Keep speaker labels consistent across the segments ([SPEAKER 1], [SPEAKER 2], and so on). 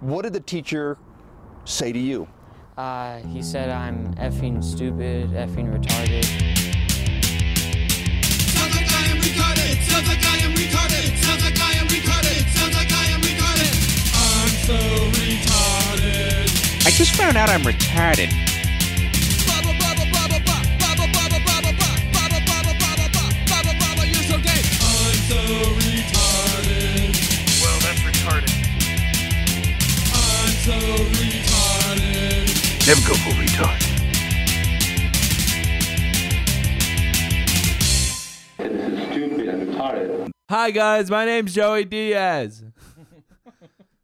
[SPEAKER 1] What did the teacher say to you?
[SPEAKER 2] Uh, he said I'm effing stupid, effing retarded.
[SPEAKER 3] Sounds like I am retarded. Sounds like I am retarded. Sounds like I am retarded. Sounds like I am retarded. I'm so retarded.
[SPEAKER 4] I just found out I'm retarded.
[SPEAKER 3] Ba ba ba ba ba ba ba ba ba ba ba ba ba ba ba ba ba ba ba ba ba ba ba ba. You're so gay. I'm so retarded.
[SPEAKER 5] Well, that's retarded.
[SPEAKER 3] I'm so retarded.
[SPEAKER 5] Never go full retard.
[SPEAKER 6] This is stupid and retarded.
[SPEAKER 7] Hi guys, my name's Joey Diaz.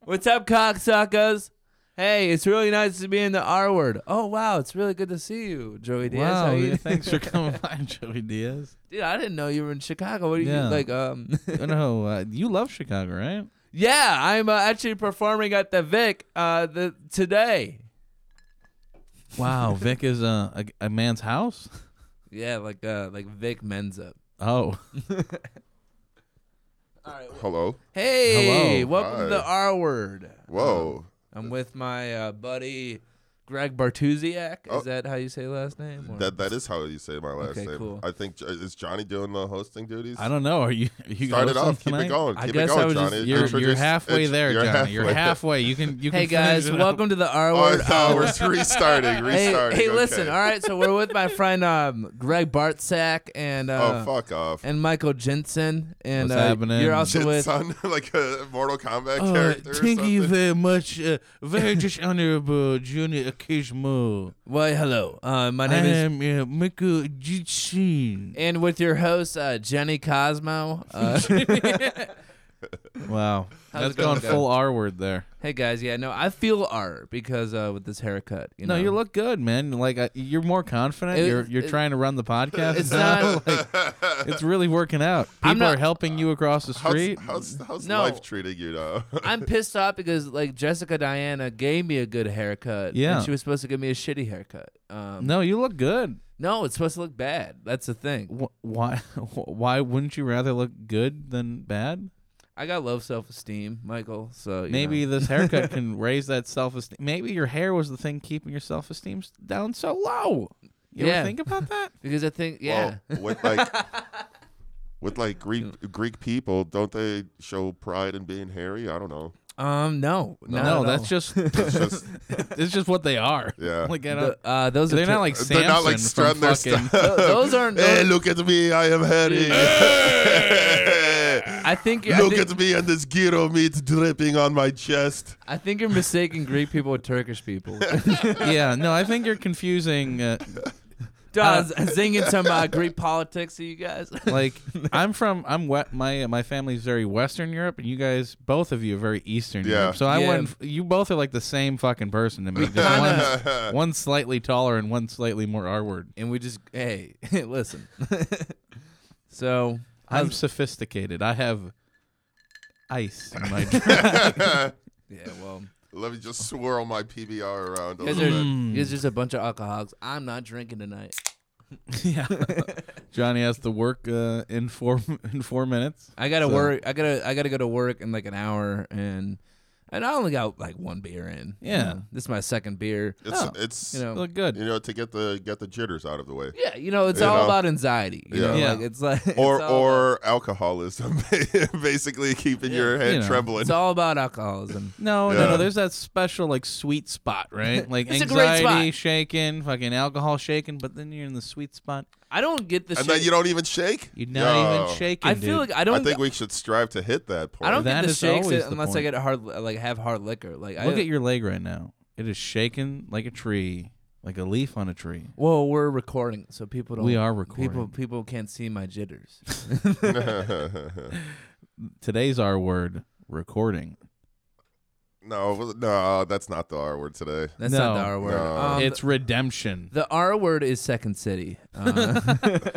[SPEAKER 7] What's up, cocksuckers? Hey, it's really nice to be in the R word. Oh wow, it's really good to see you, Joey Diaz. How
[SPEAKER 8] Wow,
[SPEAKER 7] you
[SPEAKER 8] yeah,
[SPEAKER 7] doing?
[SPEAKER 8] thanks for coming by, Joey Diaz.
[SPEAKER 7] dude. I didn't know you were in Chicago. What are you
[SPEAKER 8] Yeah.
[SPEAKER 7] like? Um,
[SPEAKER 8] Oh, no, uh, you love Chicago, right?
[SPEAKER 7] yeah, I'm uh, actually performing at the Vic uh, the today.
[SPEAKER 8] Wow, Vic is a, a, a man's house.
[SPEAKER 7] Yeah, like uh, like Vic Menza.
[SPEAKER 8] Oh,
[SPEAKER 7] Um,
[SPEAKER 9] Hello.
[SPEAKER 7] Hey,
[SPEAKER 8] Hello.
[SPEAKER 7] welcome to
[SPEAKER 9] Hi.
[SPEAKER 7] the R word.
[SPEAKER 9] Whoa.
[SPEAKER 7] I'm with my uh, buddy Greg Bartusiak. Is
[SPEAKER 9] Oh.
[SPEAKER 7] that how you say last name? or-
[SPEAKER 9] That that is how you say my last
[SPEAKER 7] Okay,
[SPEAKER 9] name.
[SPEAKER 7] cool.
[SPEAKER 9] I think Jo- is Johnny doing the hosting duties.
[SPEAKER 8] I don't know. Are you? Are you
[SPEAKER 9] Start it
[SPEAKER 8] hosting
[SPEAKER 9] off.
[SPEAKER 8] Tonight?
[SPEAKER 9] Keep it going.
[SPEAKER 7] I
[SPEAKER 9] Keep
[SPEAKER 7] guess
[SPEAKER 9] it
[SPEAKER 7] I
[SPEAKER 9] going,
[SPEAKER 7] was just-
[SPEAKER 9] Johnny.
[SPEAKER 8] You're, you're
[SPEAKER 9] Introduce-
[SPEAKER 8] halfway
[SPEAKER 9] it's-
[SPEAKER 8] there,
[SPEAKER 9] you're
[SPEAKER 8] Johnny. You're halfway. You can you can.
[SPEAKER 7] Hey guys,
[SPEAKER 8] finish it up.
[SPEAKER 7] welcome to the R
[SPEAKER 9] Oh, I
[SPEAKER 7] word.
[SPEAKER 9] thought
[SPEAKER 7] Hour.
[SPEAKER 9] we're restarting.
[SPEAKER 7] Hey,
[SPEAKER 9] Restarting.
[SPEAKER 7] hey, listen.
[SPEAKER 9] okay.
[SPEAKER 7] All right, so we're with my friend um, Greg Bartzak and uh,
[SPEAKER 9] oh fuck off.
[SPEAKER 7] and Michael Jensen, and
[SPEAKER 8] What's
[SPEAKER 7] uh,
[SPEAKER 8] happening?
[SPEAKER 7] you're also
[SPEAKER 9] Shit,
[SPEAKER 7] with
[SPEAKER 9] son, like a Mortal Kombat
[SPEAKER 8] Uh,
[SPEAKER 9] character. or
[SPEAKER 8] thank you
[SPEAKER 9] something.
[SPEAKER 8] very much, uh, very dishonorable Junior Akishmo.
[SPEAKER 7] well, hello. Uh, my
[SPEAKER 8] I
[SPEAKER 7] name is
[SPEAKER 8] am uh, Michael Jitsin.
[SPEAKER 7] and with your host uh, Jenny Cosmo. Uh,
[SPEAKER 8] Wow,
[SPEAKER 7] How's
[SPEAKER 8] that's
[SPEAKER 7] it going,
[SPEAKER 8] going full R word there.
[SPEAKER 7] hey guys, yeah, no, I feel R because uh, with this haircut, you
[SPEAKER 8] No,
[SPEAKER 7] know,
[SPEAKER 8] you look good, man. Like uh, you're more confident.
[SPEAKER 7] It-
[SPEAKER 8] you're you're
[SPEAKER 7] it-
[SPEAKER 8] trying to run the podcast.
[SPEAKER 7] It's
[SPEAKER 8] now.
[SPEAKER 7] not-
[SPEAKER 8] like, it's really working out. People
[SPEAKER 7] I'm not-
[SPEAKER 8] are helping you across the
[SPEAKER 9] How's,
[SPEAKER 8] street.
[SPEAKER 9] how's, how's
[SPEAKER 7] No.
[SPEAKER 9] life treating you now?
[SPEAKER 7] I'm pissed off because like Jessica Diana gave me a good haircut.
[SPEAKER 8] Yeah.
[SPEAKER 7] and she was supposed to give me a shitty haircut. Um,
[SPEAKER 8] no, you look good.
[SPEAKER 7] no, it's supposed to look bad. That's the thing.
[SPEAKER 8] Wh- Why why wouldn't you rather look good than bad?
[SPEAKER 7] I got low self esteem, Michael. So you
[SPEAKER 8] Maybe
[SPEAKER 7] know.
[SPEAKER 8] this haircut can raise that self esteem. Maybe your hair was the thing keeping your self esteem down so low. You
[SPEAKER 7] Yeah.
[SPEAKER 8] ever think about that?
[SPEAKER 7] because I think yeah.
[SPEAKER 9] Well, with like with like Greek Greek people, don't they show pride in being hairy? I don't know.
[SPEAKER 7] um, no, not
[SPEAKER 8] no,
[SPEAKER 7] at
[SPEAKER 8] that's
[SPEAKER 7] all.
[SPEAKER 8] just
[SPEAKER 9] It's just
[SPEAKER 8] it's just what they are.
[SPEAKER 9] Yeah.
[SPEAKER 8] Like, I don't-
[SPEAKER 7] The- uh, those are
[SPEAKER 8] they're
[SPEAKER 7] ter-
[SPEAKER 8] not like Samson
[SPEAKER 9] they're not like
[SPEAKER 8] from
[SPEAKER 9] strutting their
[SPEAKER 8] fucking-
[SPEAKER 9] stuff.
[SPEAKER 7] Tho- those aren't.
[SPEAKER 9] Hey,
[SPEAKER 7] those-
[SPEAKER 9] Eh, look at me, I am hairy.
[SPEAKER 7] I think I
[SPEAKER 9] look
[SPEAKER 7] think,
[SPEAKER 9] at me and this gyro meat's dripping on my chest.
[SPEAKER 7] I think you're mistaking Greek people with Turkish people.
[SPEAKER 8] yeah, no, I think you're confusing. Uh,
[SPEAKER 7] Does zinging some uh, Greek politics to you guys?
[SPEAKER 8] like, I'm from I'm wet. My my family's very Western Europe, and you guys, both of you, are very Eastern
[SPEAKER 9] Yeah.
[SPEAKER 8] Europe. So I
[SPEAKER 7] Yeah.
[SPEAKER 8] wouldn't. You both are like the same fucking person to me. Just one, one slightly taller and one slightly more R word.
[SPEAKER 7] and we just hey, listen. so
[SPEAKER 8] I'm sophisticated. I have ice in my
[SPEAKER 7] yeah, well,
[SPEAKER 9] Let me just swirl my PBR around a
[SPEAKER 7] you guys,
[SPEAKER 9] little
[SPEAKER 7] are, Mm. you
[SPEAKER 9] bit.
[SPEAKER 7] guys are just a bunch of alcoholics. I'm not drinking tonight.
[SPEAKER 8] yeah. Johnny has to work uh, in four in four minutes.
[SPEAKER 7] I gotta
[SPEAKER 8] So-
[SPEAKER 7] work. I gotta. I gotta go to work in like an hour, and and I only got like one beer in. you
[SPEAKER 8] Yeah.
[SPEAKER 7] know. this is my second beer.
[SPEAKER 9] It's
[SPEAKER 8] Oh,
[SPEAKER 9] it's
[SPEAKER 7] You
[SPEAKER 9] you know,
[SPEAKER 7] know,
[SPEAKER 8] Look good.
[SPEAKER 9] to get the get the jitters out of the way.
[SPEAKER 7] yeah, you know, it's
[SPEAKER 9] You
[SPEAKER 7] all
[SPEAKER 9] know?
[SPEAKER 7] about anxiety. You
[SPEAKER 9] Yeah.
[SPEAKER 7] know,
[SPEAKER 8] Yeah.
[SPEAKER 7] like it's like it's
[SPEAKER 9] Or
[SPEAKER 7] all about-
[SPEAKER 9] or alcoholism, basically keeping your head
[SPEAKER 8] You know,
[SPEAKER 9] trembling.
[SPEAKER 7] it's all about alcoholism.
[SPEAKER 8] No, no,
[SPEAKER 9] Yeah.
[SPEAKER 8] no. There's that special like sweet spot, right? Like
[SPEAKER 7] It's a great
[SPEAKER 8] anxiety
[SPEAKER 7] spot.
[SPEAKER 8] shaking, fucking alcohol shaking, but then you're in the sweet spot.
[SPEAKER 7] I don't get the
[SPEAKER 9] and
[SPEAKER 7] shit.
[SPEAKER 9] then you don't even shake.
[SPEAKER 8] You're not
[SPEAKER 9] Yo.
[SPEAKER 8] even shaking.
[SPEAKER 7] I feel
[SPEAKER 8] dude.
[SPEAKER 7] like I
[SPEAKER 9] I
[SPEAKER 7] don't.
[SPEAKER 9] think we should strive to hit that point.
[SPEAKER 7] I don't
[SPEAKER 8] That
[SPEAKER 7] get the
[SPEAKER 8] is
[SPEAKER 7] shakes
[SPEAKER 8] always the
[SPEAKER 7] unless I
[SPEAKER 8] point.
[SPEAKER 7] get a hard like have hard liquor. Like
[SPEAKER 8] Look
[SPEAKER 7] I,
[SPEAKER 8] at your leg right now. It is shaking like a tree, like a leaf on a tree.
[SPEAKER 7] Well, we're recording, so people don't.
[SPEAKER 8] We are recording.
[SPEAKER 7] People people can't see my jitters.
[SPEAKER 8] Today's our word recording.
[SPEAKER 9] no, no, that's not the R word today.
[SPEAKER 7] That's not
[SPEAKER 8] No.
[SPEAKER 7] the R word.
[SPEAKER 9] No.
[SPEAKER 7] Um,
[SPEAKER 8] it's redemption.
[SPEAKER 7] the R word is Second City. Uh,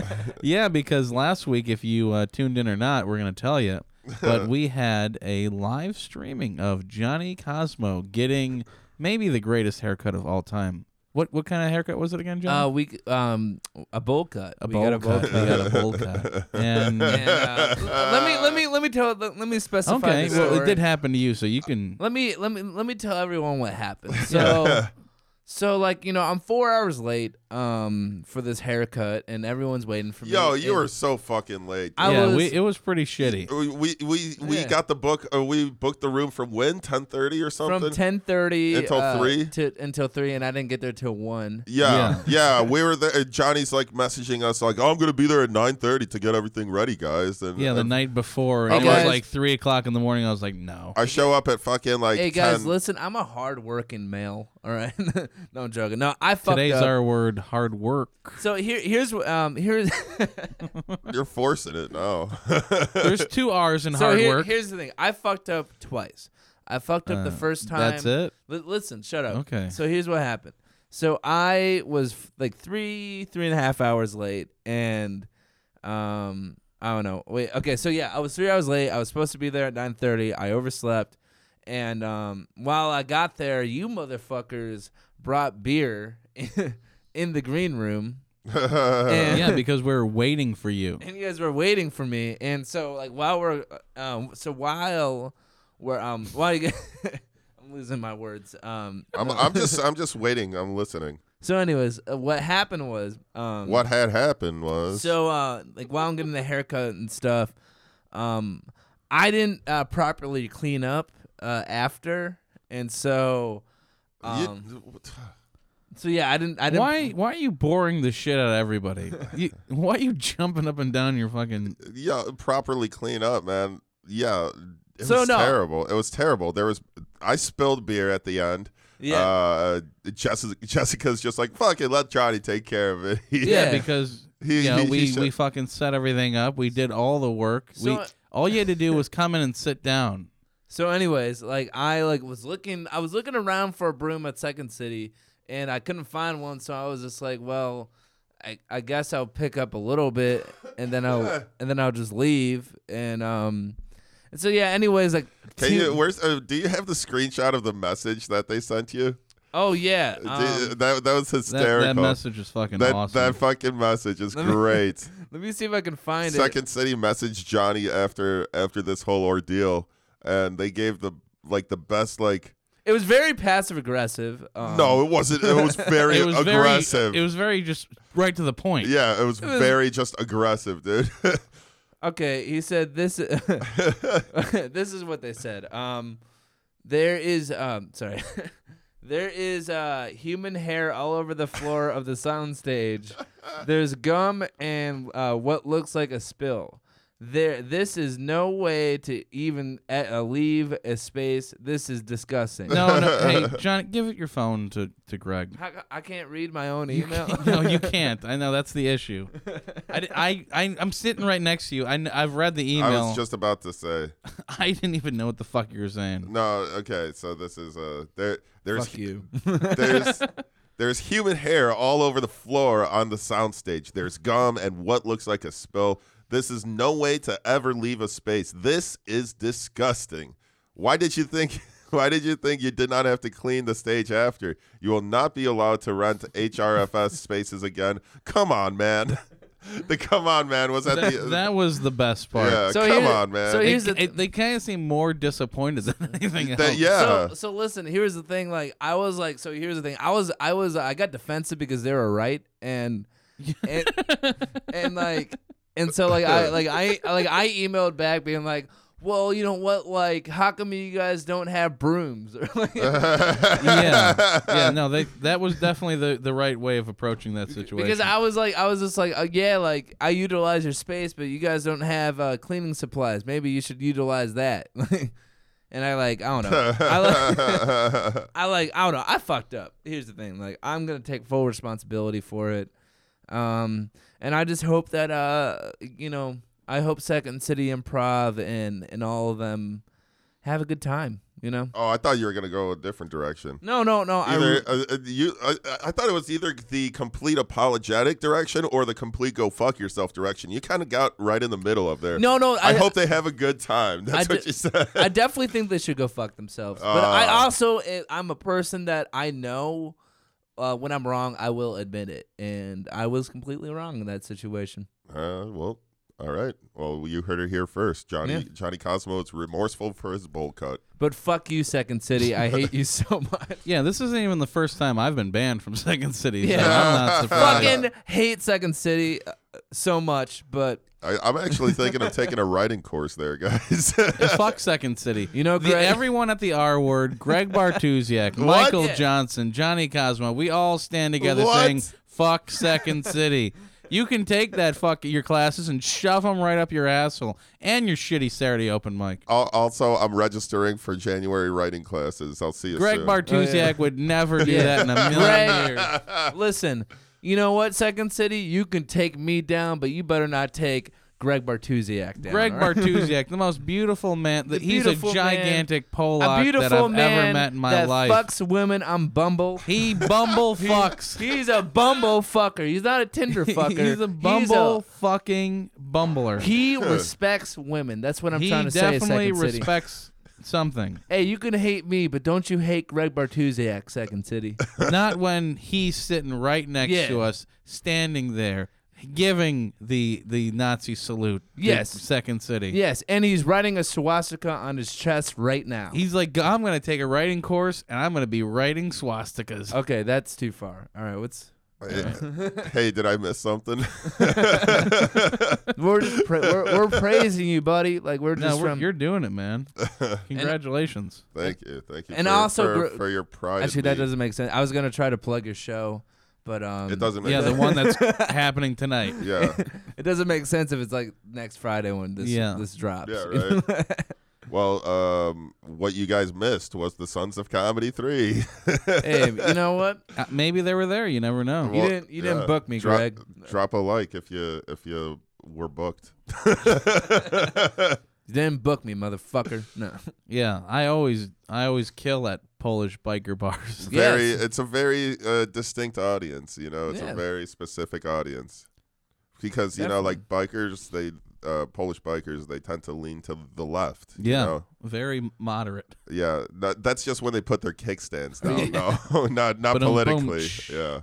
[SPEAKER 8] Yeah, because last week, if you uh, tuned in or not, we're going to tell you. But we had a live streaming of Johnny Cosmo getting maybe the greatest haircut of all time What what kind of haircut was it again,
[SPEAKER 7] Uh,
[SPEAKER 8] John?
[SPEAKER 7] we c- um a bowl cut. we
[SPEAKER 8] bowl
[SPEAKER 7] got a bowl
[SPEAKER 8] cut.
[SPEAKER 7] cut.
[SPEAKER 8] We got a bowl cut. And
[SPEAKER 7] And, uh, l- let me let me let me tell let, let me specify.
[SPEAKER 8] okay,
[SPEAKER 7] the
[SPEAKER 8] well, it
[SPEAKER 7] story.
[SPEAKER 8] did happen to you, so you can.
[SPEAKER 7] Let me let me let me tell everyone what happened. So so like you know I'm four hours late um for this haircut and everyone's waiting for me.
[SPEAKER 9] Yo, you
[SPEAKER 7] And
[SPEAKER 9] were so fucking late.
[SPEAKER 7] I
[SPEAKER 8] yeah,
[SPEAKER 7] was-
[SPEAKER 8] we, it was pretty shitty.
[SPEAKER 9] We we we, we
[SPEAKER 7] Yeah.
[SPEAKER 9] got the book. Uh, we booked the room from when ten thirty or something.
[SPEAKER 7] from ten thirty uh,
[SPEAKER 9] Until three?
[SPEAKER 7] to until three and I didn't get there till one.
[SPEAKER 9] Yeah, yeah, we were there. and Johnny's like messaging us like, "Oh, I'm gonna be there at 9:30 to get everything ready, guys." And
[SPEAKER 8] Yeah, the
[SPEAKER 9] and
[SPEAKER 8] night before,
[SPEAKER 9] I
[SPEAKER 8] and it was
[SPEAKER 7] was-
[SPEAKER 8] like three o'clock in the morning. I was like, no.
[SPEAKER 9] I show up at fucking like
[SPEAKER 7] Hey guys,
[SPEAKER 9] 10.
[SPEAKER 7] listen, I'm a hard working male. All right, no I'm joking. No, I fucked
[SPEAKER 8] Today's
[SPEAKER 7] up.
[SPEAKER 8] our word, hard work.
[SPEAKER 7] so here here's wh- um here's
[SPEAKER 9] You're forcing it now.
[SPEAKER 8] There's two R's in
[SPEAKER 7] so
[SPEAKER 8] hard
[SPEAKER 7] here,
[SPEAKER 8] work.
[SPEAKER 7] here's the thing. I fucked up twice. I fucked up the
[SPEAKER 8] Uh,
[SPEAKER 7] first time.
[SPEAKER 8] that's it?
[SPEAKER 7] Li- listen, shut up.
[SPEAKER 8] Okay.
[SPEAKER 7] So here's what happened. So I was f- like three, three and a half hours late, and um, I don't know. Wait, okay. So yeah, I was three hours late. I was supposed to be there at nine thirty. I overslept, and um, while I got there, you motherfuckers brought beer in the green room.
[SPEAKER 9] Uh,
[SPEAKER 7] And-
[SPEAKER 8] yeah, because we were waiting for you.
[SPEAKER 7] and you guys were waiting for me and so like while we're um so while we're um while you guys, i'm losing my words um
[SPEAKER 9] I'm, I'm just I'm just waiting. I'm listening.
[SPEAKER 7] so anyways uh, what happened was um
[SPEAKER 9] What had happened was
[SPEAKER 7] so uh like while i'm getting the haircut and stuff um i didn't uh properly clean up uh after and so
[SPEAKER 9] You-
[SPEAKER 7] um so yeah i didn't i didn't
[SPEAKER 8] Why why are you boring the shit out of everybody? You, why are you jumping up and down your fucking
[SPEAKER 9] yeah, properly clean up, man. Yeah, it
[SPEAKER 7] So
[SPEAKER 9] was
[SPEAKER 7] no.
[SPEAKER 9] terrible. It was terrible. There was I spilled beer at the end.
[SPEAKER 7] Yeah.
[SPEAKER 9] Uh, Jessica, Jessica's just like fuck it. Let Johnny take care of it.
[SPEAKER 7] Yeah.
[SPEAKER 8] Yeah, because
[SPEAKER 9] He-
[SPEAKER 8] you know,
[SPEAKER 9] he- he
[SPEAKER 8] we,
[SPEAKER 9] should-
[SPEAKER 8] we fucking set everything up. We did all the work. we
[SPEAKER 7] So-
[SPEAKER 8] all you had to do was come in and sit down.
[SPEAKER 7] So, anyways, like I like was looking, I was looking around for a broom at Second City, and I couldn't find one. So I was just like, well, I, I guess I'll pick up a little bit, and then I'll and then I'll just leave. And um, and so yeah. Anyways, like,
[SPEAKER 9] Can
[SPEAKER 7] two-
[SPEAKER 9] you? Where's? Uh, do you have the screenshot of the message that they sent you?
[SPEAKER 7] oh yeah.
[SPEAKER 9] Do-
[SPEAKER 7] um,
[SPEAKER 9] that that was
[SPEAKER 8] That, that
[SPEAKER 9] hysterical. That
[SPEAKER 8] message is fucking
[SPEAKER 9] that,
[SPEAKER 8] awesome.
[SPEAKER 9] fucking message is
[SPEAKER 7] me-
[SPEAKER 9] great.
[SPEAKER 7] let me see if I can find it.
[SPEAKER 9] Second City messaged Johnny after after this whole ordeal, and they gave the like the best like.
[SPEAKER 7] It was very passive aggressive. Um,
[SPEAKER 9] no, it wasn't. It was very
[SPEAKER 8] it was
[SPEAKER 9] aggressive.
[SPEAKER 8] Very, it was very just right to the point.
[SPEAKER 9] yeah, it was very just aggressive, dude.
[SPEAKER 7] Okay, he said this. this is what they said. Um, there is um, sorry, there is uh human hair all over the floor of the soundstage. There's gum and uh, what looks like a spill. There, this is no way to even uh, uh, leave a space. This is disgusting.
[SPEAKER 8] No, no. hey, John, give it your phone to to Greg.
[SPEAKER 7] How co- I can't read my own
[SPEAKER 8] You
[SPEAKER 7] email.
[SPEAKER 8] can't- no, you can't. I know that's the issue. I, di- I, I I'm sitting right next to you. I, have read the
[SPEAKER 9] I
[SPEAKER 8] email. I,
[SPEAKER 9] was just about to say.
[SPEAKER 8] didn't even know what the fuck you were saying.
[SPEAKER 9] No, okay. So this is uh, there. There's
[SPEAKER 7] Fuck you.
[SPEAKER 9] there's there's human hair all over the floor on the soundstage. There's gum and what looks like a spill. This is no way to ever leave a space. This is disgusting. Why did you think why did you think you did not have to clean the stage after? You will not be allowed to rent HRFS spaces again. Come on, man. The come on, man was at the uh,
[SPEAKER 8] That, that was the best part.
[SPEAKER 9] Yeah,
[SPEAKER 7] So
[SPEAKER 9] come
[SPEAKER 7] here-
[SPEAKER 9] on, man.
[SPEAKER 7] so
[SPEAKER 8] It-
[SPEAKER 7] Here's the-
[SPEAKER 8] it- they kind of seem more disappointed than anything
[SPEAKER 9] That-
[SPEAKER 8] else.
[SPEAKER 9] yeah.
[SPEAKER 7] So, so listen, here's the thing. Like, I was like, so here's the thing. I was, I was, I got defensive because they were right, and and, and like, and so like, I like, I like, I emailed back being like, well, you know what? Like, how come you guys don't have brooms? Or like,
[SPEAKER 9] Uh,
[SPEAKER 8] yeah, yeah. No, they that was definitely the the right way of approaching that situation.
[SPEAKER 7] because I was like, I was just like, uh, yeah, like I utilize your space, but you guys don't have uh, cleaning supplies. Maybe you should utilize that. and I like, I don't know. I like. I like I don't know. I fucked up. Here's the thing. Like I'm gonna take full responsibility for it. Um, and I just hope that uh, you know, I hope Second City Improv and and all of them have a good time. You know.
[SPEAKER 9] oh, I thought you were gonna go a different direction.
[SPEAKER 7] No, no, no.
[SPEAKER 9] either
[SPEAKER 7] I,
[SPEAKER 9] uh, uh, you I, I- I thought it was either the complete apologetic direction or the complete go fuck yourself direction you kind of got right in the middle of there
[SPEAKER 7] No, no,
[SPEAKER 9] i,
[SPEAKER 7] I-
[SPEAKER 9] hope they have a good time that's
[SPEAKER 7] I
[SPEAKER 9] what
[SPEAKER 7] d-
[SPEAKER 9] you said
[SPEAKER 7] I definitely think they should go fuck themselves. But I
[SPEAKER 9] Ah.
[SPEAKER 7] also eh, I'm a person that I know uh, when I'm wrong, I will admit it, and I was completely wrong in that situation.
[SPEAKER 9] Uh, well, all right. Well, you heard it here first. Johnny
[SPEAKER 7] Yeah.
[SPEAKER 9] Johnny Cosmo is remorseful for his bowl cut.
[SPEAKER 7] But fuck you, Second City. I hate you so much.
[SPEAKER 8] Yeah, this isn't even the first time I've been banned from Second City. so
[SPEAKER 7] Yeah.
[SPEAKER 8] I'm not surprised.
[SPEAKER 7] Fucking hate Second City uh, so much, but
[SPEAKER 9] I, I'm actually thinking of taking a writing course there, guys.
[SPEAKER 8] Fuck Second City.
[SPEAKER 7] You know,
[SPEAKER 8] The-
[SPEAKER 7] Greg-
[SPEAKER 8] everyone at the R word, Greg Bartusiak, Michael Johnson, Johnny Cosmo, we all stand together
[SPEAKER 9] What?
[SPEAKER 8] saying, fuck Second City. You can take that fuck your classes and shove them right up your asshole and your shitty Saturday open mic.
[SPEAKER 9] Al- also, I'm registering for January writing classes. I'll see you
[SPEAKER 8] Greg
[SPEAKER 9] soon.
[SPEAKER 8] Bartusiak would never do that in a million
[SPEAKER 7] Oh, Greg,
[SPEAKER 8] years.
[SPEAKER 7] listen, you know what, Second City? You can take me down, but you better not take Greg Bartusiak down.
[SPEAKER 8] Greg
[SPEAKER 7] all right?
[SPEAKER 8] Bartusiak, the most beautiful man.
[SPEAKER 7] The
[SPEAKER 8] he's
[SPEAKER 7] beautiful
[SPEAKER 8] a
[SPEAKER 7] man.
[SPEAKER 8] gigantic Polak
[SPEAKER 7] A
[SPEAKER 8] that
[SPEAKER 7] beautiful
[SPEAKER 8] I've
[SPEAKER 7] man
[SPEAKER 8] ever met in my
[SPEAKER 7] that
[SPEAKER 8] life.
[SPEAKER 7] fucks women on Bumble.
[SPEAKER 8] He bumble fucks.
[SPEAKER 7] He's a Bumble fucker. He's not a Tinder fucker.
[SPEAKER 8] He's a bumble fucking bumbler.
[SPEAKER 7] he respects women. That's what I'm
[SPEAKER 8] He
[SPEAKER 7] trying to say.
[SPEAKER 8] definitely
[SPEAKER 7] Second City.
[SPEAKER 8] respects something.
[SPEAKER 7] Hey, you can hate me, but don't you hate Greg Bartusiak, Second City?
[SPEAKER 8] Not when he's sitting right next
[SPEAKER 7] Yeah.
[SPEAKER 8] to us, standing there, giving the the Nazi salute. to
[SPEAKER 7] Yes.
[SPEAKER 8] Second City.
[SPEAKER 7] yes, and he's writing a swastika on his chest right now.
[SPEAKER 8] He's like, I'm gonna take a writing course and I'm gonna be writing swastikas.
[SPEAKER 7] okay, that's too far. All right, what's
[SPEAKER 9] hey, did I miss something?
[SPEAKER 7] we're just pra- we're, we're praising you, buddy. Like we're
[SPEAKER 8] no,
[SPEAKER 7] just
[SPEAKER 8] we're,
[SPEAKER 7] from
[SPEAKER 8] you're doing it, man. Congratulations.
[SPEAKER 9] thank you, thank you.
[SPEAKER 7] And
[SPEAKER 9] for,
[SPEAKER 7] also,
[SPEAKER 9] for,
[SPEAKER 7] Gre-
[SPEAKER 9] for your pride. in
[SPEAKER 7] actually that
[SPEAKER 9] me.
[SPEAKER 7] doesn't make sense. I was gonna try to plug your show, but um,
[SPEAKER 9] It doesn't make.
[SPEAKER 8] yeah, the
[SPEAKER 9] sense.
[SPEAKER 8] one that's happening tonight.
[SPEAKER 9] Yeah,
[SPEAKER 7] It doesn't make sense if it's like next Friday when this
[SPEAKER 8] Yeah.
[SPEAKER 7] this drops.
[SPEAKER 9] yeah, right. Well, um, what you guys missed was the Sons of Comedy three.
[SPEAKER 7] hey, you know what?
[SPEAKER 8] Uh, maybe they were there. You never know.
[SPEAKER 7] You didn't you didn't
[SPEAKER 9] yeah.
[SPEAKER 7] book me,
[SPEAKER 9] Dro-
[SPEAKER 7] Greg.
[SPEAKER 9] Drop a like if you if you were booked.
[SPEAKER 7] You didn't book me, motherfucker. No.
[SPEAKER 8] Yeah, I always I always kill at Polish biker bars.
[SPEAKER 9] very
[SPEAKER 7] Yes.
[SPEAKER 9] it's a very uh, distinct audience you know it's
[SPEAKER 7] Yeah.
[SPEAKER 9] a very specific audience because you know like bikers they uh, polish bikers they tend to lean to the left you
[SPEAKER 8] Yeah,
[SPEAKER 9] know?
[SPEAKER 8] very moderate.
[SPEAKER 9] yeah that, that's just when they put their kickstands down no not not
[SPEAKER 8] Ba-dum-bum.
[SPEAKER 9] politically yeah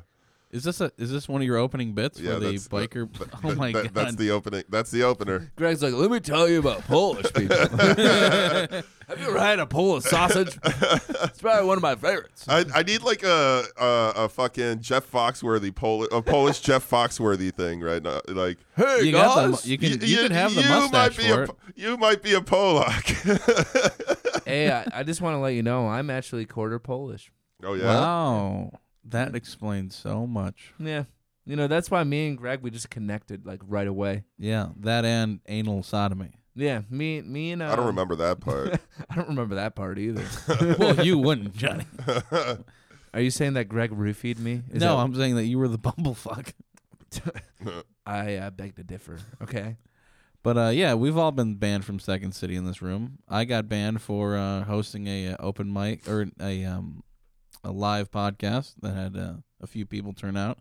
[SPEAKER 8] Is this a is this one of your opening bits
[SPEAKER 9] yeah
[SPEAKER 8] for the
[SPEAKER 9] that's
[SPEAKER 8] biker?
[SPEAKER 9] that-
[SPEAKER 8] oh my
[SPEAKER 9] that-
[SPEAKER 8] god!
[SPEAKER 9] that's the opening that's the opener
[SPEAKER 7] Greg's like, let me tell you about Polish people. Have you ever had a Polish sausage? It's probably one of my favorites.
[SPEAKER 9] I, I need like a, a a fucking Jeff Foxworthy Poli- a Polish Jeff Foxworthy thing right now like
[SPEAKER 7] Hey
[SPEAKER 8] you
[SPEAKER 7] guys,
[SPEAKER 8] got the, mu- you can you, can have the
[SPEAKER 9] you
[SPEAKER 8] mustache
[SPEAKER 9] might be
[SPEAKER 8] for
[SPEAKER 9] a,
[SPEAKER 8] it.
[SPEAKER 9] Po- you might be a Polak.
[SPEAKER 7] hey, I, I just want to let you know I'm actually quarter Polish.
[SPEAKER 9] oh yeah.
[SPEAKER 8] Wow, that explains so much.
[SPEAKER 7] Yeah, you know that's why me and Greg we just connected like right away.
[SPEAKER 8] Yeah, that and anal sodomy.
[SPEAKER 7] Yeah, me me and uh,
[SPEAKER 8] Um,
[SPEAKER 9] I don't remember that part.
[SPEAKER 7] I don't remember that part either.
[SPEAKER 8] well, you wouldn't, Johnny.
[SPEAKER 7] Are you saying that Greg roofied me? Is
[SPEAKER 8] no,
[SPEAKER 7] that-
[SPEAKER 8] I'm saying that you were the bumblefuck.
[SPEAKER 7] I uh, beg to differ. Okay.
[SPEAKER 8] But uh, yeah, we've all been banned from Second City in this room. I got banned for uh, hosting a uh, open mic or a um, a live podcast that had uh, a few people turn out,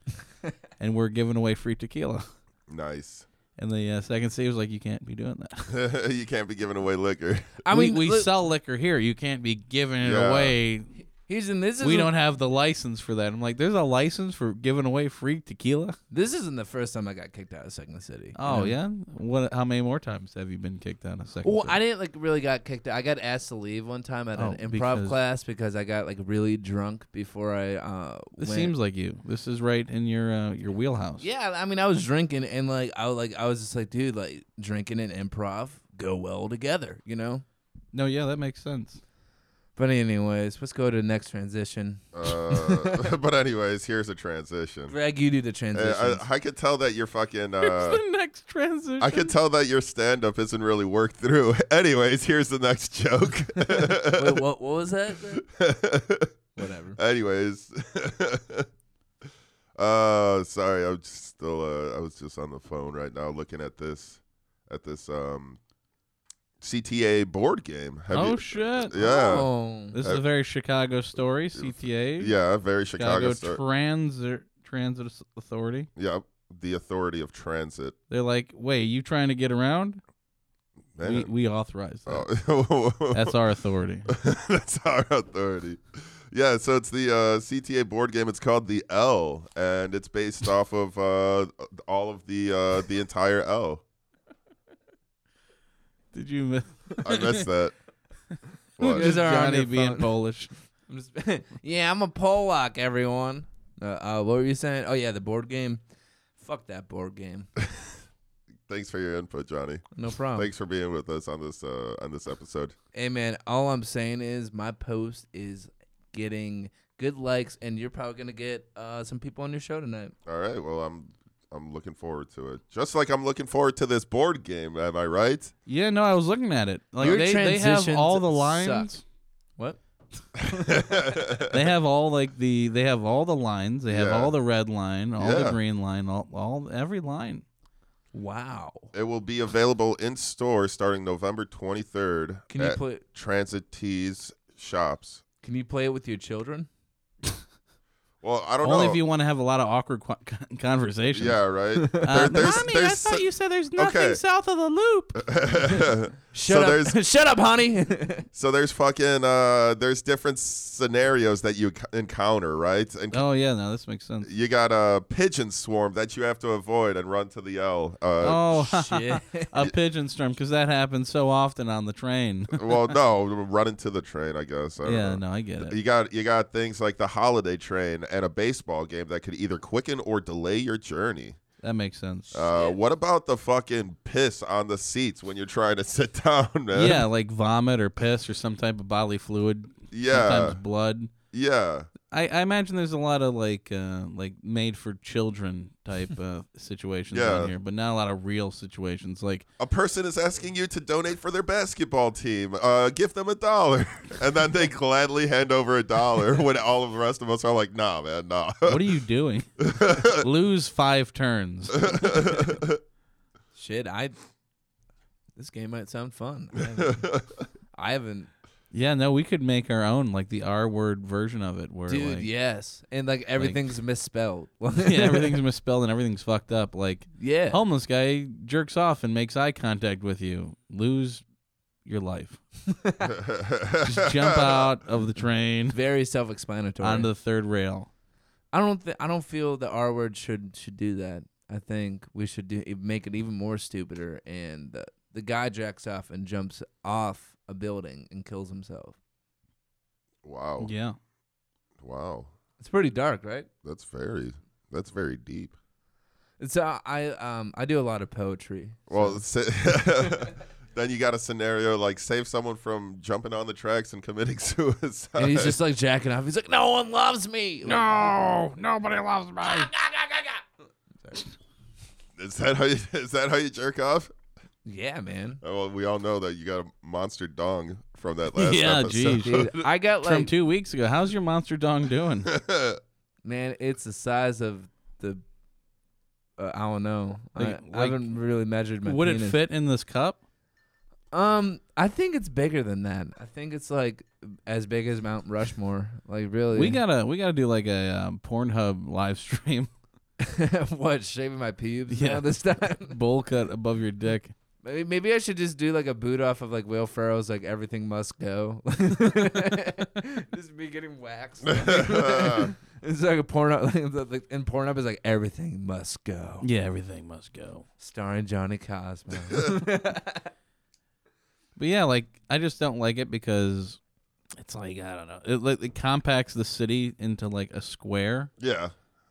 [SPEAKER 8] and we're giving away free tequila.
[SPEAKER 9] nice.
[SPEAKER 8] And the uh, Second City was like, "You can't be doing that.
[SPEAKER 9] you can't be giving away liquor.
[SPEAKER 7] I
[SPEAKER 8] we,
[SPEAKER 7] mean,
[SPEAKER 8] we
[SPEAKER 7] look-
[SPEAKER 8] sell liquor here. You can't be giving it
[SPEAKER 9] Yeah.
[SPEAKER 8] away.
[SPEAKER 7] Here's and this is
[SPEAKER 8] We don't have the license for that." I'm like, "There's a license for giving away free tequila?
[SPEAKER 7] This isn't the first time I got kicked out of Second City.
[SPEAKER 8] Oh yeah. What? How many more times have you been kicked out of Second
[SPEAKER 7] Well,
[SPEAKER 8] City?
[SPEAKER 7] I didn't like really got kicked out. I got asked to leave one time at
[SPEAKER 8] Oh,
[SPEAKER 7] an improv
[SPEAKER 8] because-
[SPEAKER 7] class because I got like really drunk before I uh
[SPEAKER 8] this
[SPEAKER 7] went.
[SPEAKER 8] seems like you. This is right in your uh, your wheelhouse.
[SPEAKER 7] Yeah, I mean I was drinking and like I was like I was just like dude, like drinking and improv go well together, you know?
[SPEAKER 8] No, yeah, that makes sense.
[SPEAKER 7] But anyways, let's go to the next transition.
[SPEAKER 9] Uh, but anyways, here's a transition.
[SPEAKER 7] Greg, you do the transition.
[SPEAKER 9] Uh, I, I could tell that you're fucking. Uh,
[SPEAKER 8] the next transition.
[SPEAKER 9] I could tell that your stand up isn't really worked through. Anyways, here's the next joke.
[SPEAKER 7] Wait, what what was that? Whatever.
[SPEAKER 9] Anyways. uh sorry, I'm just still uh I was just on the phone right now looking at this at this um CTA board game. Have
[SPEAKER 8] oh
[SPEAKER 9] you-
[SPEAKER 8] shit!
[SPEAKER 9] Yeah.
[SPEAKER 7] Oh.
[SPEAKER 8] This is a very Chicago story. CTA.
[SPEAKER 9] Yeah, very
[SPEAKER 8] Chicago,
[SPEAKER 9] Chicago, story.
[SPEAKER 8] Transit Transit As- Authority.
[SPEAKER 9] yeah, the authority of transit.
[SPEAKER 8] They're like, wait, you trying to get around?
[SPEAKER 9] Man.
[SPEAKER 8] We we authorize that.
[SPEAKER 9] Oh.
[SPEAKER 8] That's our authority.
[SPEAKER 9] That's our authority. Yeah, so it's the uh, CTA board game. It's called the L, and it's based off of uh, all of the uh, the entire L.
[SPEAKER 8] Did you miss
[SPEAKER 9] I missed that.
[SPEAKER 7] You guys
[SPEAKER 9] What?
[SPEAKER 7] are on
[SPEAKER 8] Johnny
[SPEAKER 7] your
[SPEAKER 8] being
[SPEAKER 7] phone.
[SPEAKER 8] Polish?
[SPEAKER 7] I'm just, yeah, I'm a Pollock, everyone. Uh, uh, what were you saying? Oh yeah, the board game. Fuck that board game.
[SPEAKER 9] Thanks for your input, Johnny.
[SPEAKER 7] No problem.
[SPEAKER 9] Thanks for being with us on this uh, on this episode.
[SPEAKER 7] Hey man, all I'm saying is my post is getting good likes, and you're probably gonna get uh, some people on your show tonight.
[SPEAKER 9] All right. Well, I'm I'm looking forward to it. Just like I'm looking forward to this board game. Am I right?
[SPEAKER 8] Yeah, no, I was looking at it. Like
[SPEAKER 7] Your
[SPEAKER 8] they, they have
[SPEAKER 7] transitions
[SPEAKER 8] all the
[SPEAKER 7] suck.
[SPEAKER 8] lines.
[SPEAKER 7] What?
[SPEAKER 8] They have all like the they have all the lines. They have
[SPEAKER 9] Yeah.
[SPEAKER 8] all the red line, all
[SPEAKER 9] Yeah.
[SPEAKER 8] the green line, all, all every line.
[SPEAKER 7] Wow.
[SPEAKER 9] It will be available in store starting November 23rd
[SPEAKER 7] Can you
[SPEAKER 9] at
[SPEAKER 7] play?
[SPEAKER 9] Transit T's shops.
[SPEAKER 7] Can you play it with your children?
[SPEAKER 9] Well, I don't
[SPEAKER 8] Only
[SPEAKER 9] know.
[SPEAKER 8] if you want to have a lot of awkward qu- con- conversations.
[SPEAKER 9] yeah, right.
[SPEAKER 8] Uh,
[SPEAKER 9] There- there's-
[SPEAKER 8] Mommy, I
[SPEAKER 9] there's
[SPEAKER 8] thought
[SPEAKER 9] so-
[SPEAKER 8] you said there's nothing
[SPEAKER 9] Okay. Uh,
[SPEAKER 8] south of the loop.
[SPEAKER 9] so
[SPEAKER 7] Shut
[SPEAKER 9] there's
[SPEAKER 7] up! Shut up, honey.
[SPEAKER 9] so there's fucking uh there's different scenarios that you enc- encounter, right? And
[SPEAKER 8] Oh yeah, no, this makes sense.
[SPEAKER 9] you got a pigeon swarm that you have to avoid and run to the L. Uh,
[SPEAKER 8] Oh,
[SPEAKER 7] Shit.
[SPEAKER 8] a pigeon storm because that happens so often on the train.
[SPEAKER 9] Well, no, run into the train, I guess. I don't
[SPEAKER 8] yeah,
[SPEAKER 9] know.
[SPEAKER 8] no, I get it.
[SPEAKER 9] You got you got things like the holiday train and a baseball game that could either quicken or delay your journey.
[SPEAKER 8] That makes sense.
[SPEAKER 9] Uh, what about the fucking piss on the seats when you're trying to sit down, man?
[SPEAKER 8] yeah, like vomit or piss or some type of bodily fluid.
[SPEAKER 9] yeah,
[SPEAKER 8] Sometimes blood.
[SPEAKER 9] yeah.
[SPEAKER 8] I, I imagine there's a lot of like uh, like made for children type uh, situations
[SPEAKER 9] Yeah.
[SPEAKER 8] on here, but not a lot of real situations. Like
[SPEAKER 9] A person is asking you to donate for their basketball team. Uh, give them a dollar, and then they gladly hand over a dollar when all of the rest of us are like, "Nah, man, nah."
[SPEAKER 8] what are you doing? Lose five turns.
[SPEAKER 7] Shit. I. This game might sound fun. I haven't. I haven't
[SPEAKER 8] Yeah, no, we could make our own like the R word version of it, where
[SPEAKER 7] dude.
[SPEAKER 8] like,
[SPEAKER 7] yes, and like everything's misspelled.
[SPEAKER 8] yeah, everything's misspelled and everything's fucked up. Like
[SPEAKER 7] Yeah.
[SPEAKER 8] homeless guy jerks off and makes eye contact with you. Lose your life. Just jump out of the train
[SPEAKER 7] Very self-explanatory.
[SPEAKER 8] onto the third rail.
[SPEAKER 7] I don't. Th- I don't feel the R word should should do that. I think we should do e-, make it even more stupider. And the, the guy jacks off and jumps off a building and kills himself.
[SPEAKER 9] wow,
[SPEAKER 8] Yeah.
[SPEAKER 9] wow,
[SPEAKER 7] It's pretty dark, right?
[SPEAKER 9] that's very that's very deep.
[SPEAKER 7] It's uh, I um I do a lot of poetry.
[SPEAKER 9] Well, si- then you got a scenario like save someone from jumping on the tracks and committing suicide.
[SPEAKER 7] And he's just like jacking off. He's like, no one loves me.
[SPEAKER 8] No, nobody loves me.
[SPEAKER 9] is that how you is that how you jerk off?
[SPEAKER 7] Yeah, man.
[SPEAKER 9] Oh, Well, we all know that you got a monster dong from that last
[SPEAKER 8] Yeah,
[SPEAKER 9] episode.
[SPEAKER 8] geez.
[SPEAKER 7] Dude, I got
[SPEAKER 8] From
[SPEAKER 7] like
[SPEAKER 8] two weeks ago, how's your monster dong doing?
[SPEAKER 7] man. It's the size of the. Uh, I don't know. I-
[SPEAKER 8] Like-
[SPEAKER 7] I, haven't really measured my.
[SPEAKER 8] Would it
[SPEAKER 7] penis.
[SPEAKER 8] fit in this cup?
[SPEAKER 7] Um, I think it's bigger than that. I think it's like as big as Mount Rushmore. Like really,
[SPEAKER 8] We gotta we gotta do like a um, Pornhub live stream.
[SPEAKER 7] what shaving my pubes
[SPEAKER 8] Yeah.
[SPEAKER 7] now this time.
[SPEAKER 8] Bowl cut above your dick.
[SPEAKER 7] maybe, maybe I should just do like a boot off of like Will Ferrell's like everything must go. just be getting waxed. it's like a porn up, like, like, and porn up is like everything must go,
[SPEAKER 8] Yeah, everything must go.
[SPEAKER 7] starring Johnny Cosmo.
[SPEAKER 8] But yeah, like I just don't like it because it's like I don't know. It like it compacts the city into like a square.
[SPEAKER 9] yeah,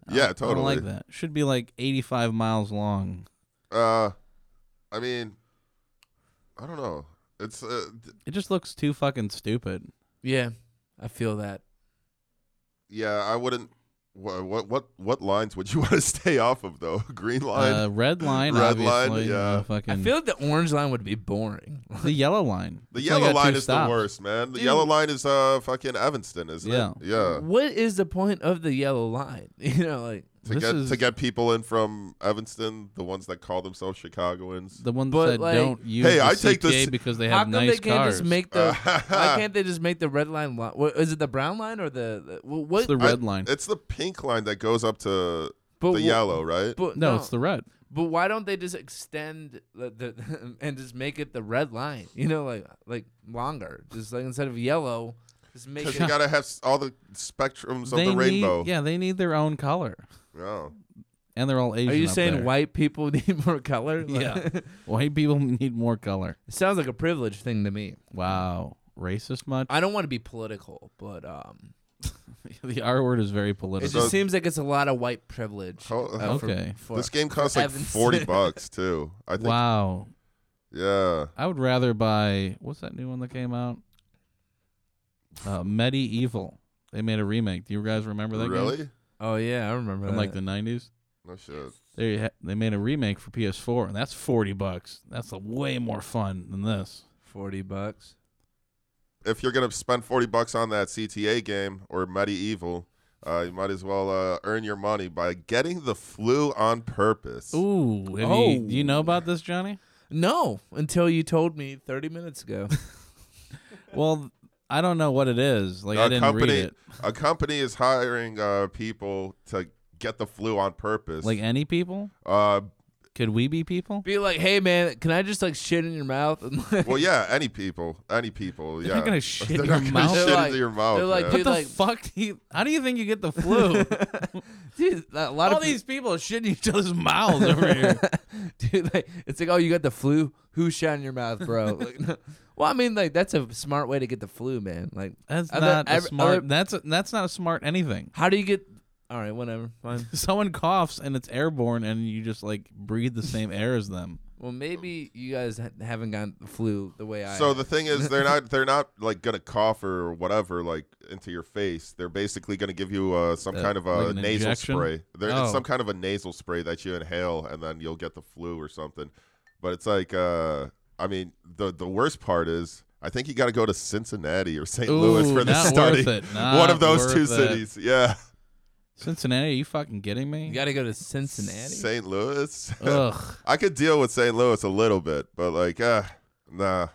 [SPEAKER 8] I
[SPEAKER 9] yeah,
[SPEAKER 8] don't-
[SPEAKER 9] totally.
[SPEAKER 8] I don't like that. Should be like 85 miles long.
[SPEAKER 9] Uh, I mean, I don't know. It's uh, th-
[SPEAKER 8] It just looks too fucking stupid.
[SPEAKER 7] yeah, I feel that.
[SPEAKER 9] yeah. I wouldn't. What what what what lines would you want to stay off of though? Green line.
[SPEAKER 8] Uh, red line,
[SPEAKER 9] Red line,
[SPEAKER 8] obviously.
[SPEAKER 9] yeah.
[SPEAKER 8] uh,
[SPEAKER 7] I
[SPEAKER 8] fucking
[SPEAKER 7] feel like the orange line would be boring.
[SPEAKER 8] the yellow line.
[SPEAKER 9] the
[SPEAKER 8] It's only
[SPEAKER 9] yellow
[SPEAKER 8] got two
[SPEAKER 9] line is
[SPEAKER 8] stops.
[SPEAKER 9] the worst, man. The
[SPEAKER 7] Dude.
[SPEAKER 9] yellow line is uh fucking Evanston, isn't
[SPEAKER 8] Yeah.
[SPEAKER 9] it? Yeah.
[SPEAKER 7] what is the point of the yellow line? You know, like
[SPEAKER 9] To
[SPEAKER 8] This
[SPEAKER 9] get
[SPEAKER 8] is
[SPEAKER 9] to get people in from Evanston, the ones that call themselves Chicagoans.
[SPEAKER 8] the one that
[SPEAKER 7] But,
[SPEAKER 8] said
[SPEAKER 7] like-
[SPEAKER 8] don't use
[SPEAKER 9] Hey,
[SPEAKER 8] the
[SPEAKER 9] I take
[SPEAKER 8] CTA
[SPEAKER 9] this-
[SPEAKER 8] because they
[SPEAKER 7] how
[SPEAKER 8] have
[SPEAKER 7] come
[SPEAKER 8] nice
[SPEAKER 7] they can't
[SPEAKER 8] cars.
[SPEAKER 7] just make
[SPEAKER 9] Uh,
[SPEAKER 7] the why can't they just make the red line line? What, is it the brown line or the, the wh- what?
[SPEAKER 8] it's the
[SPEAKER 9] I-
[SPEAKER 8] red line.
[SPEAKER 9] It's the pink line that goes up to
[SPEAKER 7] but
[SPEAKER 9] the
[SPEAKER 7] wh-
[SPEAKER 9] yellow, right?
[SPEAKER 7] But
[SPEAKER 8] no, it's the red.
[SPEAKER 7] But why don't they just extend the, the and just make it the red line? You know, like like longer, just like instead of yellow, Just make
[SPEAKER 9] Because
[SPEAKER 7] it.
[SPEAKER 9] you gotta have s- all the spectrums of
[SPEAKER 8] they
[SPEAKER 9] the rainbow.
[SPEAKER 8] Need, yeah, they need their own color,
[SPEAKER 9] Oh.
[SPEAKER 8] and they're all Asian.
[SPEAKER 7] Are you
[SPEAKER 8] up
[SPEAKER 7] saying
[SPEAKER 8] there.
[SPEAKER 7] white people need more color? Like,
[SPEAKER 8] Yeah. White people need more color.
[SPEAKER 7] it sounds like a privilege thing to me.
[SPEAKER 8] Wow, racist much?
[SPEAKER 7] I don't want to be political, but um,
[SPEAKER 8] the R word is very
[SPEAKER 7] it
[SPEAKER 8] political.
[SPEAKER 7] just seems like it's a lot of white privilege.
[SPEAKER 9] Ho-
[SPEAKER 7] uh, for-
[SPEAKER 8] Okay.
[SPEAKER 7] for-
[SPEAKER 9] this game costs like
[SPEAKER 7] Evan's-
[SPEAKER 9] forty bucks too. I think.
[SPEAKER 8] wow,
[SPEAKER 9] Yeah.
[SPEAKER 8] I would rather buy what's that new one that came out? Uh, Medieval. They made a remake. Do you guys remember that
[SPEAKER 9] Really?
[SPEAKER 8] game
[SPEAKER 7] Oh yeah, I remember.
[SPEAKER 8] from like
[SPEAKER 7] that.
[SPEAKER 8] the '90s?
[SPEAKER 9] No shit.
[SPEAKER 8] They ha- they made a remake for PS4, and that's forty bucks. That's a way more fun than this.
[SPEAKER 7] forty bucks.
[SPEAKER 9] If you're gonna spend forty bucks on that CTA game or Medieval, uh, you might as well uh, earn your money by getting the flu on purpose.
[SPEAKER 8] Ooh, have you- do you know about this, Johnny?
[SPEAKER 7] No, until you told me thirty minutes ago.
[SPEAKER 8] Well, I don't know what it is. Like I didn't
[SPEAKER 9] company,
[SPEAKER 8] read it.
[SPEAKER 9] a company is hiring uh, people to get the flu on purpose.
[SPEAKER 8] Like any people?
[SPEAKER 9] uh,
[SPEAKER 8] Could we be people?
[SPEAKER 7] be like, hey man, can I just like shit in your mouth? And like,
[SPEAKER 9] well, yeah, any people, any people. Yeah,
[SPEAKER 8] not gonna shit
[SPEAKER 9] They're
[SPEAKER 8] in
[SPEAKER 9] not
[SPEAKER 8] your
[SPEAKER 9] gonna
[SPEAKER 8] mouth.
[SPEAKER 9] shit
[SPEAKER 7] They're like-
[SPEAKER 9] into your mouth.
[SPEAKER 7] they're like,
[SPEAKER 9] man.
[SPEAKER 8] What
[SPEAKER 7] Dude,
[SPEAKER 8] the
[SPEAKER 7] like-
[SPEAKER 8] fuck? Do you, how do you think you get the flu?
[SPEAKER 7] dude, a lot
[SPEAKER 8] All
[SPEAKER 7] of people-
[SPEAKER 8] these people are shitting each other's mouths over here.
[SPEAKER 7] dude, like it's like, oh, you got the flu? Who shot in your mouth, bro? like, no. Well, I mean, like that's a smart way to get the flu, man. Like,
[SPEAKER 8] That's
[SPEAKER 7] I bet
[SPEAKER 8] not a
[SPEAKER 7] every-
[SPEAKER 8] smart.
[SPEAKER 7] other-
[SPEAKER 8] that's a, that's not a smart anything.
[SPEAKER 7] how do you get? All right, whatever, fine.
[SPEAKER 8] Someone coughs and it's airborne, and you just like breathe the same air as them.
[SPEAKER 7] Well, maybe you guys ha- haven't gotten the flu the way I.
[SPEAKER 9] So
[SPEAKER 7] have.
[SPEAKER 9] the thing is, they're not they're not like gonna cough or whatever like into your face. They're basically gonna give you uh, some
[SPEAKER 8] Uh,
[SPEAKER 9] kind of a
[SPEAKER 8] like an
[SPEAKER 9] nasal
[SPEAKER 8] injection?
[SPEAKER 9] spray. There,
[SPEAKER 8] Oh.
[SPEAKER 9] It's some kind of a nasal spray that you inhale and then you'll get the flu or something. But it's like, uh, I mean, the the worst part is. I think you got to go to Cincinnati or St. Louis
[SPEAKER 8] Ooh,
[SPEAKER 9] for the
[SPEAKER 8] not
[SPEAKER 9] study.
[SPEAKER 8] worth it.
[SPEAKER 9] One
[SPEAKER 8] Not
[SPEAKER 9] of those two
[SPEAKER 8] worth it.
[SPEAKER 9] cities. Yeah.
[SPEAKER 8] Cincinnati? Are you fucking kidding me?
[SPEAKER 7] you got to go to Cincinnati.
[SPEAKER 9] St. Louis.
[SPEAKER 8] Ugh.
[SPEAKER 9] I could deal with St. Louis a little bit, but like, uh, nah.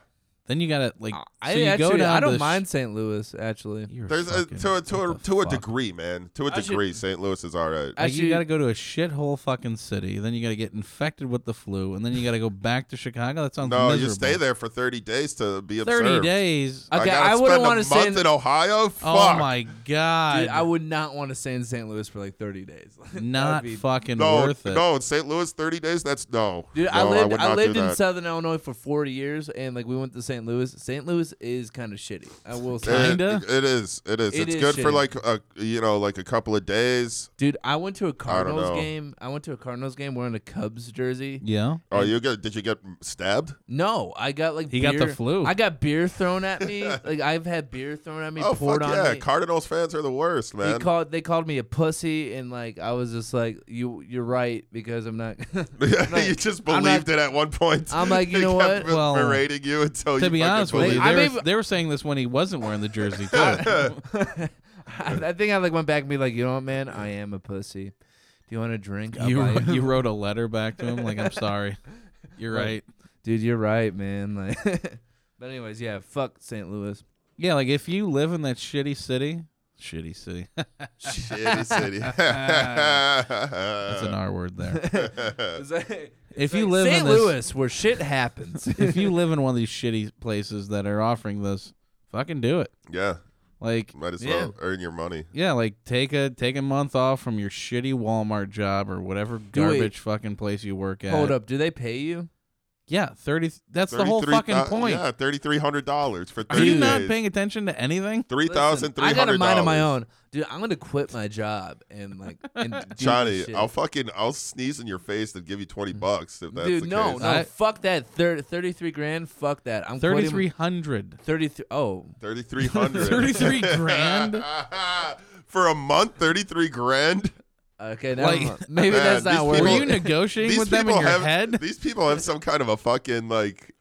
[SPEAKER 8] Then you gotta like.
[SPEAKER 7] I
[SPEAKER 8] so you
[SPEAKER 7] actually,
[SPEAKER 8] go down
[SPEAKER 7] I
[SPEAKER 8] to
[SPEAKER 7] don't
[SPEAKER 8] the sh-
[SPEAKER 7] mind St. Louis actually.
[SPEAKER 8] You're
[SPEAKER 9] There's a,
[SPEAKER 8] fucking-
[SPEAKER 9] to a to a,
[SPEAKER 8] what the
[SPEAKER 9] to a
[SPEAKER 8] fuck?
[SPEAKER 9] degree, man. To a
[SPEAKER 7] I should-
[SPEAKER 9] degree, St. Louis is all right.
[SPEAKER 7] I
[SPEAKER 8] Like, you
[SPEAKER 7] should-
[SPEAKER 8] got to go to a shithole fucking city. Then you got to get infected with the flu, and then you got to go back to Chicago. That sounds
[SPEAKER 9] No,
[SPEAKER 8] miserable.
[SPEAKER 9] you stay there for 30 days to be observed.
[SPEAKER 8] Thirty days.
[SPEAKER 9] I
[SPEAKER 7] Okay,
[SPEAKER 9] gotta
[SPEAKER 7] I wouldn't
[SPEAKER 9] spend a
[SPEAKER 7] wanna stay
[SPEAKER 9] month
[SPEAKER 7] in-
[SPEAKER 9] in Ohio. Fuck.
[SPEAKER 8] Oh my god.
[SPEAKER 7] Dude, I would not want to stay in St. Louis for like 30 days. That would
[SPEAKER 8] not
[SPEAKER 7] be-
[SPEAKER 8] fucking
[SPEAKER 9] no,
[SPEAKER 8] worth it.
[SPEAKER 9] no, in St. Louis, 30 days. That's no.
[SPEAKER 7] Dude,
[SPEAKER 9] no,
[SPEAKER 7] I lived
[SPEAKER 9] would
[SPEAKER 7] I,
[SPEAKER 9] not do
[SPEAKER 7] lived in
[SPEAKER 9] that.
[SPEAKER 7] Southern Illinois for 40 years, and like we went to St. Louis. St. Louis is kind of shitty. I will
[SPEAKER 9] It-
[SPEAKER 7] say,
[SPEAKER 8] Kinda?
[SPEAKER 9] it is. It is.
[SPEAKER 7] It
[SPEAKER 9] it's
[SPEAKER 7] is
[SPEAKER 9] good for
[SPEAKER 7] shitty.
[SPEAKER 9] like a you know like a couple of days.
[SPEAKER 7] dude. I went to a Cardinals
[SPEAKER 9] know.
[SPEAKER 7] game. I went to a Cardinals game wearing a Cubs jersey.
[SPEAKER 8] Yeah.
[SPEAKER 9] Oh, you get? Did you get stabbed?
[SPEAKER 7] No, I got like
[SPEAKER 8] He
[SPEAKER 7] beer.
[SPEAKER 8] got the flu.
[SPEAKER 7] I got beer thrown at me. like I've had beer thrown at me,
[SPEAKER 9] oh
[SPEAKER 7] poured
[SPEAKER 9] fuck
[SPEAKER 7] on
[SPEAKER 9] yeah!
[SPEAKER 7] me.
[SPEAKER 9] Cardinals fans are the worst,
[SPEAKER 7] they
[SPEAKER 9] man.
[SPEAKER 7] called they called me a pussy, and like I was just like, you you're right because I'm not.
[SPEAKER 9] you just
[SPEAKER 7] I'm not-
[SPEAKER 9] believed it at one point.
[SPEAKER 7] I'm like, you
[SPEAKER 9] They
[SPEAKER 7] know
[SPEAKER 9] kept
[SPEAKER 7] what?
[SPEAKER 8] Well,
[SPEAKER 9] berating you until
[SPEAKER 8] To
[SPEAKER 9] you
[SPEAKER 8] be
[SPEAKER 9] fucking
[SPEAKER 8] honest with
[SPEAKER 9] believed
[SPEAKER 8] you,
[SPEAKER 9] it.
[SPEAKER 7] I
[SPEAKER 8] they,
[SPEAKER 7] mean-
[SPEAKER 8] were, they were saying this when he wasn't wearing the jersey too.
[SPEAKER 7] I, I think I like went back and be like, you know what, man, I am a pussy. Do you want a drink? I'll
[SPEAKER 8] you
[SPEAKER 7] buy
[SPEAKER 8] wrote, you wrote a letter back to him like I'm sorry. You're right.
[SPEAKER 7] dude, you're right, man. Like, but anyways, yeah, fuck St. Louis.
[SPEAKER 8] Yeah, like if you live in that shitty city, shitty city.
[SPEAKER 9] Shitty city.
[SPEAKER 8] That's
[SPEAKER 9] Uh.
[SPEAKER 8] an R word there. If you
[SPEAKER 7] Like,
[SPEAKER 8] live
[SPEAKER 7] St.
[SPEAKER 8] in this,
[SPEAKER 7] Louis, where shit happens.
[SPEAKER 8] if you live in one of these shitty places that are offering this, fucking do it.
[SPEAKER 9] yeah,
[SPEAKER 8] Like
[SPEAKER 9] might as
[SPEAKER 7] Yeah.
[SPEAKER 9] well earn your money.
[SPEAKER 8] yeah, like take a take a month off from your shitty Walmart job or whatever
[SPEAKER 7] wait.
[SPEAKER 8] garbage fucking place you work at.
[SPEAKER 7] Hold up, do they pay you?
[SPEAKER 8] Yeah, thirty. That's the whole
[SPEAKER 9] 33
[SPEAKER 8] fucking
[SPEAKER 9] uh,
[SPEAKER 8] point.
[SPEAKER 9] Yeah, thirty three hundred dollars for
[SPEAKER 8] Are
[SPEAKER 9] thirty
[SPEAKER 8] you
[SPEAKER 9] days.
[SPEAKER 8] not paying attention to anything?
[SPEAKER 9] three
[SPEAKER 7] Listen,
[SPEAKER 9] thousand three
[SPEAKER 7] I
[SPEAKER 9] hundred
[SPEAKER 7] got a
[SPEAKER 9] dollars?
[SPEAKER 7] mind of my own, dude. I'm gonna quit my job and like and do this
[SPEAKER 9] Johnny,
[SPEAKER 7] shit.
[SPEAKER 9] I'll fucking I'll sneeze in your face and give you twenty bucks if that's
[SPEAKER 7] dude,
[SPEAKER 9] the
[SPEAKER 7] no,
[SPEAKER 9] case.
[SPEAKER 7] no,
[SPEAKER 8] I-
[SPEAKER 7] fuck that. Thir- Thirty-three grand, fuck that. I'm
[SPEAKER 8] Thirty
[SPEAKER 7] quitting-
[SPEAKER 8] three hundred.
[SPEAKER 7] Thirty-three. Oh,
[SPEAKER 9] Thirty three hundred.
[SPEAKER 8] 33 grand?
[SPEAKER 9] for a month. Thirty three grand.
[SPEAKER 7] okay. Never
[SPEAKER 8] Like-
[SPEAKER 7] mind. Maybe
[SPEAKER 9] Man,
[SPEAKER 7] that's
[SPEAKER 9] these
[SPEAKER 7] not worth
[SPEAKER 8] Were
[SPEAKER 9] people-
[SPEAKER 8] you
[SPEAKER 7] it.
[SPEAKER 8] negotiating with them in your
[SPEAKER 9] have
[SPEAKER 8] head?
[SPEAKER 9] these people have some kind of a fucking like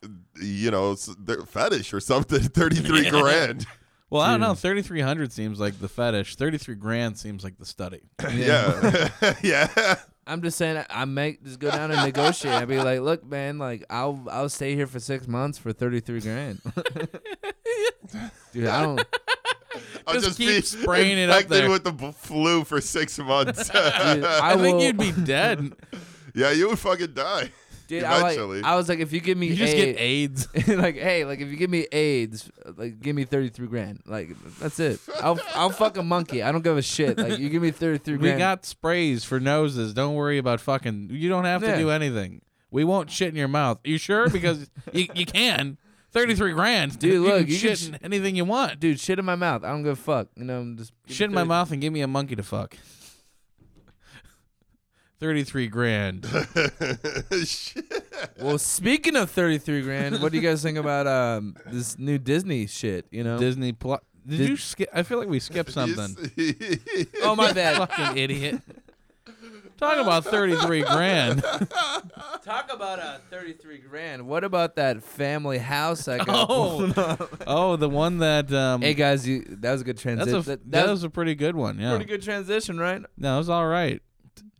[SPEAKER 9] you know s- their fetish or something. Thirty three grand.
[SPEAKER 8] Well, I don't know. Thirty three hundred seems like the fetish. Thirty three grand seems like the study.
[SPEAKER 9] Yeah, yeah.
[SPEAKER 7] I'm just saying, I- I might just go down and negotiate. I'd be like, look, man, like I'll I'll stay here for six months for thirty-three grand. dude, I don't.
[SPEAKER 9] I'll
[SPEAKER 8] Just
[SPEAKER 9] just
[SPEAKER 8] keep
[SPEAKER 9] be
[SPEAKER 8] spraying it up
[SPEAKER 9] infected
[SPEAKER 8] there.
[SPEAKER 9] with the b- flu for six months.
[SPEAKER 7] Dude, I,
[SPEAKER 8] I, think
[SPEAKER 7] will-
[SPEAKER 8] you'd be dead.
[SPEAKER 9] yeah, you would fucking die.
[SPEAKER 7] Dude, I,
[SPEAKER 9] Eventually.
[SPEAKER 7] like, I was like, if you give me
[SPEAKER 8] You just get AIDS.
[SPEAKER 7] like, hey, like if you give me AIDS, like give me thirty three grand. Like that's it. I'll I'll fuck a monkey. I don't give a shit. Like you give me thirty three
[SPEAKER 8] We
[SPEAKER 7] grand.
[SPEAKER 8] got sprays for noses. Don't worry about fucking. You don't have to
[SPEAKER 7] Yeah.
[SPEAKER 8] do anything. We won't shit in your mouth. You sure? Because you, you can. Thirty three grand,
[SPEAKER 7] Dude, look,
[SPEAKER 8] you
[SPEAKER 7] you
[SPEAKER 8] can
[SPEAKER 7] can
[SPEAKER 8] shit in anything you want.
[SPEAKER 7] dude shit in my mouth. I don't give a fuck. You know, I'm just give me
[SPEAKER 8] shit in my
[SPEAKER 7] 30
[SPEAKER 8] mouth and give me a monkey to fuck. Thirty three grand.
[SPEAKER 9] Shit.
[SPEAKER 7] Well, speaking of thirty three grand, what do you guys think about um this new Disney shit? You know,
[SPEAKER 8] Disney plus. Did,
[SPEAKER 7] Did-
[SPEAKER 8] you skip? I feel like we skipped something.
[SPEAKER 7] oh my bad.
[SPEAKER 8] Fucking idiot. Talk about thirty three grand. Oh.
[SPEAKER 7] Talk about uh thirty three grand. What about that family house I got?
[SPEAKER 8] Oh, oh, the one that. Um,
[SPEAKER 7] Hey guys, you that was a good
[SPEAKER 8] that's
[SPEAKER 7] transition.
[SPEAKER 8] a
[SPEAKER 7] that,
[SPEAKER 8] that
[SPEAKER 7] was
[SPEAKER 8] was a pretty good one. Yeah.
[SPEAKER 7] a pretty good transition, right?
[SPEAKER 8] No, it was all right.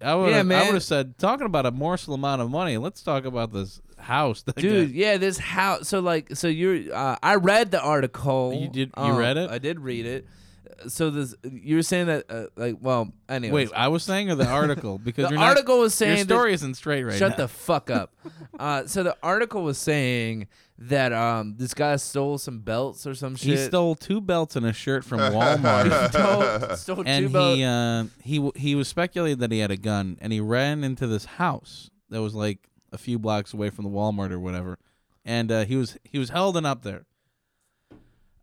[SPEAKER 8] I would
[SPEAKER 7] Yeah,
[SPEAKER 8] have I
[SPEAKER 7] man.
[SPEAKER 8] would have said talking about a morsel amount of money. Let's talk about this house, that
[SPEAKER 7] dude
[SPEAKER 8] got-
[SPEAKER 7] yeah this house so like so you're uh, i read the article Um,
[SPEAKER 8] You did- you read it?
[SPEAKER 7] i did read it Uh, so this you were saying that uh, like well anyway
[SPEAKER 8] Wait, I was saying or the article because
[SPEAKER 7] the
[SPEAKER 8] you're not-
[SPEAKER 7] article was
[SPEAKER 8] your
[SPEAKER 7] saying
[SPEAKER 8] story isn't straight right
[SPEAKER 7] that, shut
[SPEAKER 8] now.
[SPEAKER 7] the fuck up uh, so the article was saying that um this guy stole some belts or some
[SPEAKER 8] he
[SPEAKER 7] shit
[SPEAKER 8] stole two belts and a shirt from Walmart,
[SPEAKER 7] stole, stole two
[SPEAKER 8] and
[SPEAKER 7] belts
[SPEAKER 8] he uh, he w- he was speculated that he had a gun, and he ran into this house that was like a few blocks away from the Walmart or whatever, and uh, he was he was held and up there.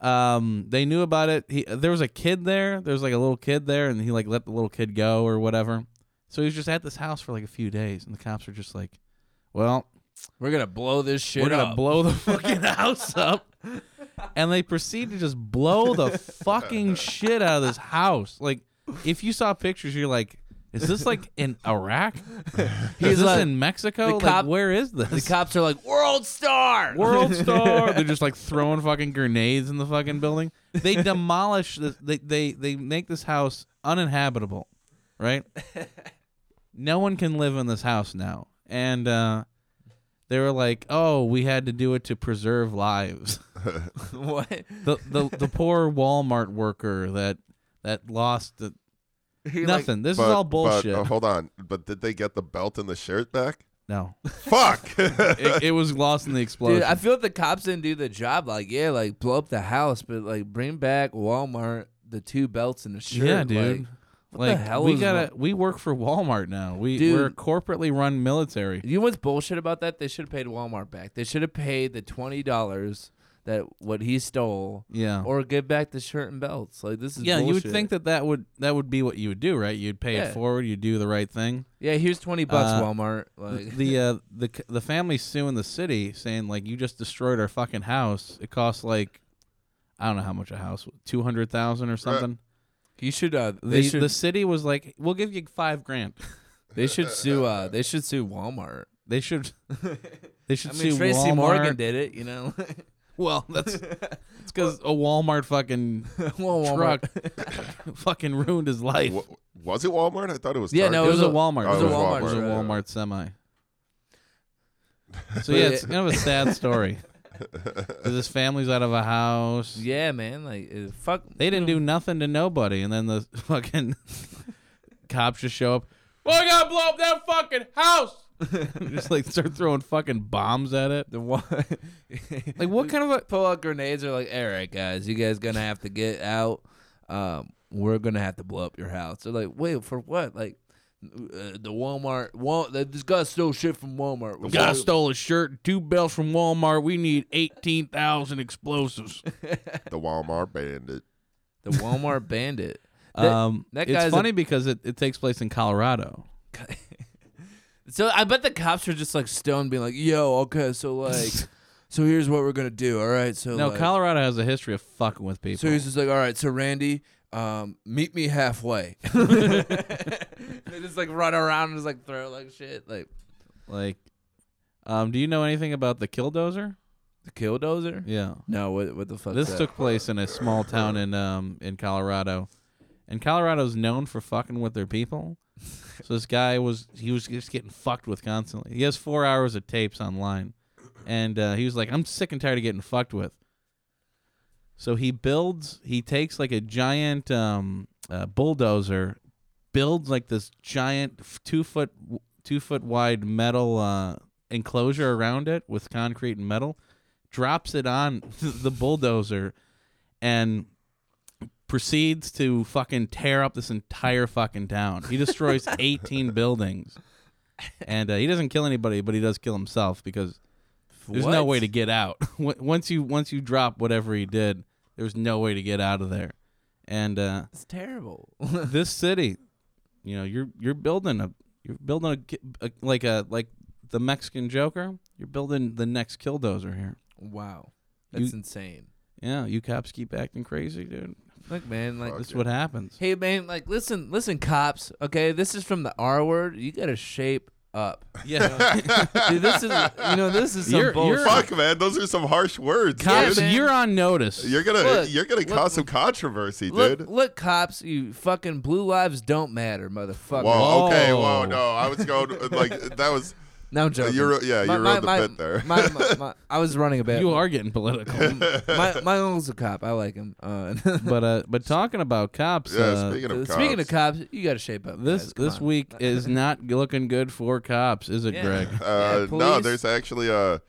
[SPEAKER 8] Um, they knew about it. He there was a kid there. There was like a little kid there, and he like let the little kid go or whatever. So he was just at this house for like a few days, and the cops were just like, "Well,
[SPEAKER 7] we're gonna blow this shit
[SPEAKER 8] we're gonna
[SPEAKER 7] up
[SPEAKER 8] blow the fucking house up. And they proceed to just blow the fucking shit out of this house. Like, if you saw pictures, you're like, is this like in Iraq? is
[SPEAKER 7] He's
[SPEAKER 8] this
[SPEAKER 7] like-
[SPEAKER 8] in Mexico?
[SPEAKER 7] the
[SPEAKER 8] like,
[SPEAKER 7] cop-
[SPEAKER 8] where is this?
[SPEAKER 7] the cops are like world star
[SPEAKER 8] World Star. They're just like throwing fucking grenades in the fucking building. They demolish this. They they they make this house uninhabitable, right? No one can live in this house now, and uh, they were like, "Oh, we had to do it to preserve lives."
[SPEAKER 7] what
[SPEAKER 8] The the the poor Walmart worker that that lost the,
[SPEAKER 7] He, like,
[SPEAKER 8] nothing. this
[SPEAKER 9] But-
[SPEAKER 8] is all
[SPEAKER 9] but,
[SPEAKER 8] bullshit.
[SPEAKER 9] uh, hold on. But did they get the belt and the shirt back?
[SPEAKER 8] no,
[SPEAKER 9] Fuck.
[SPEAKER 8] it, it was lost in the explosion.
[SPEAKER 7] Dude, I feel like the cops didn't do the job. Like, yeah, like blow up the house, but like bring back Walmart, the two belts and the shirt.
[SPEAKER 8] yeah, dude.
[SPEAKER 7] Like, what
[SPEAKER 8] like
[SPEAKER 7] the hell
[SPEAKER 8] we
[SPEAKER 7] is
[SPEAKER 8] gotta
[SPEAKER 7] wrong-
[SPEAKER 8] we work for Walmart now. We
[SPEAKER 7] Dude.
[SPEAKER 8] we're a corporately run military.
[SPEAKER 7] You know what's bullshit about that? They should have paid Walmart back. They should have paid the twenty dollars that what he stole,
[SPEAKER 8] Yeah.
[SPEAKER 7] or give back the shirt and belts. Like this is
[SPEAKER 8] yeah, you would
[SPEAKER 7] bullshit.
[SPEAKER 8] think that that would that would be what you would do, right? You'd pay
[SPEAKER 7] Yeah.
[SPEAKER 8] it forward. You'd do the right thing.
[SPEAKER 7] yeah, here's twenty bucks,
[SPEAKER 8] Uh,
[SPEAKER 7] Walmart. Like,
[SPEAKER 8] the uh, the c- the family suing the city, saying like you just destroyed our fucking house. It costs like I don't know how much a house, two hundred thousand or something.
[SPEAKER 7] you should. Uh,
[SPEAKER 8] The
[SPEAKER 7] they should.
[SPEAKER 8] the city was like, we'll give you five grand.
[SPEAKER 7] they should sue. Uh, they should sue Walmart.
[SPEAKER 8] They should they should
[SPEAKER 7] I mean,
[SPEAKER 8] sue
[SPEAKER 7] Tracy
[SPEAKER 8] Walmart.
[SPEAKER 7] Morgan did it. You know,
[SPEAKER 8] Well, that's it's because a Walmart fucking
[SPEAKER 7] Well, Walmart.
[SPEAKER 8] truck fucking ruined his life.
[SPEAKER 9] Wa- was it Walmart? I thought it was.
[SPEAKER 7] Yeah,
[SPEAKER 9] Target.
[SPEAKER 7] no,
[SPEAKER 8] it was a Walmart.
[SPEAKER 9] Oh, it was a Walmart.
[SPEAKER 8] It was a
[SPEAKER 7] Right, right,
[SPEAKER 8] Walmart
[SPEAKER 7] right.
[SPEAKER 8] semi. So yeah, it's kind of a sad story. 'Cause His family's out of a house.
[SPEAKER 7] yeah, man. Like, uh, fuck.
[SPEAKER 8] They didn't do nothing to nobody, and then the fucking cops just show up. Well, I gotta blow up that fucking house. just like start throwing fucking bombs at it.
[SPEAKER 7] The one,
[SPEAKER 8] Like what kind of a
[SPEAKER 7] pull out grenades are like, all right, guys, you guys gonna have to get out. Um, we're gonna have to blow up your house. They're like, wait for what? Like uh, the Walmart. Wal- they just got stole shit from Walmart. We're
[SPEAKER 8] guy
[SPEAKER 7] gonna-
[SPEAKER 8] stole a shirt, and two belts from Walmart. We need eighteen thousand explosives.
[SPEAKER 9] the Walmart bandit.
[SPEAKER 7] the Walmart bandit. That-
[SPEAKER 8] Um,
[SPEAKER 7] that
[SPEAKER 8] it's
[SPEAKER 7] guy's a-
[SPEAKER 8] funny because it, it takes place in Colorado.
[SPEAKER 7] So I bet the cops are just like stoned, being like, yo, okay, so like, so here's what we're gonna do. All right, so
[SPEAKER 8] No,
[SPEAKER 7] Oh, like,
[SPEAKER 8] Colorado has a history of fucking with people.
[SPEAKER 7] So he's just like, all right, so Randy, um, meet me halfway. they just like run around and just like throw like shit, like
[SPEAKER 8] like, um, do you know anything about the Killdozer?
[SPEAKER 7] the killdozer.
[SPEAKER 8] Yeah,
[SPEAKER 7] No, what what the fuck?
[SPEAKER 8] this took place in a small town in um in Colorado, and Colorado's known for fucking with their people. So this guy was he was just getting fucked with constantly. He has four hours of tapes online, and uh, he was like, I'm sick and tired of getting fucked with. So he builds, he takes like a giant um, uh, bulldozer, builds like this giant f- two foot two foot wide metal uh, enclosure around it with concrete and metal, drops it on the bulldozer, and proceeds to fucking tear up this entire fucking town. He destroys 18 buildings. And uh, he doesn't kill anybody, but he does kill himself because there's no
[SPEAKER 7] What?
[SPEAKER 8] way to get out. Wh- once you once you drop whatever he did, there's no way to get out of there. And uh,
[SPEAKER 7] It's terrible.
[SPEAKER 8] this city, you know, you're you're building a you're building a ki- a, like a like the Mexican Joker. You're building the next killdozer here.
[SPEAKER 7] wow,
[SPEAKER 8] You-
[SPEAKER 7] that's insane.
[SPEAKER 8] Yeah, you cops keep acting crazy, dude.
[SPEAKER 7] Look, man, like
[SPEAKER 8] That's what happens.
[SPEAKER 7] Hey man, like listen, listen, cops. Okay, this is from the R word. You gotta shape up.
[SPEAKER 8] Yeah,
[SPEAKER 7] Dude, this is you know this is some
[SPEAKER 8] You're-
[SPEAKER 7] bullshit.
[SPEAKER 8] you're-
[SPEAKER 9] Fuck, man, those are some harsh words.
[SPEAKER 8] cops,
[SPEAKER 9] dude.
[SPEAKER 7] man.
[SPEAKER 8] you're on notice.
[SPEAKER 9] You're gonna
[SPEAKER 7] Look,
[SPEAKER 9] you're gonna
[SPEAKER 7] look,
[SPEAKER 9] cause some controversy,
[SPEAKER 7] look,
[SPEAKER 9] dude.
[SPEAKER 7] look, cops. You fucking blue lives don't matter, motherfucker.
[SPEAKER 9] Whoa, okay, whoa,
[SPEAKER 8] Whoa.
[SPEAKER 9] no, I was going uh, like that was.
[SPEAKER 7] No, I'm joking.
[SPEAKER 9] You're- yeah,
[SPEAKER 7] My-
[SPEAKER 9] you
[SPEAKER 7] my-
[SPEAKER 9] rode the
[SPEAKER 7] my-
[SPEAKER 9] bit there.
[SPEAKER 7] my- my- my- I was running a bit.
[SPEAKER 8] you are getting political.
[SPEAKER 7] My, my uncle's a cop. I like him. Uh,
[SPEAKER 8] but uh, but talking about cops,
[SPEAKER 9] Yeah,
[SPEAKER 8] uh,
[SPEAKER 9] speaking of cops,
[SPEAKER 7] speaking of cops, you gotta shape up.
[SPEAKER 8] this
[SPEAKER 7] guys, come
[SPEAKER 8] this
[SPEAKER 7] on.
[SPEAKER 8] week is not looking good for cops, is it,
[SPEAKER 7] Yeah.
[SPEAKER 8] Greg?
[SPEAKER 9] uh,
[SPEAKER 7] Yeah,
[SPEAKER 9] no,
[SPEAKER 7] police.
[SPEAKER 9] there's actually a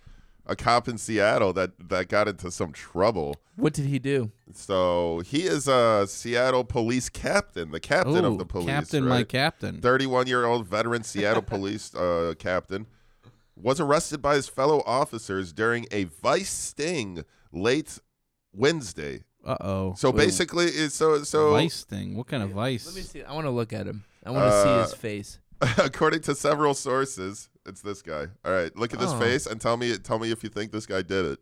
[SPEAKER 9] a cop in Seattle that that got into some trouble.
[SPEAKER 7] What did he do?
[SPEAKER 9] So he is a Seattle police captain, the captain
[SPEAKER 8] Ooh,
[SPEAKER 9] of the police.
[SPEAKER 8] Captain, my
[SPEAKER 9] right?
[SPEAKER 8] captain.
[SPEAKER 9] 31 year old veteran Seattle police uh, captain, was arrested by his fellow officers during a vice sting late Wednesday.
[SPEAKER 8] Uh oh.
[SPEAKER 9] So basically, it's so so.
[SPEAKER 8] vice thing. What kind of Oh, vice?
[SPEAKER 7] Let me see. I want to look at him. I want to
[SPEAKER 9] Uh,
[SPEAKER 7] see his face.
[SPEAKER 9] according to several sources, it's this guy. All right, look at this
[SPEAKER 7] Oh.
[SPEAKER 9] face and tell me tell me if you think this guy did it.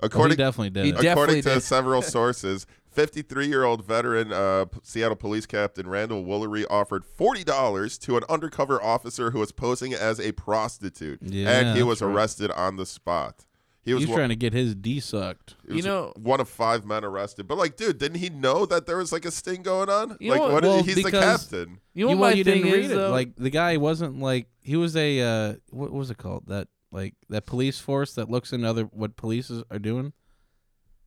[SPEAKER 8] Oh, he
[SPEAKER 9] According
[SPEAKER 8] definitely did.
[SPEAKER 7] He
[SPEAKER 8] it.
[SPEAKER 7] def-
[SPEAKER 9] According
[SPEAKER 7] Definitely
[SPEAKER 9] to
[SPEAKER 7] did.
[SPEAKER 9] several sources, 53 year old veteran uh, p- Seattle police captain Randall Woolery offered $40 to an undercover officer who was posing as a prostitute,
[SPEAKER 8] Yeah,
[SPEAKER 9] and he
[SPEAKER 8] that's
[SPEAKER 9] was
[SPEAKER 8] right.
[SPEAKER 9] arrested on the spot. He was,
[SPEAKER 8] He's
[SPEAKER 9] one,
[SPEAKER 8] trying to get his D sucked.
[SPEAKER 9] he was
[SPEAKER 7] You know-
[SPEAKER 9] one of five men arrested. But, like, dude, didn't he know that there was, like, a sting going on?
[SPEAKER 7] You
[SPEAKER 9] like,
[SPEAKER 7] know what-
[SPEAKER 9] what did-
[SPEAKER 8] well,
[SPEAKER 9] he's the
[SPEAKER 8] because-
[SPEAKER 9] captain.
[SPEAKER 7] You know
[SPEAKER 8] You-
[SPEAKER 7] what
[SPEAKER 8] well,
[SPEAKER 7] my
[SPEAKER 8] you
[SPEAKER 7] thing
[SPEAKER 8] didn't read
[SPEAKER 7] is,
[SPEAKER 8] it.
[SPEAKER 7] though?
[SPEAKER 8] Like the guy wasn't like he was a uh, what was it called that like that police force that looks into other what police is, are doing,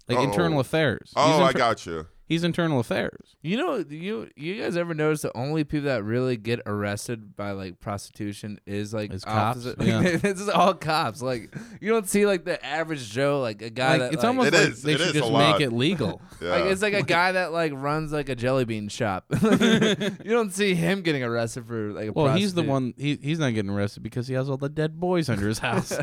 [SPEAKER 8] like
[SPEAKER 9] Oh.
[SPEAKER 8] internal affairs.
[SPEAKER 9] Oh,
[SPEAKER 8] he's
[SPEAKER 9] I got you.
[SPEAKER 8] He's internal affairs.
[SPEAKER 7] You know, you you guys ever notice the only people that really get arrested by like prostitution is like
[SPEAKER 8] Is cops,
[SPEAKER 7] opposite-
[SPEAKER 8] yeah.
[SPEAKER 7] this is all cops. Like you don't see like the average Joe, like a guy
[SPEAKER 8] Like,
[SPEAKER 7] that
[SPEAKER 8] it's
[SPEAKER 7] like,
[SPEAKER 8] almost
[SPEAKER 9] It
[SPEAKER 8] like
[SPEAKER 9] is,
[SPEAKER 8] they
[SPEAKER 9] it
[SPEAKER 8] should
[SPEAKER 9] is a
[SPEAKER 8] just
[SPEAKER 9] lot.
[SPEAKER 8] make it legal.
[SPEAKER 9] Yeah.
[SPEAKER 7] like it's like a guy that like runs like a jelly bean shop. you don't see him getting arrested for like a
[SPEAKER 8] well, he's the
[SPEAKER 7] prostitute.
[SPEAKER 8] one. He, he's not getting arrested because he has all the dead boys under his house.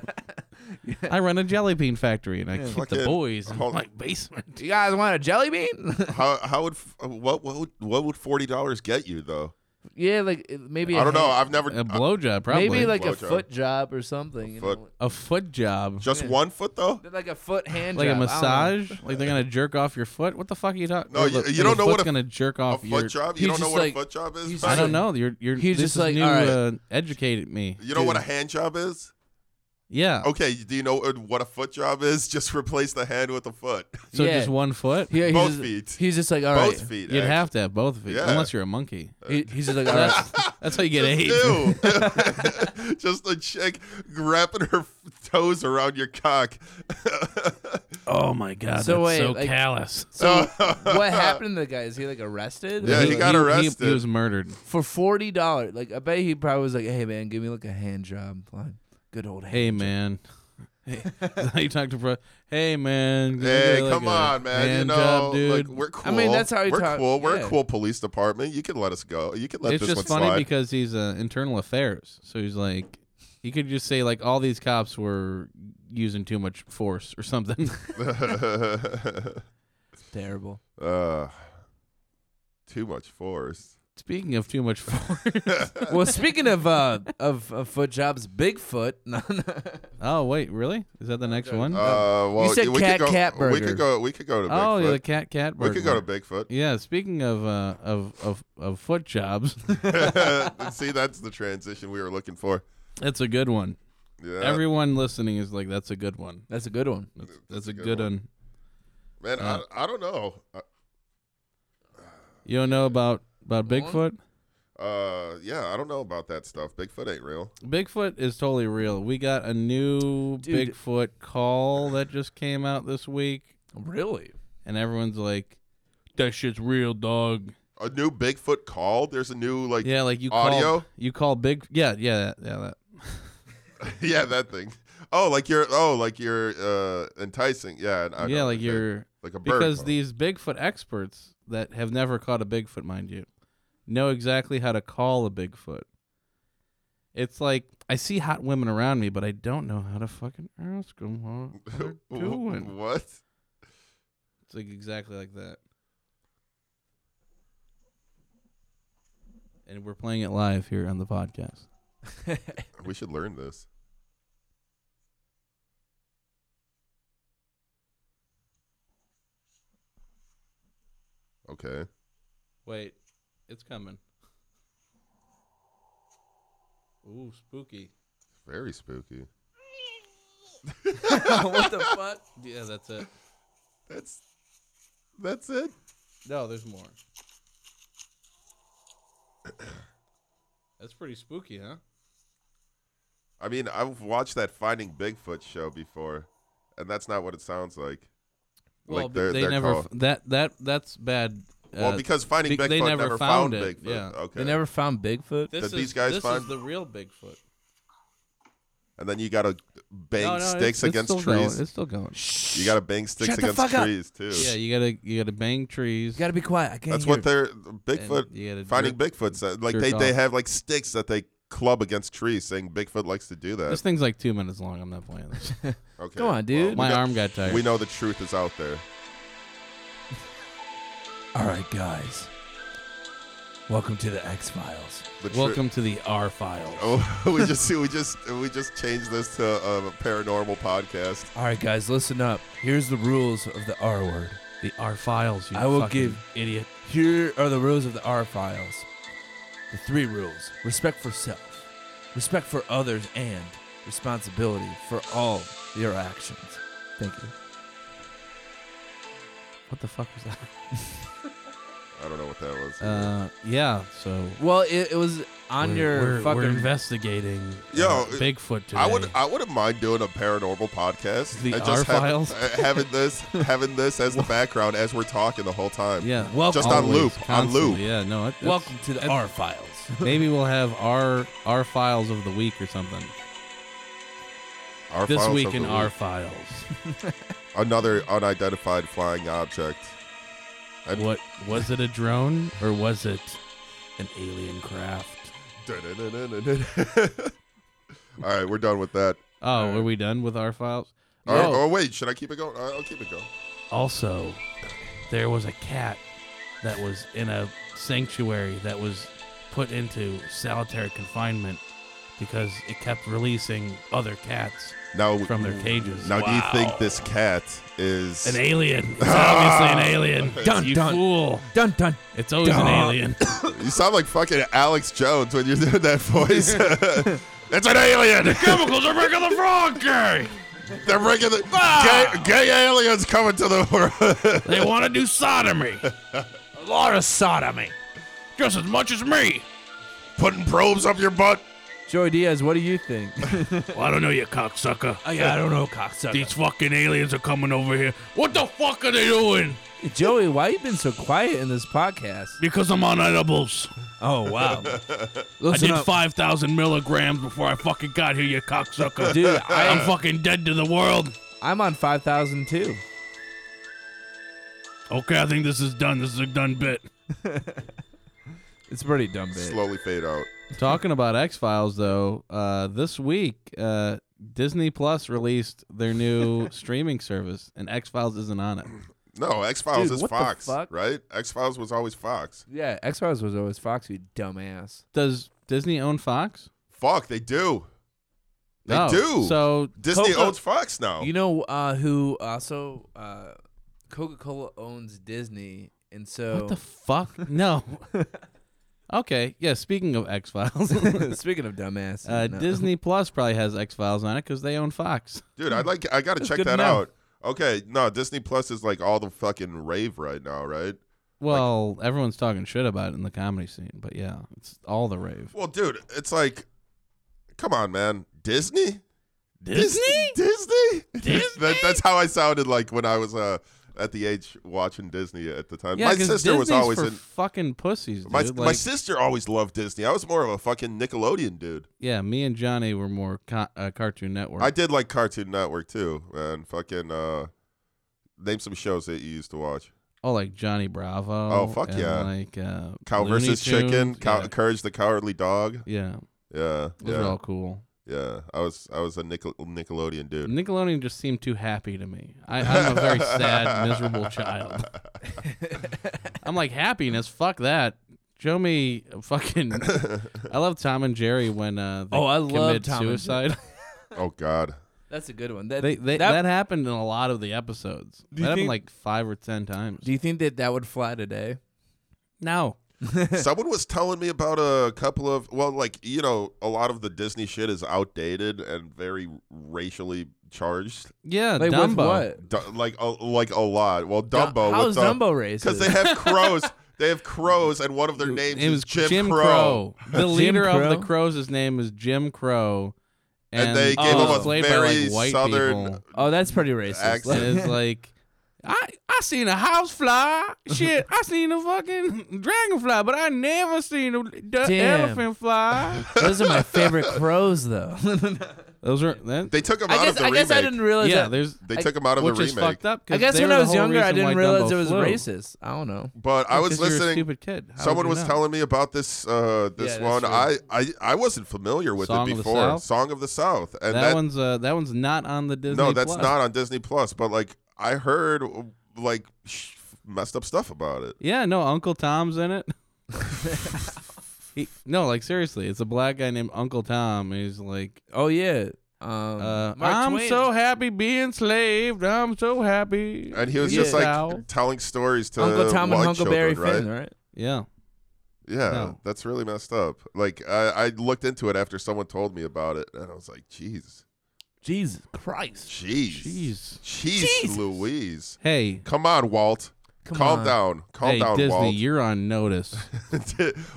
[SPEAKER 8] I run a jelly bean factory and I keep
[SPEAKER 9] Fucking-
[SPEAKER 8] the boys in
[SPEAKER 9] hold-
[SPEAKER 8] my basement.
[SPEAKER 7] You guys want a jelly bean?
[SPEAKER 9] how, how would, f- uh, what, what would, what would $40 get you, though?
[SPEAKER 7] yeah, like it- maybe I
[SPEAKER 9] I don't know. I've never. uh,
[SPEAKER 8] A blowjob, probably.
[SPEAKER 7] maybe like a
[SPEAKER 9] Blowjob.
[SPEAKER 7] foot job or something. You
[SPEAKER 9] Foot.
[SPEAKER 7] know?
[SPEAKER 8] a foot job.
[SPEAKER 9] just one foot, though?
[SPEAKER 7] Like a foot hand
[SPEAKER 8] like a
[SPEAKER 7] job. I don't know.
[SPEAKER 8] massage? Like they're gonna jerk off your foot? What the fuck are you talking?
[SPEAKER 9] No,
[SPEAKER 8] like,
[SPEAKER 9] you-
[SPEAKER 8] the-
[SPEAKER 9] you
[SPEAKER 8] the
[SPEAKER 9] don't know what
[SPEAKER 8] foot's
[SPEAKER 9] a-
[SPEAKER 8] gonna jerk
[SPEAKER 9] A
[SPEAKER 8] off your.
[SPEAKER 9] foot job? You
[SPEAKER 7] he's
[SPEAKER 9] don't know
[SPEAKER 7] just
[SPEAKER 9] what
[SPEAKER 7] like-
[SPEAKER 9] a foot job is?
[SPEAKER 7] he's
[SPEAKER 9] Brian?
[SPEAKER 8] I don't know. You're you're.
[SPEAKER 7] He's
[SPEAKER 8] this
[SPEAKER 7] just
[SPEAKER 8] is
[SPEAKER 7] like,
[SPEAKER 8] new,
[SPEAKER 7] all right.
[SPEAKER 8] uh, educate me.
[SPEAKER 9] You know what Oh, a
[SPEAKER 8] dude.
[SPEAKER 9] hand job is?
[SPEAKER 8] Yeah.
[SPEAKER 9] Okay, do you know what a foot job is? Just replace the hand with the foot.
[SPEAKER 8] So
[SPEAKER 7] Yeah.
[SPEAKER 8] just one foot.
[SPEAKER 7] Yeah, he's
[SPEAKER 9] Both
[SPEAKER 7] just,
[SPEAKER 9] feet.
[SPEAKER 7] He's just like all right.
[SPEAKER 9] both feet. eh?
[SPEAKER 8] You'd have to have both feet,
[SPEAKER 9] Yeah.
[SPEAKER 8] unless you're a monkey.
[SPEAKER 7] He, he's just like, all right.
[SPEAKER 8] That's, that's how you get eight.
[SPEAKER 9] actually. Ew. just a chick wrapping her toes around your cock.
[SPEAKER 8] Oh my god,
[SPEAKER 7] So
[SPEAKER 8] that's
[SPEAKER 7] wait,
[SPEAKER 8] so
[SPEAKER 7] like-
[SPEAKER 8] callous.
[SPEAKER 7] So what happened to the guy? Is he like arrested?
[SPEAKER 9] Yeah, he got
[SPEAKER 8] He,
[SPEAKER 9] arrested.
[SPEAKER 8] was murdered.
[SPEAKER 7] for forty dollars. Like I bet he probably was like, "Hey man, give me like a hand job, like good old hand."
[SPEAKER 8] Hey man. Hey, how you talk to pro? Hey man. can I
[SPEAKER 9] hey,
[SPEAKER 8] get, like,
[SPEAKER 9] Eh, come
[SPEAKER 8] a
[SPEAKER 9] on, man. You
[SPEAKER 8] hand
[SPEAKER 9] know,
[SPEAKER 8] job,
[SPEAKER 9] look,
[SPEAKER 8] dude.
[SPEAKER 9] we're cool.
[SPEAKER 7] I mean, that's how he
[SPEAKER 9] we're
[SPEAKER 7] talk-
[SPEAKER 9] cool. We're
[SPEAKER 7] yeah.
[SPEAKER 9] a cool police department. You can let us go. You can let
[SPEAKER 8] it's
[SPEAKER 9] this
[SPEAKER 8] just
[SPEAKER 9] one
[SPEAKER 8] funny
[SPEAKER 9] slide.
[SPEAKER 8] because he's uh, internal affairs. So he's like, he could just say like all these cops were using too much force or something.
[SPEAKER 7] It's terrible.
[SPEAKER 9] uh, too much force.
[SPEAKER 8] Speaking of too much force,
[SPEAKER 7] well, speaking of uh of, of foot jobs, Bigfoot. No, no.
[SPEAKER 8] oh wait, really? Is that the next one?
[SPEAKER 9] Uh, well,
[SPEAKER 7] said
[SPEAKER 9] we
[SPEAKER 7] cat
[SPEAKER 9] could go,
[SPEAKER 7] cat
[SPEAKER 9] We
[SPEAKER 7] burger.
[SPEAKER 9] could go. We could go to
[SPEAKER 8] oh, yeah,
[SPEAKER 9] Bigfoot.
[SPEAKER 8] the cat cat.
[SPEAKER 9] we could go
[SPEAKER 8] burglar.
[SPEAKER 9] to Bigfoot.
[SPEAKER 8] Yeah, speaking of uh of of of foot jobs,
[SPEAKER 9] See, that's the transition we were looking for.
[SPEAKER 8] that's a good one.
[SPEAKER 9] Yeah,
[SPEAKER 8] Everyone listening is like, that's a good one.
[SPEAKER 7] That's a good one.
[SPEAKER 8] That's, that's, a, good one.
[SPEAKER 9] man,
[SPEAKER 8] uh.
[SPEAKER 9] I, I don't know. Uh,
[SPEAKER 8] You don't know about about
[SPEAKER 7] Go on.
[SPEAKER 8] Bigfoot?
[SPEAKER 9] Uh, yeah, I don't know about that stuff. Bigfoot ain't real.
[SPEAKER 8] Bigfoot is totally real. We got a new
[SPEAKER 7] Dude.
[SPEAKER 8] Bigfoot call that just came out this week,
[SPEAKER 7] Really?
[SPEAKER 8] and everyone's like, "That shit's real, dog."
[SPEAKER 9] A new Bigfoot call. There's a new like.
[SPEAKER 8] Yeah, like you
[SPEAKER 9] Audio?
[SPEAKER 8] Call, you call big. Yeah, yeah, yeah. That.
[SPEAKER 9] yeah, that thing. Oh, like you're oh, like you're uh enticing. Yeah, an
[SPEAKER 8] yeah,
[SPEAKER 9] alligator
[SPEAKER 8] like
[SPEAKER 9] thing.
[SPEAKER 8] you're
[SPEAKER 9] like a bird.
[SPEAKER 8] because
[SPEAKER 9] huh?
[SPEAKER 8] these Bigfoot experts that have never caught a Bigfoot, mind you, know exactly how to call a Bigfoot. It's like I see hot women around me, but I don't know how to fucking ask them what they're doing.
[SPEAKER 9] what?
[SPEAKER 8] It's like exactly like that. And we're playing it live here on the podcast.
[SPEAKER 9] We should learn this. Okay.
[SPEAKER 8] Wait, it's coming. Ooh, spooky.
[SPEAKER 9] Very spooky.
[SPEAKER 7] what the fuck?
[SPEAKER 8] Yeah, that's it.
[SPEAKER 9] That's that's it.
[SPEAKER 8] No, there's more. That's pretty spooky, huh?
[SPEAKER 9] I mean, I've watched that Finding Bigfoot show before, and that's not what it sounds like. like they're,
[SPEAKER 8] they
[SPEAKER 9] they're
[SPEAKER 8] never
[SPEAKER 9] called-
[SPEAKER 8] f- that that that's bad.
[SPEAKER 9] well,
[SPEAKER 8] uh,
[SPEAKER 9] because Finding
[SPEAKER 8] bec-
[SPEAKER 9] Bigfoot
[SPEAKER 8] they never
[SPEAKER 9] found,
[SPEAKER 8] found it,
[SPEAKER 9] Bigfoot.
[SPEAKER 8] yeah.
[SPEAKER 9] Okay.
[SPEAKER 7] They never found Bigfoot.
[SPEAKER 8] this
[SPEAKER 9] did
[SPEAKER 8] is,
[SPEAKER 9] these guys
[SPEAKER 8] this
[SPEAKER 9] find-
[SPEAKER 8] is the real Bigfoot.
[SPEAKER 9] and then you gotta bang
[SPEAKER 8] No, no, it's-
[SPEAKER 9] sticks
[SPEAKER 8] it's
[SPEAKER 9] against
[SPEAKER 8] still going.
[SPEAKER 9] trees.
[SPEAKER 8] It's still going.
[SPEAKER 9] You gotta bang sticks
[SPEAKER 7] the
[SPEAKER 9] against
[SPEAKER 7] fuck up.
[SPEAKER 9] trees too.
[SPEAKER 8] Yeah, you gotta you gotta bang trees.
[SPEAKER 7] You gotta be quiet. I can't.
[SPEAKER 9] That's
[SPEAKER 7] hear
[SPEAKER 9] what they're Bigfoot
[SPEAKER 8] you gotta
[SPEAKER 9] finding
[SPEAKER 8] jerk-
[SPEAKER 9] Bigfoot said. Like
[SPEAKER 8] jerk
[SPEAKER 9] they, they
[SPEAKER 8] off.
[SPEAKER 9] have like sticks that they club against trees, saying Bigfoot likes to do that.
[SPEAKER 8] this thing's like two minutes long. I'm not playing this.
[SPEAKER 9] okay,
[SPEAKER 7] Come on, dude.
[SPEAKER 9] we
[SPEAKER 8] My
[SPEAKER 9] know-
[SPEAKER 8] arm got tired.
[SPEAKER 9] We know the truth is out there.
[SPEAKER 7] All right, guys. Welcome to the X Files.
[SPEAKER 9] The tru-
[SPEAKER 8] Welcome to the R file.
[SPEAKER 9] Oh, we just we just we just changed this to a paranormal podcast.
[SPEAKER 7] All right, guys, listen up. Here's the rules of the R word.
[SPEAKER 8] The R files. You
[SPEAKER 7] I will
[SPEAKER 8] fucking
[SPEAKER 7] give
[SPEAKER 8] idiot.
[SPEAKER 7] Here are the rules of the R Files. The three rules respect for self, respect for others, and responsibility for all your actions. Thank you.
[SPEAKER 8] What the fuck was that?
[SPEAKER 9] I don't know what that was.
[SPEAKER 8] Uh, yeah. So
[SPEAKER 7] Well, it, it was on
[SPEAKER 8] we're,
[SPEAKER 7] your
[SPEAKER 8] we're,
[SPEAKER 7] fucking.
[SPEAKER 8] we're investigating uh,
[SPEAKER 9] Yo,
[SPEAKER 8] Bigfoot today.
[SPEAKER 9] I would I wouldn't mind doing a paranormal podcast.
[SPEAKER 8] The
[SPEAKER 9] and just
[SPEAKER 8] R
[SPEAKER 9] having-
[SPEAKER 8] Files?
[SPEAKER 9] uh, having this having this as the background as we're talking the whole time.
[SPEAKER 8] yeah.
[SPEAKER 7] Welcome-
[SPEAKER 9] just on
[SPEAKER 8] Always,
[SPEAKER 9] loop, on
[SPEAKER 8] constantly.
[SPEAKER 9] loop.
[SPEAKER 8] Yeah. No. It,
[SPEAKER 7] welcome to the
[SPEAKER 8] that's-
[SPEAKER 7] R Files.
[SPEAKER 8] maybe we'll have our our files of the week or something.
[SPEAKER 9] Our
[SPEAKER 8] this
[SPEAKER 9] files
[SPEAKER 8] week
[SPEAKER 9] of
[SPEAKER 8] in
[SPEAKER 9] the
[SPEAKER 8] our
[SPEAKER 9] week.
[SPEAKER 8] files.
[SPEAKER 9] another unidentified flying object. And
[SPEAKER 8] what was it? A drone or was it an alien craft?
[SPEAKER 9] All right, we're done with that.
[SPEAKER 8] Oh, are we done with our files?
[SPEAKER 9] Oh,
[SPEAKER 8] No.
[SPEAKER 9] oh, wait, should I keep it going? All right, I'll keep it going.
[SPEAKER 8] Also, there was a cat that was in a sanctuary that was put into solitary confinement because it kept releasing other cats
[SPEAKER 9] Now
[SPEAKER 8] from their cages.
[SPEAKER 9] Now, do you think
[SPEAKER 8] Wow.
[SPEAKER 9] this cat is?
[SPEAKER 8] An alien. It's obviously an alien.
[SPEAKER 7] Dun,
[SPEAKER 8] you
[SPEAKER 7] dun.
[SPEAKER 8] fool.
[SPEAKER 7] Dun dun.
[SPEAKER 8] It's always an
[SPEAKER 7] Dun.
[SPEAKER 8] alien.
[SPEAKER 9] you sound like fucking Alex Jones when you're doing that voice. it's an alien.
[SPEAKER 8] Chemicals are making the frog gay.
[SPEAKER 9] They're bringing the gay, gay aliens coming to the world.
[SPEAKER 8] They want to do sodomy. A lot of sodomy. Just as much as me.
[SPEAKER 9] Putting probes up your butt.
[SPEAKER 7] Joey Diaz, what do you think?
[SPEAKER 8] Well, I don't know, you cocksucker.
[SPEAKER 7] I, I don't know, cocksucker.
[SPEAKER 8] These fucking aliens are coming over here. What the fuck are they doing?
[SPEAKER 7] Joey, why you been so quiet in this podcast?
[SPEAKER 8] Because I'm on edibles.
[SPEAKER 7] Oh wow.
[SPEAKER 8] I
[SPEAKER 7] Listen
[SPEAKER 8] did
[SPEAKER 7] up,
[SPEAKER 8] 5,000 milligrams before I fucking got here, you cocksucker.
[SPEAKER 7] dude. I,
[SPEAKER 8] I'm fucking dead to the world.
[SPEAKER 7] I'm on five thousand too.
[SPEAKER 8] Okay, I think this is done. This is a done bit.
[SPEAKER 7] It's a pretty dumb bit.
[SPEAKER 9] Slowly fade out.
[SPEAKER 8] Talking about X Files, though, uh, this week uh, Disney Plus released their new streaming service, and X Files isn't on it.
[SPEAKER 9] No, X Files
[SPEAKER 7] Dude,
[SPEAKER 9] is
[SPEAKER 7] what the
[SPEAKER 9] Fox,
[SPEAKER 7] fuck?
[SPEAKER 9] right? X Files was always Fox.
[SPEAKER 7] Yeah, X Files was always Fox, you dumbass.
[SPEAKER 8] Does Disney own Fox?
[SPEAKER 9] Fuck, they do. They do.
[SPEAKER 8] So
[SPEAKER 9] Disney
[SPEAKER 7] Coco-
[SPEAKER 9] owns Fox now.
[SPEAKER 7] You know uh, who also uh, Coca Cola owns Disney, and so
[SPEAKER 8] what the fuck? No. okay. Yeah. Speaking of X Files,
[SPEAKER 7] speaking of dumbass,
[SPEAKER 8] uh, Disney Plus probably has X Files on it because they own Fox.
[SPEAKER 9] Dude, I like. I gotta check
[SPEAKER 8] good
[SPEAKER 9] that
[SPEAKER 8] to know.
[SPEAKER 9] out. Okay, no, Disney Plus is like all the fucking rave right now, right?
[SPEAKER 8] Well, everyone's talking shit about it in the comedy scene, but yeah, it's all the rave.
[SPEAKER 9] Well, dude, it's like, come on, man, Disney, Disney, Disney. That, that's how I sounded like when I was uh at the age watching Disney at the time.
[SPEAKER 8] Yeah,
[SPEAKER 9] my
[SPEAKER 8] 'cause
[SPEAKER 9] sister was
[SPEAKER 8] Disney's
[SPEAKER 9] always
[SPEAKER 8] for
[SPEAKER 9] in.
[SPEAKER 8] fucking pussies, dude.
[SPEAKER 9] My, my
[SPEAKER 8] Like,
[SPEAKER 9] sister always loved Disney. I was more of a fucking Nickelodeon dude.
[SPEAKER 8] yeah, me and Johnny were more co- uh, Cartoon Network.
[SPEAKER 9] I did like Cartoon Network too, man. Fucking uh, name some shows that you used to watch.
[SPEAKER 8] oh, like Johnny Bravo.
[SPEAKER 9] Oh, fuck
[SPEAKER 8] and,
[SPEAKER 9] yeah.
[SPEAKER 8] Like uh,
[SPEAKER 9] Cow
[SPEAKER 8] Looney
[SPEAKER 9] versus Chicken,
[SPEAKER 8] Tunes.
[SPEAKER 9] Cow,
[SPEAKER 8] yeah.
[SPEAKER 9] Courage the Cowardly Dog.
[SPEAKER 8] yeah,
[SPEAKER 9] Yeah,
[SPEAKER 8] those
[SPEAKER 9] yeah,
[SPEAKER 8] are all cool.
[SPEAKER 9] yeah. I was I was a Nickel- Nickelodeon dude.
[SPEAKER 8] Nickelodeon just seemed too happy to me. I, I'm a very sad, miserable child. I'm like happiness. Fuck that. Show me fucking. I love Tom and Jerry when uh, they
[SPEAKER 7] Oh, I love
[SPEAKER 8] commit
[SPEAKER 7] Tom and
[SPEAKER 8] suicide.
[SPEAKER 9] Oh God.
[SPEAKER 7] That's a good one. That,
[SPEAKER 8] they, they,
[SPEAKER 7] that,
[SPEAKER 8] that, happened in a lot of the episodes.
[SPEAKER 7] Do
[SPEAKER 8] That
[SPEAKER 7] you
[SPEAKER 8] happened
[SPEAKER 7] think-
[SPEAKER 8] like five or ten times.
[SPEAKER 7] do you think that that would fly today?
[SPEAKER 8] No,
[SPEAKER 9] Someone was telling me about a couple of well, like you know, a lot of the Disney shit is outdated and very racially charged.
[SPEAKER 8] yeah,
[SPEAKER 7] Like
[SPEAKER 8] Dumbo.
[SPEAKER 7] with what?
[SPEAKER 9] Du- like a, like a lot. Well, Dumbo.
[SPEAKER 7] How is Dumbo racist?
[SPEAKER 9] Because they have crows. they have crows, and one of their names
[SPEAKER 8] It
[SPEAKER 9] is
[SPEAKER 8] was
[SPEAKER 9] Jim,
[SPEAKER 8] Crow. The leader of the
[SPEAKER 7] Crow?
[SPEAKER 8] crows. His name is Jim Crow,
[SPEAKER 9] And, they gave
[SPEAKER 8] he was
[SPEAKER 9] him a
[SPEAKER 8] played by,
[SPEAKER 9] very
[SPEAKER 8] like, white
[SPEAKER 9] southern.
[SPEAKER 8] people.
[SPEAKER 7] Oh, that's pretty racist.
[SPEAKER 9] Accent.
[SPEAKER 8] And it's like I I seen a house fly. Shit, I seen a fucking dragonfly, but I never seen a d-
[SPEAKER 7] Damn.
[SPEAKER 8] elephant fly.
[SPEAKER 7] Those are my favorite crows, though.
[SPEAKER 8] Those are that,
[SPEAKER 9] They took him
[SPEAKER 7] I
[SPEAKER 9] out of
[SPEAKER 7] guess
[SPEAKER 9] the
[SPEAKER 7] I
[SPEAKER 9] remake.
[SPEAKER 7] guess I didn't realize
[SPEAKER 8] yeah.
[SPEAKER 7] that.
[SPEAKER 8] There's
[SPEAKER 9] they took him out of
[SPEAKER 8] which
[SPEAKER 9] the
[SPEAKER 8] is
[SPEAKER 9] remake.
[SPEAKER 8] fucked up. 'cause
[SPEAKER 7] I guess
[SPEAKER 8] they
[SPEAKER 7] when
[SPEAKER 8] were
[SPEAKER 7] I
[SPEAKER 8] the
[SPEAKER 7] was
[SPEAKER 8] whole
[SPEAKER 7] younger, I
[SPEAKER 8] reason why
[SPEAKER 7] didn't realize
[SPEAKER 8] Dumbo
[SPEAKER 7] it was
[SPEAKER 8] flew.
[SPEAKER 7] racist. I don't know.
[SPEAKER 9] But I was
[SPEAKER 8] Because you're a
[SPEAKER 9] listening.
[SPEAKER 8] stupid kid. How would
[SPEAKER 9] Someone
[SPEAKER 8] you
[SPEAKER 9] was
[SPEAKER 8] know?
[SPEAKER 9] telling me about this uh,
[SPEAKER 7] Yeah,
[SPEAKER 9] this
[SPEAKER 7] that's
[SPEAKER 9] one.
[SPEAKER 7] true.
[SPEAKER 9] I, I I wasn't familiar with
[SPEAKER 8] Song
[SPEAKER 9] it
[SPEAKER 8] of the
[SPEAKER 9] before.
[SPEAKER 8] South?
[SPEAKER 9] Song of the South, and
[SPEAKER 8] that, one's uh that one's not on the Disney.
[SPEAKER 9] no, that's
[SPEAKER 8] Plus.
[SPEAKER 9] not on Disney Plus. But like I heard like sh- messed up stuff about it.
[SPEAKER 8] Yeah, no, Uncle Tom's in it. he, no, like seriously, it's a black guy named Uncle Tom. He's like,
[SPEAKER 7] Oh yeah. Um,
[SPEAKER 8] uh,
[SPEAKER 7] Mark
[SPEAKER 8] I'm
[SPEAKER 7] Twain.
[SPEAKER 8] so happy being enslaved. I'm so happy.
[SPEAKER 9] And he was
[SPEAKER 7] Yeah.
[SPEAKER 9] just like
[SPEAKER 8] Now.
[SPEAKER 9] telling stories to
[SPEAKER 7] Uncle Tom and
[SPEAKER 9] white
[SPEAKER 7] Huckleberry
[SPEAKER 9] children,
[SPEAKER 7] Finn,
[SPEAKER 9] right?
[SPEAKER 7] right?
[SPEAKER 8] yeah.
[SPEAKER 9] Yeah,
[SPEAKER 8] No.
[SPEAKER 9] that's really messed up. Like I, I looked into it after someone told me about it, and I was like, "Jeez,
[SPEAKER 7] Jesus Christ!
[SPEAKER 9] jeez,
[SPEAKER 8] Jeez.
[SPEAKER 9] jeez, Louise,
[SPEAKER 8] Hey,
[SPEAKER 9] come on, Walt,
[SPEAKER 7] Come
[SPEAKER 9] calm
[SPEAKER 7] on.
[SPEAKER 9] down, calm
[SPEAKER 8] hey,
[SPEAKER 9] down,
[SPEAKER 8] Disney,
[SPEAKER 9] Walt."
[SPEAKER 8] you're on notice.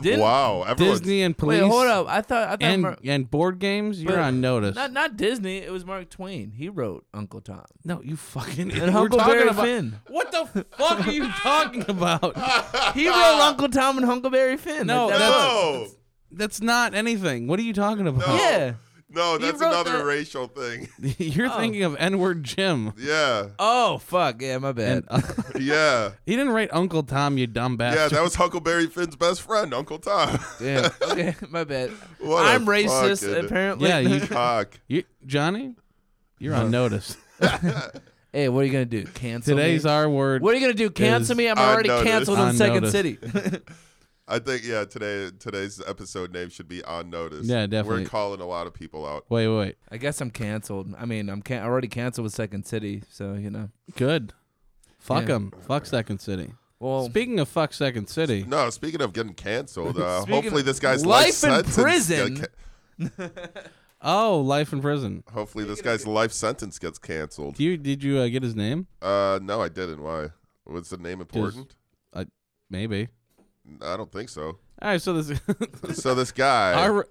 [SPEAKER 7] Didn't-
[SPEAKER 9] wow, everyone's
[SPEAKER 8] Disney and police.
[SPEAKER 7] Wait, hold up. I thought I thought
[SPEAKER 8] And,
[SPEAKER 7] Mark,
[SPEAKER 8] and board games, you're
[SPEAKER 7] But-
[SPEAKER 8] on notice.
[SPEAKER 7] not not Disney. It was Mark Twain. He wrote Uncle Tom
[SPEAKER 8] no, you fucking.
[SPEAKER 7] and
[SPEAKER 8] we're talking
[SPEAKER 7] Huckleberry
[SPEAKER 8] about-
[SPEAKER 7] Finn.
[SPEAKER 8] What the fuck are you talking about?
[SPEAKER 7] He wrote Uncle Tom and Huckleberry Finn.
[SPEAKER 8] No,
[SPEAKER 7] Like, that
[SPEAKER 8] that's-
[SPEAKER 7] was-
[SPEAKER 9] no,
[SPEAKER 8] That's not anything. What are you talking about?
[SPEAKER 7] yeah.
[SPEAKER 9] no, that's
[SPEAKER 7] wrote
[SPEAKER 9] another
[SPEAKER 7] that-
[SPEAKER 9] racial thing.
[SPEAKER 8] You're thinking of N-word Jim.
[SPEAKER 9] Yeah,
[SPEAKER 7] Oh fuck, yeah, my bad.
[SPEAKER 8] And, uh,
[SPEAKER 9] yeah,
[SPEAKER 8] he didn't write Uncle Tom, you dumb bastard.
[SPEAKER 9] yeah. That was Huckleberry Finn's best friend, Uncle Tom.
[SPEAKER 7] Damn. Okay, my bad.
[SPEAKER 9] What a
[SPEAKER 7] I'm racist,
[SPEAKER 9] fucking-
[SPEAKER 7] apparently.
[SPEAKER 8] Yeah, you,
[SPEAKER 9] Cock.
[SPEAKER 8] you Johnny, you're on notice.
[SPEAKER 7] hey, what are you gonna do? Cancel
[SPEAKER 8] Today's
[SPEAKER 7] me?
[SPEAKER 8] our word.
[SPEAKER 7] What are you gonna do? Cancel
[SPEAKER 8] is
[SPEAKER 7] me? I'm
[SPEAKER 9] on
[SPEAKER 7] already
[SPEAKER 9] notice.
[SPEAKER 7] canceled
[SPEAKER 8] On
[SPEAKER 7] in Second
[SPEAKER 8] notice.
[SPEAKER 7] City.
[SPEAKER 9] I think yeah. Today today's episode name should be on notice.
[SPEAKER 8] Yeah, definitely.
[SPEAKER 9] We're calling a lot of people out.
[SPEAKER 8] Wait, wait.
[SPEAKER 7] I guess I'm canceled. I mean, I'm can- already canceled with Second City, so you know.
[SPEAKER 8] Good. Fuck
[SPEAKER 7] Yeah. Oh.
[SPEAKER 8] him. Fuck Second City.
[SPEAKER 7] Well,
[SPEAKER 8] Speaking of fuck Second City,
[SPEAKER 9] No, speaking of getting canceled, uh,
[SPEAKER 7] Speaking
[SPEAKER 9] hopefully
[SPEAKER 7] of
[SPEAKER 9] this guy's life,
[SPEAKER 7] life in
[SPEAKER 9] sentence
[SPEAKER 7] prison.
[SPEAKER 9] get
[SPEAKER 8] oh, life in prison.
[SPEAKER 9] ca- hopefully this guy's life sentence gets canceled.
[SPEAKER 8] Do you did you uh, get his name?
[SPEAKER 9] Uh, no, I didn't. Why? Was the name important?
[SPEAKER 8] Maybe.
[SPEAKER 9] I don't think so.
[SPEAKER 8] All right, so this
[SPEAKER 9] So this guy,
[SPEAKER 8] R,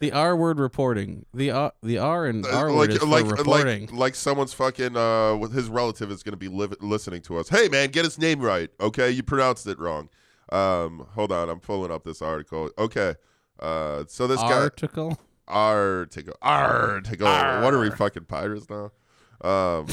[SPEAKER 8] the R word reporting. The R, the R and
[SPEAKER 9] uh,
[SPEAKER 8] R word is
[SPEAKER 9] like
[SPEAKER 8] for
[SPEAKER 9] like
[SPEAKER 8] reporting.
[SPEAKER 9] like like someone's fucking uh, with his relative is gonna be liv- listening to us. Hey man, get his name right. Okay, you pronounced it wrong. Um, hold on, I'm pulling up this article. Okay. Uh, so this guy
[SPEAKER 8] article.
[SPEAKER 9] article. Article. What are we fucking pirates now? Um,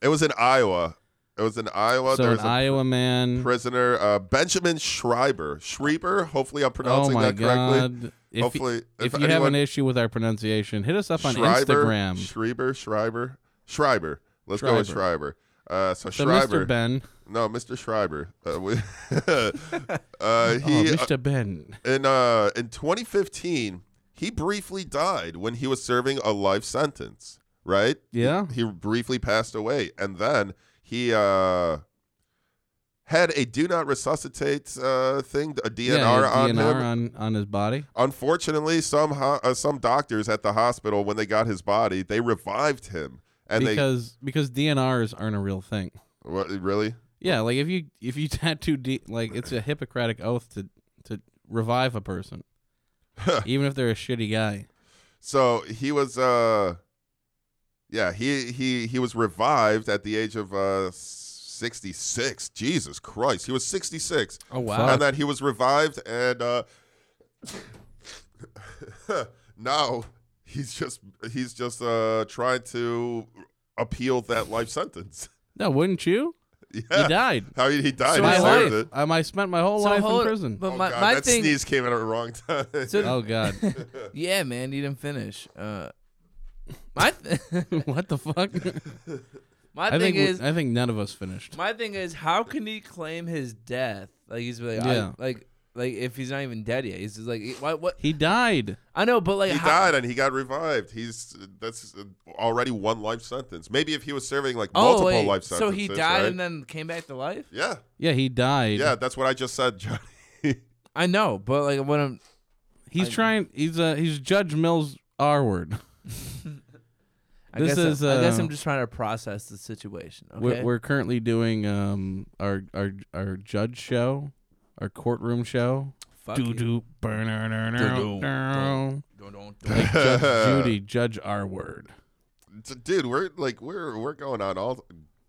[SPEAKER 9] it was in Iowa. It was in Iowa.
[SPEAKER 8] so
[SPEAKER 9] there
[SPEAKER 8] an
[SPEAKER 9] was Oh, a
[SPEAKER 8] Iowa man.
[SPEAKER 9] prisoner, uh, Benjamin Schreiber. Schreiber. Hopefully, I'm
[SPEAKER 8] Oh
[SPEAKER 9] pronouncing
[SPEAKER 8] my
[SPEAKER 9] that correctly.
[SPEAKER 8] god! If
[SPEAKER 9] Hopefully,
[SPEAKER 8] you, if, you have
[SPEAKER 9] anyone-
[SPEAKER 8] an issue with our pronunciation, hit us up on
[SPEAKER 9] Schreiber,
[SPEAKER 8] Instagram.
[SPEAKER 9] Schreiber. Schreiber. Schreiber. Let's go with Schreiber. Uh, so,
[SPEAKER 8] so
[SPEAKER 9] Schreiber.
[SPEAKER 8] Mr. Ben,
[SPEAKER 9] no, Mr. Schreiber. Uh, we, uh,
[SPEAKER 8] oh,
[SPEAKER 9] he
[SPEAKER 8] Mr. Ben,
[SPEAKER 9] in uh in 2015 he briefly died when he was serving a life sentence right
[SPEAKER 8] Yeah.
[SPEAKER 9] he, he briefly passed away and then he uh had a do not resuscitate uh thing a dnr,
[SPEAKER 8] yeah,
[SPEAKER 9] on
[SPEAKER 8] he had
[SPEAKER 9] him
[SPEAKER 8] DNR on on his body.
[SPEAKER 9] unfortunately some ho- uh, some doctors at the hospital when they got his body they revived him and
[SPEAKER 8] because because DNRs aren't a real thing.
[SPEAKER 9] they what, really
[SPEAKER 8] Yeah, like if you if you tattoo D, like it's a Hippocratic oath to to revive a person, even if they're a shitty guy.
[SPEAKER 9] So he was uh yeah, he he he was revived at the age of uh s- 66. Jesus Christ. He was 66.
[SPEAKER 7] Oh, wow.
[SPEAKER 9] And then he was revived, and uh, now he's just he's just uh, trying to appeal that life sentence.
[SPEAKER 8] No, wouldn't you?
[SPEAKER 9] Yeah.
[SPEAKER 8] He died.
[SPEAKER 9] How he, he died.
[SPEAKER 7] So
[SPEAKER 9] he
[SPEAKER 8] my
[SPEAKER 9] deserved
[SPEAKER 8] life.
[SPEAKER 9] it.
[SPEAKER 8] Um, I spent my whole
[SPEAKER 7] So
[SPEAKER 8] life
[SPEAKER 7] hold-
[SPEAKER 8] in prison.
[SPEAKER 7] But
[SPEAKER 9] Oh,
[SPEAKER 7] my,
[SPEAKER 9] God,
[SPEAKER 7] my
[SPEAKER 9] that
[SPEAKER 7] thing,
[SPEAKER 9] sneeze came at a wrong time.
[SPEAKER 7] So-
[SPEAKER 10] Oh God.
[SPEAKER 7] yeah, man, you didn't finish. Uh, my th-
[SPEAKER 8] what the fuck?
[SPEAKER 7] my
[SPEAKER 8] I,
[SPEAKER 7] thing
[SPEAKER 8] think we-
[SPEAKER 7] is,
[SPEAKER 8] I think none of us finished.
[SPEAKER 7] my thing is, how can he claim his death? Like he's like, I-
[SPEAKER 8] Yeah.
[SPEAKER 7] like, like if he's not even dead yet, he's just like, what? What?
[SPEAKER 8] He died.
[SPEAKER 7] I know, but like,
[SPEAKER 9] he
[SPEAKER 7] how-
[SPEAKER 9] died and he got revived. He's that's already one life sentence. Maybe if he was serving like
[SPEAKER 7] Oh,
[SPEAKER 9] multiple
[SPEAKER 7] wait,
[SPEAKER 9] life
[SPEAKER 7] so
[SPEAKER 9] sentences.
[SPEAKER 7] he died
[SPEAKER 9] right?
[SPEAKER 7] and then came back to life.
[SPEAKER 9] yeah,
[SPEAKER 8] Yeah, he died.
[SPEAKER 9] yeah, that's what I just said, Johnny.
[SPEAKER 7] I know, but like, when I'm
[SPEAKER 8] He's trying. He's uh. He's Judge Mills R word.
[SPEAKER 7] I
[SPEAKER 8] This
[SPEAKER 7] guess
[SPEAKER 8] is,
[SPEAKER 7] I guess
[SPEAKER 8] uh,
[SPEAKER 7] I'm just trying to process the situation. Okay.
[SPEAKER 8] We're, we're currently doing um our our our judge show, our courtroom show.
[SPEAKER 7] Fuck
[SPEAKER 8] Do
[SPEAKER 7] you.
[SPEAKER 8] do
[SPEAKER 7] Doo-doo.
[SPEAKER 8] Judge
[SPEAKER 7] Don't- don't- don't.
[SPEAKER 8] Judy, Judge R word.
[SPEAKER 9] D- Dude, we're like we're we're going on all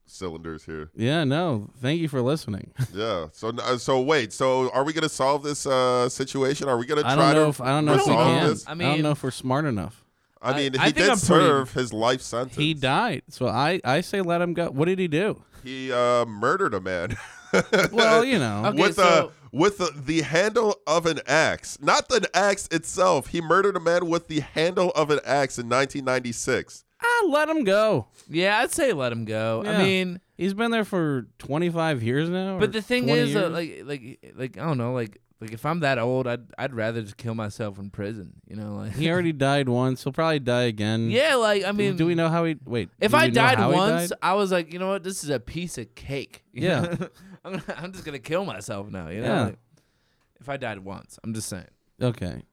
[SPEAKER 9] cylinders here.
[SPEAKER 8] Yeah, no. Thank you for listening.
[SPEAKER 9] Yeah. So uh, so wait. So are we gonna solve this uh situation? Are we gonna try
[SPEAKER 8] I don't know
[SPEAKER 9] to?
[SPEAKER 8] if I don't know if we
[SPEAKER 9] resolve
[SPEAKER 8] can.
[SPEAKER 9] this?
[SPEAKER 7] I
[SPEAKER 8] I, don't
[SPEAKER 7] mean-
[SPEAKER 8] know if we're smart enough.
[SPEAKER 9] I mean,
[SPEAKER 7] I- I
[SPEAKER 9] he
[SPEAKER 7] think
[SPEAKER 9] did
[SPEAKER 7] I'm pretty-
[SPEAKER 9] serve his life sentence.
[SPEAKER 8] He died, so I I say let him go. What did he do?
[SPEAKER 9] He uh, murdered a man.
[SPEAKER 8] Well, you know,
[SPEAKER 7] Okay,
[SPEAKER 9] with
[SPEAKER 7] so-
[SPEAKER 9] a with the the handle of an axe, not the axe itself. He murdered a man with the handle of an axe in 1996.
[SPEAKER 8] I let him go.
[SPEAKER 7] yeah, I'd say let him go. I
[SPEAKER 8] Yeah.
[SPEAKER 7] mean,
[SPEAKER 8] He's been there for 25 years now. or
[SPEAKER 7] but the thing
[SPEAKER 8] 20
[SPEAKER 7] is, uh,
[SPEAKER 8] years.
[SPEAKER 7] like, like, like, I don't know, like, like if I'm that old, I'd, I'd rather just kill myself in prison. You know, like,
[SPEAKER 8] he already died once. He'll probably die again.
[SPEAKER 7] yeah, like, I
[SPEAKER 8] Do-
[SPEAKER 7] mean,
[SPEAKER 8] do we know how he? Wait.
[SPEAKER 7] If
[SPEAKER 8] do
[SPEAKER 7] I
[SPEAKER 8] we know
[SPEAKER 7] died
[SPEAKER 8] how he
[SPEAKER 7] once,
[SPEAKER 8] died?
[SPEAKER 7] I was like, you know what, this is a piece of cake. You
[SPEAKER 8] Yeah.
[SPEAKER 7] know? I'm, gonna, I'm just gonna kill myself now. You know,
[SPEAKER 8] Yeah.
[SPEAKER 7] like, if I died once, I'm just saying.
[SPEAKER 8] Okay.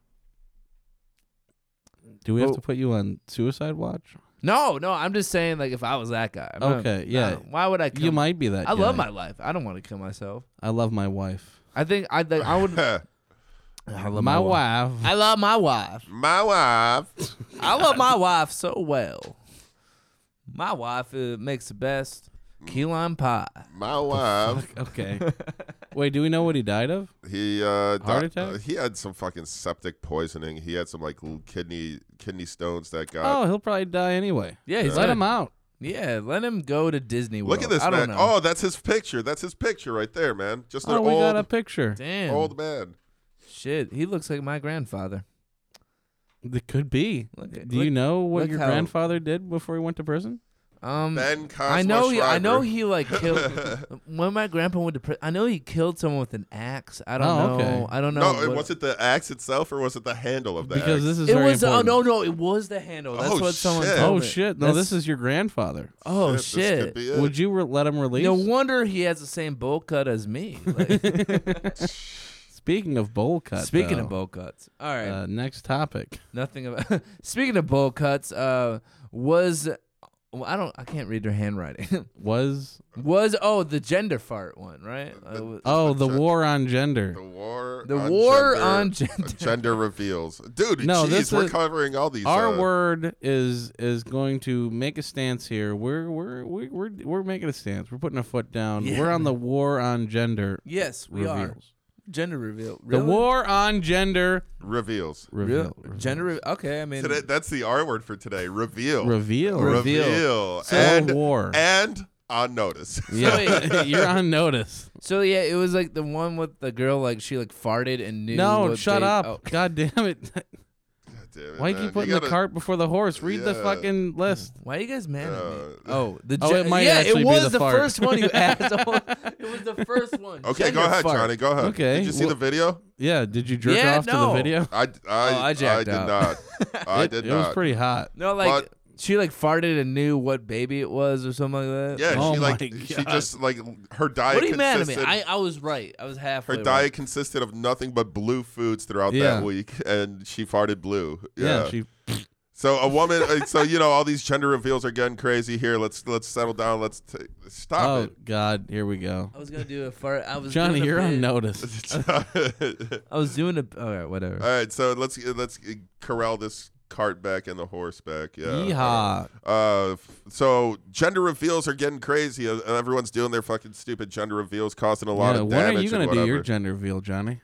[SPEAKER 8] Do we have
[SPEAKER 7] Well-
[SPEAKER 8] to put you on suicide watch?
[SPEAKER 7] No, no, I'm just saying, like, if I was that guy. I'm not-
[SPEAKER 8] Okay,
[SPEAKER 7] I
[SPEAKER 8] yeah.
[SPEAKER 7] don't- Why would I? Kill
[SPEAKER 8] You might be that.
[SPEAKER 7] I love
[SPEAKER 8] guy.
[SPEAKER 7] my life. I don't want to kill myself.
[SPEAKER 8] I love my wife.
[SPEAKER 7] I think I think I would. I
[SPEAKER 8] my, wife.
[SPEAKER 7] I love my wife.
[SPEAKER 9] My wife.
[SPEAKER 7] I love my wife so well. My wife uh, makes the best key lime pie.
[SPEAKER 9] My wife.
[SPEAKER 8] okay. Wait. Do we know what he died of?
[SPEAKER 9] He uh,
[SPEAKER 8] Heart
[SPEAKER 9] di-
[SPEAKER 8] attack?
[SPEAKER 9] uh, he had some fucking septic poisoning. He had some like l- kidney kidney stones that got.
[SPEAKER 8] Oh, he'll probably die anyway.
[SPEAKER 7] Uh, Yeah, he's
[SPEAKER 8] Let
[SPEAKER 7] gonna-
[SPEAKER 8] him out.
[SPEAKER 7] Yeah, let him go to Disney World.
[SPEAKER 9] Look at this
[SPEAKER 7] I don't
[SPEAKER 9] man.
[SPEAKER 7] know.
[SPEAKER 9] Oh, that's his picture. That's his picture right there, man. Just an
[SPEAKER 8] Oh, we
[SPEAKER 9] old
[SPEAKER 8] got a picture.
[SPEAKER 7] damn
[SPEAKER 9] old man.
[SPEAKER 7] shit. He looks like my grandfather.
[SPEAKER 8] That could be.
[SPEAKER 7] Look at-
[SPEAKER 8] Do you
[SPEAKER 7] look-
[SPEAKER 8] know what
[SPEAKER 7] look
[SPEAKER 8] your
[SPEAKER 7] how-
[SPEAKER 8] grandfather did before he went to prison?
[SPEAKER 7] Um,
[SPEAKER 9] Ben Cosmo
[SPEAKER 7] I know. He, I know
[SPEAKER 9] Shriver.
[SPEAKER 7] he like killed when my grandpa went to prison. I know he killed someone with an axe. I don't
[SPEAKER 8] Oh,
[SPEAKER 7] know.
[SPEAKER 8] okay.
[SPEAKER 7] I don't know.
[SPEAKER 9] No,
[SPEAKER 7] what-
[SPEAKER 9] was it the axe itself or was it the handle of the
[SPEAKER 8] Because
[SPEAKER 9] axe?
[SPEAKER 8] this is
[SPEAKER 7] It
[SPEAKER 8] very
[SPEAKER 7] was. Oh
[SPEAKER 8] important.
[SPEAKER 7] no, no, it was the handle. That's
[SPEAKER 9] Oh,
[SPEAKER 7] what someone
[SPEAKER 9] shit.
[SPEAKER 7] told
[SPEAKER 8] Oh
[SPEAKER 7] me.
[SPEAKER 8] shit! No,
[SPEAKER 7] That's-
[SPEAKER 8] this is your grandfather.
[SPEAKER 7] Oh
[SPEAKER 9] Shit, this could
[SPEAKER 7] shit.
[SPEAKER 9] be it.
[SPEAKER 8] Would you re- let him release?
[SPEAKER 7] No wonder he has the same bowl cut as me. Like,
[SPEAKER 8] Speaking of bowl cut.
[SPEAKER 7] speaking of
[SPEAKER 8] though,
[SPEAKER 7] bowl cuts, all right.
[SPEAKER 8] uh, next topic.
[SPEAKER 7] nothing about. speaking of bowl cuts, uh, was well, I don't. I can't read their handwriting.
[SPEAKER 8] Was
[SPEAKER 7] was oh the gender fart one right? Uh, wa-
[SPEAKER 8] oh the war on gender?
[SPEAKER 9] The war.
[SPEAKER 7] The
[SPEAKER 9] on
[SPEAKER 7] war
[SPEAKER 9] gender,
[SPEAKER 7] on gender.
[SPEAKER 9] gender reveals, dude.
[SPEAKER 8] No,
[SPEAKER 9] jeez,
[SPEAKER 8] this
[SPEAKER 9] we're
[SPEAKER 8] is-
[SPEAKER 9] covering all these.
[SPEAKER 8] Our
[SPEAKER 9] uh,
[SPEAKER 8] word is is going to make a stance here. We're we're we're we're, we're making a stance. We're putting a foot down.
[SPEAKER 7] Yeah.
[SPEAKER 8] We're on the war on gender
[SPEAKER 7] yes, we
[SPEAKER 8] reveals.
[SPEAKER 7] are gender reveal.
[SPEAKER 8] The
[SPEAKER 7] Really?
[SPEAKER 8] war on gender
[SPEAKER 9] reveals.
[SPEAKER 7] Real-
[SPEAKER 8] reveal. reveal.
[SPEAKER 7] gender. Re- okay, I mean,
[SPEAKER 9] Today, that's the R word for today. Reveal.
[SPEAKER 8] reveal.
[SPEAKER 9] Reveal.
[SPEAKER 8] So
[SPEAKER 9] and
[SPEAKER 8] war.
[SPEAKER 9] and on notice.
[SPEAKER 8] Yeah, you're on notice.
[SPEAKER 7] so yeah, it was like the one with the girl like she like farted and knew.
[SPEAKER 8] No,
[SPEAKER 7] what
[SPEAKER 8] shut
[SPEAKER 7] they-
[SPEAKER 8] up.
[SPEAKER 7] oh.
[SPEAKER 8] God damn it.
[SPEAKER 9] Damn it,
[SPEAKER 8] Why you
[SPEAKER 9] man.
[SPEAKER 8] keep putting
[SPEAKER 9] gotta-
[SPEAKER 8] the cart before the horse? Read the
[SPEAKER 9] Yeah.
[SPEAKER 8] fucking list.
[SPEAKER 7] Why are you guys mad at me?
[SPEAKER 9] Uh,
[SPEAKER 7] Oh, the
[SPEAKER 8] Oh,
[SPEAKER 7] gen-
[SPEAKER 8] it might
[SPEAKER 7] yeah,
[SPEAKER 8] actually
[SPEAKER 7] it
[SPEAKER 8] be
[SPEAKER 7] was
[SPEAKER 8] the
[SPEAKER 7] the,
[SPEAKER 8] fart.
[SPEAKER 7] first one, you asshole. It was the first one.
[SPEAKER 9] Okay,
[SPEAKER 7] Gender
[SPEAKER 9] go ahead,
[SPEAKER 7] fart.
[SPEAKER 9] Johnny. Go ahead.
[SPEAKER 8] Oh, Okay,
[SPEAKER 9] Did you see
[SPEAKER 8] well- oh,
[SPEAKER 9] the video?
[SPEAKER 8] Yeah, did you jerk
[SPEAKER 7] Yeah,
[SPEAKER 8] off
[SPEAKER 7] no.
[SPEAKER 8] to the video?
[SPEAKER 9] I I I,
[SPEAKER 7] I jacked
[SPEAKER 9] did
[SPEAKER 7] out.
[SPEAKER 9] not. I
[SPEAKER 8] it,
[SPEAKER 9] did
[SPEAKER 8] it
[SPEAKER 9] not.
[SPEAKER 8] was pretty hot.
[SPEAKER 7] No, like
[SPEAKER 9] But-
[SPEAKER 7] she like farted and knew what baby it was or something like that.
[SPEAKER 9] Yeah,
[SPEAKER 8] Oh
[SPEAKER 9] she like
[SPEAKER 8] my
[SPEAKER 9] she
[SPEAKER 8] God.
[SPEAKER 9] just like her diet.
[SPEAKER 7] What are you mad at me?
[SPEAKER 9] consisted-
[SPEAKER 7] I, I was right. I was
[SPEAKER 9] her
[SPEAKER 7] halfway.
[SPEAKER 9] diet consisted of nothing but blue foods throughout
[SPEAKER 8] Yeah.
[SPEAKER 9] that week, and she farted blue.
[SPEAKER 8] Yeah, she
[SPEAKER 9] So a woman. uh, so you know all these gender reveals are getting crazy here. Let's let's settle down. Let's t-
[SPEAKER 8] Oh
[SPEAKER 9] stop
[SPEAKER 8] god, here we go.
[SPEAKER 7] I was gonna do a fart. I was
[SPEAKER 8] Johnny,
[SPEAKER 7] doing a
[SPEAKER 8] you're on
[SPEAKER 7] bit-
[SPEAKER 8] notice.
[SPEAKER 9] it.
[SPEAKER 7] I was doing a. All right, whatever.
[SPEAKER 9] all right. So let's let's corral this cart back and the horse back. Yeah.
[SPEAKER 11] Yeehaw.
[SPEAKER 9] Uh, f- so gender reveals are getting crazy. Uh, Everyone's doing their fucking stupid gender reveals, causing a lot
[SPEAKER 8] Yeah,
[SPEAKER 9] of
[SPEAKER 8] when
[SPEAKER 9] damage.
[SPEAKER 8] are you
[SPEAKER 9] and
[SPEAKER 8] gonna do your
[SPEAKER 9] whatever.
[SPEAKER 8] gender reveal, Johnny?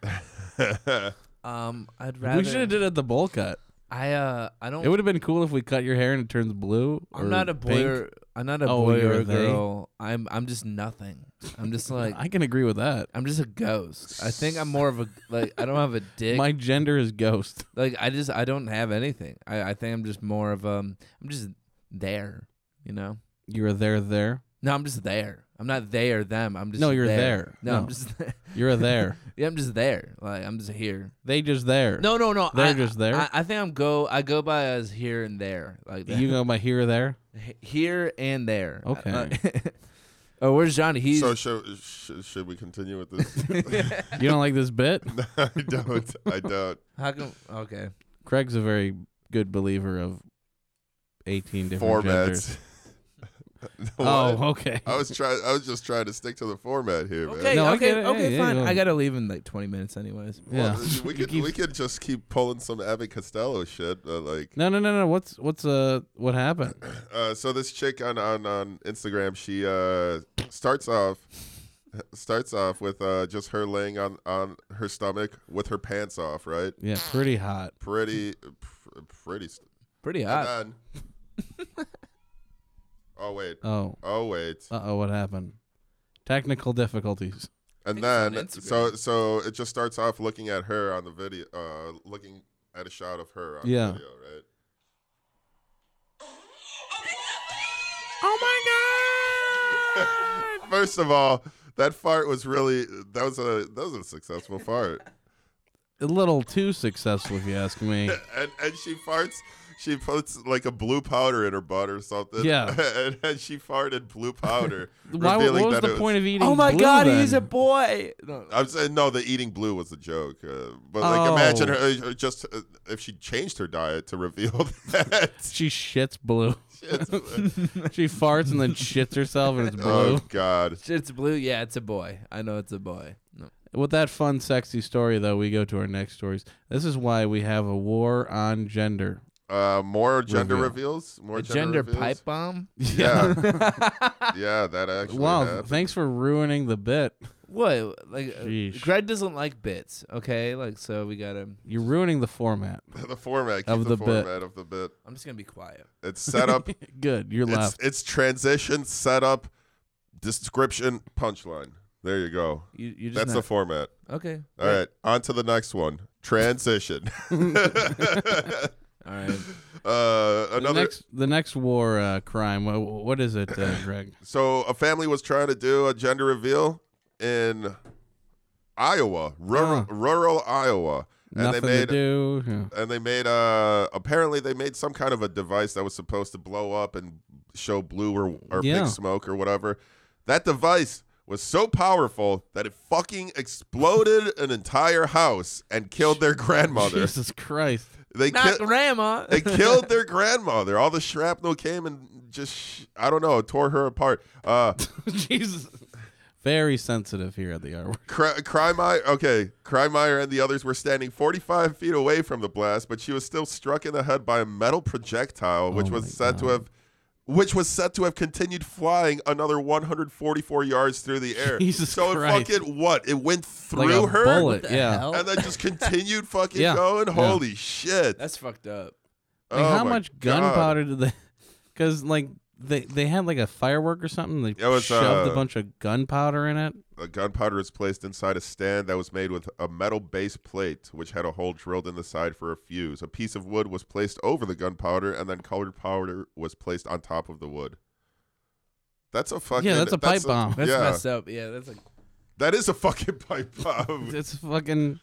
[SPEAKER 9] Uh,
[SPEAKER 7] Um, I'd rather.
[SPEAKER 8] We should have did it at the bowl cut.
[SPEAKER 7] I uh, I don't.
[SPEAKER 8] It would have been cool if we cut your hair and it turns blue.
[SPEAKER 7] I'm
[SPEAKER 8] or
[SPEAKER 7] not a boy.
[SPEAKER 8] pink.
[SPEAKER 7] Or, I'm not a
[SPEAKER 8] Oh,
[SPEAKER 7] boy
[SPEAKER 8] you're
[SPEAKER 7] or
[SPEAKER 8] a
[SPEAKER 7] a
[SPEAKER 8] they?
[SPEAKER 7] girl. I'm I'm just nothing. I'm just like
[SPEAKER 8] I can agree with that.
[SPEAKER 7] I'm just a ghost. I think I'm more of a like I don't have a dick.
[SPEAKER 8] My gender is ghost.
[SPEAKER 7] like I just I don't have anything. I I think I'm just more of um I'm just there. You know.
[SPEAKER 8] You're there, there.
[SPEAKER 7] No, I'm just there. I'm not they or them. I'm just
[SPEAKER 8] No, you're there.
[SPEAKER 7] No,
[SPEAKER 8] No.
[SPEAKER 7] I'm just
[SPEAKER 8] You're a there.
[SPEAKER 7] yeah, I'm just there. Like I'm just here.
[SPEAKER 8] they just there.
[SPEAKER 7] No, no, no.
[SPEAKER 8] They're
[SPEAKER 7] I,
[SPEAKER 8] just there?
[SPEAKER 7] I, I think I'm go. I go by as here and there, like that.
[SPEAKER 8] You go by here, or there.
[SPEAKER 7] H- here and there.
[SPEAKER 8] Okay.
[SPEAKER 7] Uh, oh, where's Johnny? He's
[SPEAKER 9] so should, should should we continue with this?
[SPEAKER 8] You don't like this bit?
[SPEAKER 9] I don't. I don't.
[SPEAKER 7] how come? Okay.
[SPEAKER 8] Craig's a very good believer of 18 different genders.
[SPEAKER 9] Formats.
[SPEAKER 8] Oh,
[SPEAKER 9] What? Oh,
[SPEAKER 8] okay.
[SPEAKER 9] I was trying. I was just trying to stick to the format here, man.
[SPEAKER 7] Okay.
[SPEAKER 8] No, I
[SPEAKER 7] okay.
[SPEAKER 8] get it.
[SPEAKER 7] okay.
[SPEAKER 8] Yeah, yeah,
[SPEAKER 7] fine.
[SPEAKER 8] go.
[SPEAKER 7] I gotta leave in like 20 minutes, anyways.
[SPEAKER 8] Yeah.
[SPEAKER 9] we could we could just keep pulling some Abbott Costello shit. Uh, like,
[SPEAKER 8] No, no, no, no. What's what's uh what happened?
[SPEAKER 9] uh, so this chick on on on Instagram, she uh starts off starts off with uh just her laying on on her stomach with her pants off, right?
[SPEAKER 8] Yeah, pretty hot.
[SPEAKER 9] Pretty pr- pretty. St-
[SPEAKER 7] Pretty
[SPEAKER 8] Ah.
[SPEAKER 9] and
[SPEAKER 7] hot.
[SPEAKER 9] then- oh wait.
[SPEAKER 8] Oh,
[SPEAKER 9] Oh wait.
[SPEAKER 8] uh oh, what happened? Technical difficulties.
[SPEAKER 9] and
[SPEAKER 7] think
[SPEAKER 9] then uh,
[SPEAKER 7] it's on
[SPEAKER 9] so so it just starts off looking at her on the video uh looking at a shot of her on
[SPEAKER 8] Yeah.
[SPEAKER 9] the video right oh my god first of all that fart was really that was a that was a successful fart
[SPEAKER 8] A little too successful, if you ask me.
[SPEAKER 9] and and she farts she puts like a blue powder in her butt or something
[SPEAKER 8] Yeah.
[SPEAKER 9] and, and she farted blue powder
[SPEAKER 8] Why? What
[SPEAKER 9] revealing
[SPEAKER 8] was
[SPEAKER 9] that
[SPEAKER 8] the
[SPEAKER 9] it
[SPEAKER 8] point of eating?
[SPEAKER 7] Oh my
[SPEAKER 8] blue
[SPEAKER 7] God,
[SPEAKER 8] then?
[SPEAKER 7] he's a boy. No,
[SPEAKER 9] I'm saying no. The eating blue was a joke, uh, but like imagine
[SPEAKER 8] Oh.
[SPEAKER 9] her uh, uh, just uh, if she changed her diet to reveal that. Oh,
[SPEAKER 8] She shits blue.
[SPEAKER 9] Shit's-
[SPEAKER 8] she farts and then shits herself, and it's blue.
[SPEAKER 9] oh God!
[SPEAKER 7] It's blue. Yeah, it's a boy. I know it's a boy. No.
[SPEAKER 8] With that fun, sexy story, though, we go to our next stories. This is why we have a war on gender.
[SPEAKER 9] Uh, more gender
[SPEAKER 8] Reveal.
[SPEAKER 9] reveals. More
[SPEAKER 7] A gender
[SPEAKER 9] reveals?
[SPEAKER 7] pipe bomb.
[SPEAKER 9] Yeah, yeah, that actually.
[SPEAKER 8] wow,
[SPEAKER 9] happened.
[SPEAKER 8] thanks for ruining the bit.
[SPEAKER 7] What? Like, uh,
[SPEAKER 8] Sheesh.
[SPEAKER 7] Greg doesn't like bits. Okay, like so we gotta.
[SPEAKER 8] You're ruining the format.
[SPEAKER 9] the format keep
[SPEAKER 8] Of
[SPEAKER 9] the,
[SPEAKER 8] the bit.
[SPEAKER 9] format of the bit.
[SPEAKER 7] I'm just gonna be quiet.
[SPEAKER 9] It's setup.
[SPEAKER 8] Good, you're
[SPEAKER 9] it's
[SPEAKER 8] left.
[SPEAKER 9] it's transition, setup, description, punchline. There you go.
[SPEAKER 7] You you just
[SPEAKER 9] That's the
[SPEAKER 7] not-
[SPEAKER 9] format.
[SPEAKER 7] okay.
[SPEAKER 9] All right, on to the next one. Transition.
[SPEAKER 7] All right.
[SPEAKER 9] uh,
[SPEAKER 8] The
[SPEAKER 9] another
[SPEAKER 8] next, the next war uh, crime. What, what is it, uh, Greg?
[SPEAKER 9] So a family was trying to do a gender reveal in Iowa, rural, rural Iowa, and
[SPEAKER 8] Nothing
[SPEAKER 9] they made
[SPEAKER 8] to do. Yeah.
[SPEAKER 9] and they made uh apparently they made some kind of a device that was supposed to blow up and show blue or or
[SPEAKER 8] Yeah.
[SPEAKER 9] big smoke or whatever. That device was so powerful that it fucking exploded an entire house and killed their grandmother.
[SPEAKER 8] Jesus Christ!
[SPEAKER 9] They
[SPEAKER 7] Not
[SPEAKER 9] ki-
[SPEAKER 7] grandma.
[SPEAKER 9] they killed their grandmother. All the shrapnel came and just sh- I don't know, tore her apart. Uh
[SPEAKER 8] Jesus. Very sensitive here at the artwork.
[SPEAKER 9] Cry- Crymeyer, okay, Crymeyer and the others were standing 45 feet away from the blast, but she was still struck in the head by a metal projectile, which
[SPEAKER 8] Oh my
[SPEAKER 9] was said to
[SPEAKER 8] God.
[SPEAKER 9] have, which was said to have continued flying another 144 yards through the air.
[SPEAKER 8] Jesus
[SPEAKER 9] so
[SPEAKER 8] Christ.
[SPEAKER 9] it fucking what? It went
[SPEAKER 8] Like
[SPEAKER 9] through
[SPEAKER 8] a
[SPEAKER 9] her,
[SPEAKER 8] bullet.
[SPEAKER 7] the
[SPEAKER 8] Yeah.
[SPEAKER 7] hell?
[SPEAKER 9] and then just continued fucking
[SPEAKER 8] Yeah,
[SPEAKER 9] going.
[SPEAKER 8] yeah.
[SPEAKER 9] Holy shit!
[SPEAKER 7] That's fucked up.
[SPEAKER 8] Like,
[SPEAKER 9] Oh
[SPEAKER 8] how
[SPEAKER 9] my
[SPEAKER 8] much
[SPEAKER 9] God.
[SPEAKER 8] gunpowder did they? Because like they they had like a firework or something. They
[SPEAKER 9] It was,
[SPEAKER 8] shoved
[SPEAKER 9] uh,
[SPEAKER 8] a bunch of gunpowder in it.
[SPEAKER 9] The gunpowder is placed inside a stand that was made with a metal base plate, which had a hole drilled in the side for a fuse. A piece of wood was placed over the gunpowder, and then colored powder was placed on top of the wood. That's a fucking
[SPEAKER 8] Yeah, that's a pipe bomb.
[SPEAKER 7] That's
[SPEAKER 9] yeah,
[SPEAKER 7] messed up. Yeah, that's like
[SPEAKER 9] that is a fucking pipe bomb.
[SPEAKER 8] It's fucking.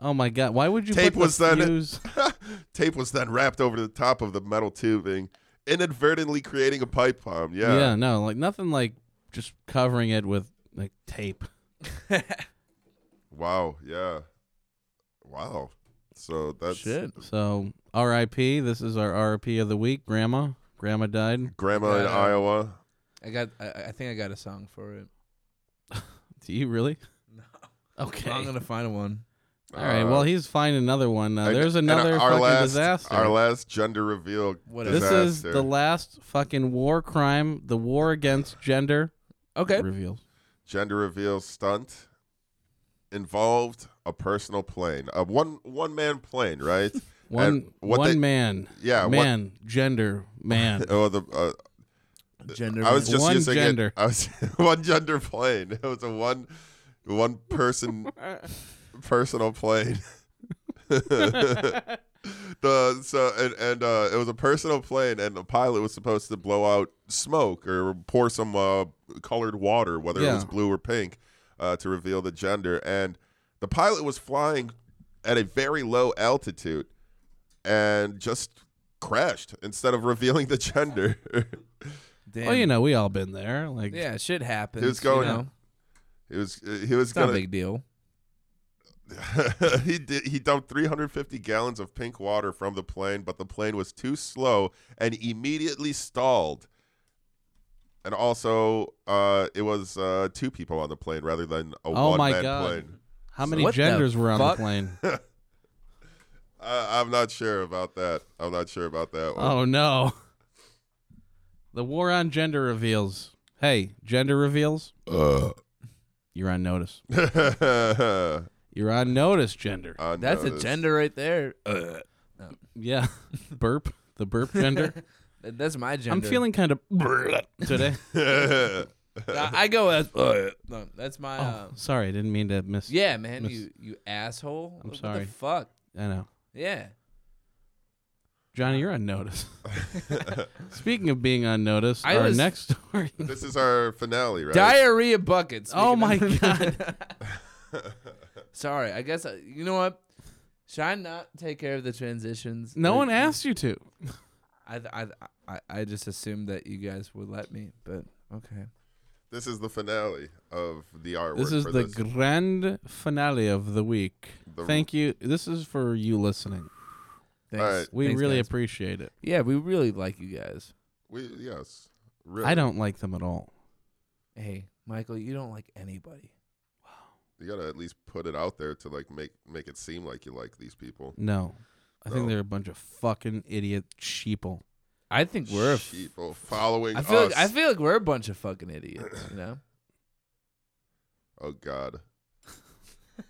[SPEAKER 8] Oh my god! Why would you
[SPEAKER 9] Tape
[SPEAKER 8] put
[SPEAKER 9] was
[SPEAKER 8] the
[SPEAKER 9] then-
[SPEAKER 8] fuse?
[SPEAKER 9] Tape was then wrapped over the top of the metal tubing, inadvertently creating a pipe bomb.
[SPEAKER 8] Yeah.
[SPEAKER 9] Yeah,
[SPEAKER 8] no, like nothing like just covering it with like tape.
[SPEAKER 9] wow, yeah, wow. So that's
[SPEAKER 7] shit.
[SPEAKER 8] So R.I.P. This is our R.I.P. of the week. Grandma, grandma died.
[SPEAKER 9] grandma in
[SPEAKER 7] Yeah.
[SPEAKER 9] Iowa.
[SPEAKER 7] I got. I, I think I got a song for it.
[SPEAKER 8] Do you really?
[SPEAKER 7] No.
[SPEAKER 8] Okay.
[SPEAKER 7] I'm gonna find one.
[SPEAKER 8] All right.
[SPEAKER 9] Uh,
[SPEAKER 8] Well, he's find another one. Uh,
[SPEAKER 9] And-
[SPEAKER 8] there's
[SPEAKER 9] and
[SPEAKER 8] another
[SPEAKER 9] our
[SPEAKER 8] fucking
[SPEAKER 9] last,
[SPEAKER 8] disaster.
[SPEAKER 9] Our last gender reveal.
[SPEAKER 7] What
[SPEAKER 9] disaster.
[SPEAKER 8] this is the last fucking war crime, the war against gender
[SPEAKER 7] Okay.
[SPEAKER 8] reveals.
[SPEAKER 9] gender reveal stunt involved a personal plane, a one one man plane, right?
[SPEAKER 8] One
[SPEAKER 9] what
[SPEAKER 8] one
[SPEAKER 9] they-
[SPEAKER 8] man.
[SPEAKER 9] Yeah, what-
[SPEAKER 8] Man, gender, man.
[SPEAKER 9] Oh, the uh,
[SPEAKER 7] Gender.
[SPEAKER 9] I was just
[SPEAKER 8] One
[SPEAKER 9] using
[SPEAKER 8] gender.
[SPEAKER 9] it. I was one gender plane. It was a one one person personal plane. the so and, and uh it was a personal plane and the pilot was supposed to blow out smoke or pour some uh colored water whether it was
[SPEAKER 8] Yeah.
[SPEAKER 9] blue or pink uh to reveal the gender and the pilot was flying at a very low altitude and just crashed instead of revealing the gender
[SPEAKER 7] Damn.
[SPEAKER 8] Well, you know, we all been there. Like,
[SPEAKER 7] Yeah, shit happens.
[SPEAKER 9] Who's going-
[SPEAKER 7] You know?
[SPEAKER 9] He was he was
[SPEAKER 7] It's not a
[SPEAKER 9] gonna
[SPEAKER 7] big deal.
[SPEAKER 9] he did, he dumped 350 gallons of pink water from the plane, but the plane was too slow and immediately stalled. And also, uh, it was uh, two people on the plane rather than a
[SPEAKER 8] Oh
[SPEAKER 9] one
[SPEAKER 8] my
[SPEAKER 9] man
[SPEAKER 8] God.
[SPEAKER 9] plane.
[SPEAKER 8] how many
[SPEAKER 7] What the
[SPEAKER 8] genders were on
[SPEAKER 7] fuck?
[SPEAKER 8] the plane?
[SPEAKER 9] I, I'm not sure about that. I'm not sure about that one.
[SPEAKER 8] Oh no. The war on gender reveals. Hey, gender reveals. Oh. You're on notice. You're on notice, gender.
[SPEAKER 9] Uh, I
[SPEAKER 7] That's a
[SPEAKER 9] noticed.
[SPEAKER 7] gender right there.
[SPEAKER 8] yeah. burp. The burp gender.
[SPEAKER 7] That's my gender.
[SPEAKER 8] I'm feeling kind of today.
[SPEAKER 7] I, I go as. no, that's my. Uh,
[SPEAKER 8] Oh, sorry, I didn't mean to miss.
[SPEAKER 7] yeah, man.
[SPEAKER 8] miss-
[SPEAKER 7] You you asshole.
[SPEAKER 8] I'm
[SPEAKER 7] what
[SPEAKER 8] sorry.
[SPEAKER 7] the fuck?
[SPEAKER 8] I know.
[SPEAKER 7] Yeah.
[SPEAKER 8] Johnny, you're on notice. Speaking of being on notice,
[SPEAKER 7] I
[SPEAKER 8] our
[SPEAKER 7] was-
[SPEAKER 8] next story.
[SPEAKER 9] this is our finale, right?
[SPEAKER 7] Diarrhea buckets.
[SPEAKER 8] Oh my
[SPEAKER 7] speaking of-
[SPEAKER 8] god.
[SPEAKER 7] Sorry. I guess I, you know what. Should I not take care of the transitions?
[SPEAKER 8] No
[SPEAKER 7] Like,
[SPEAKER 8] one asked you to.
[SPEAKER 7] I, I I I just assumed that you guys would let me, but okay.
[SPEAKER 9] this is the finale of the artwork.
[SPEAKER 8] This is
[SPEAKER 9] for
[SPEAKER 8] the
[SPEAKER 9] this.
[SPEAKER 8] grand finale of the week.
[SPEAKER 9] The-
[SPEAKER 8] Thank you. This is for you listening.
[SPEAKER 7] Thanks.
[SPEAKER 9] All right.
[SPEAKER 8] We
[SPEAKER 7] Thanks,
[SPEAKER 8] really
[SPEAKER 7] guys.
[SPEAKER 8] appreciate it.
[SPEAKER 7] Yeah, we really like you guys.
[SPEAKER 9] we, yes. Really.
[SPEAKER 8] I don't like them at all.
[SPEAKER 7] Hey, Michael, you don't like anybody.
[SPEAKER 9] you gotta at least put it out there to like make make it seem like you like these people.
[SPEAKER 8] No. I
[SPEAKER 9] No.
[SPEAKER 8] think they're a bunch of fucking idiot
[SPEAKER 7] Oh
[SPEAKER 8] sheeple.
[SPEAKER 7] I think we're. f-
[SPEAKER 9] people oh, following
[SPEAKER 7] I feel
[SPEAKER 9] us.
[SPEAKER 7] like, I feel like we're a bunch of fucking idiots. You know.
[SPEAKER 9] oh God,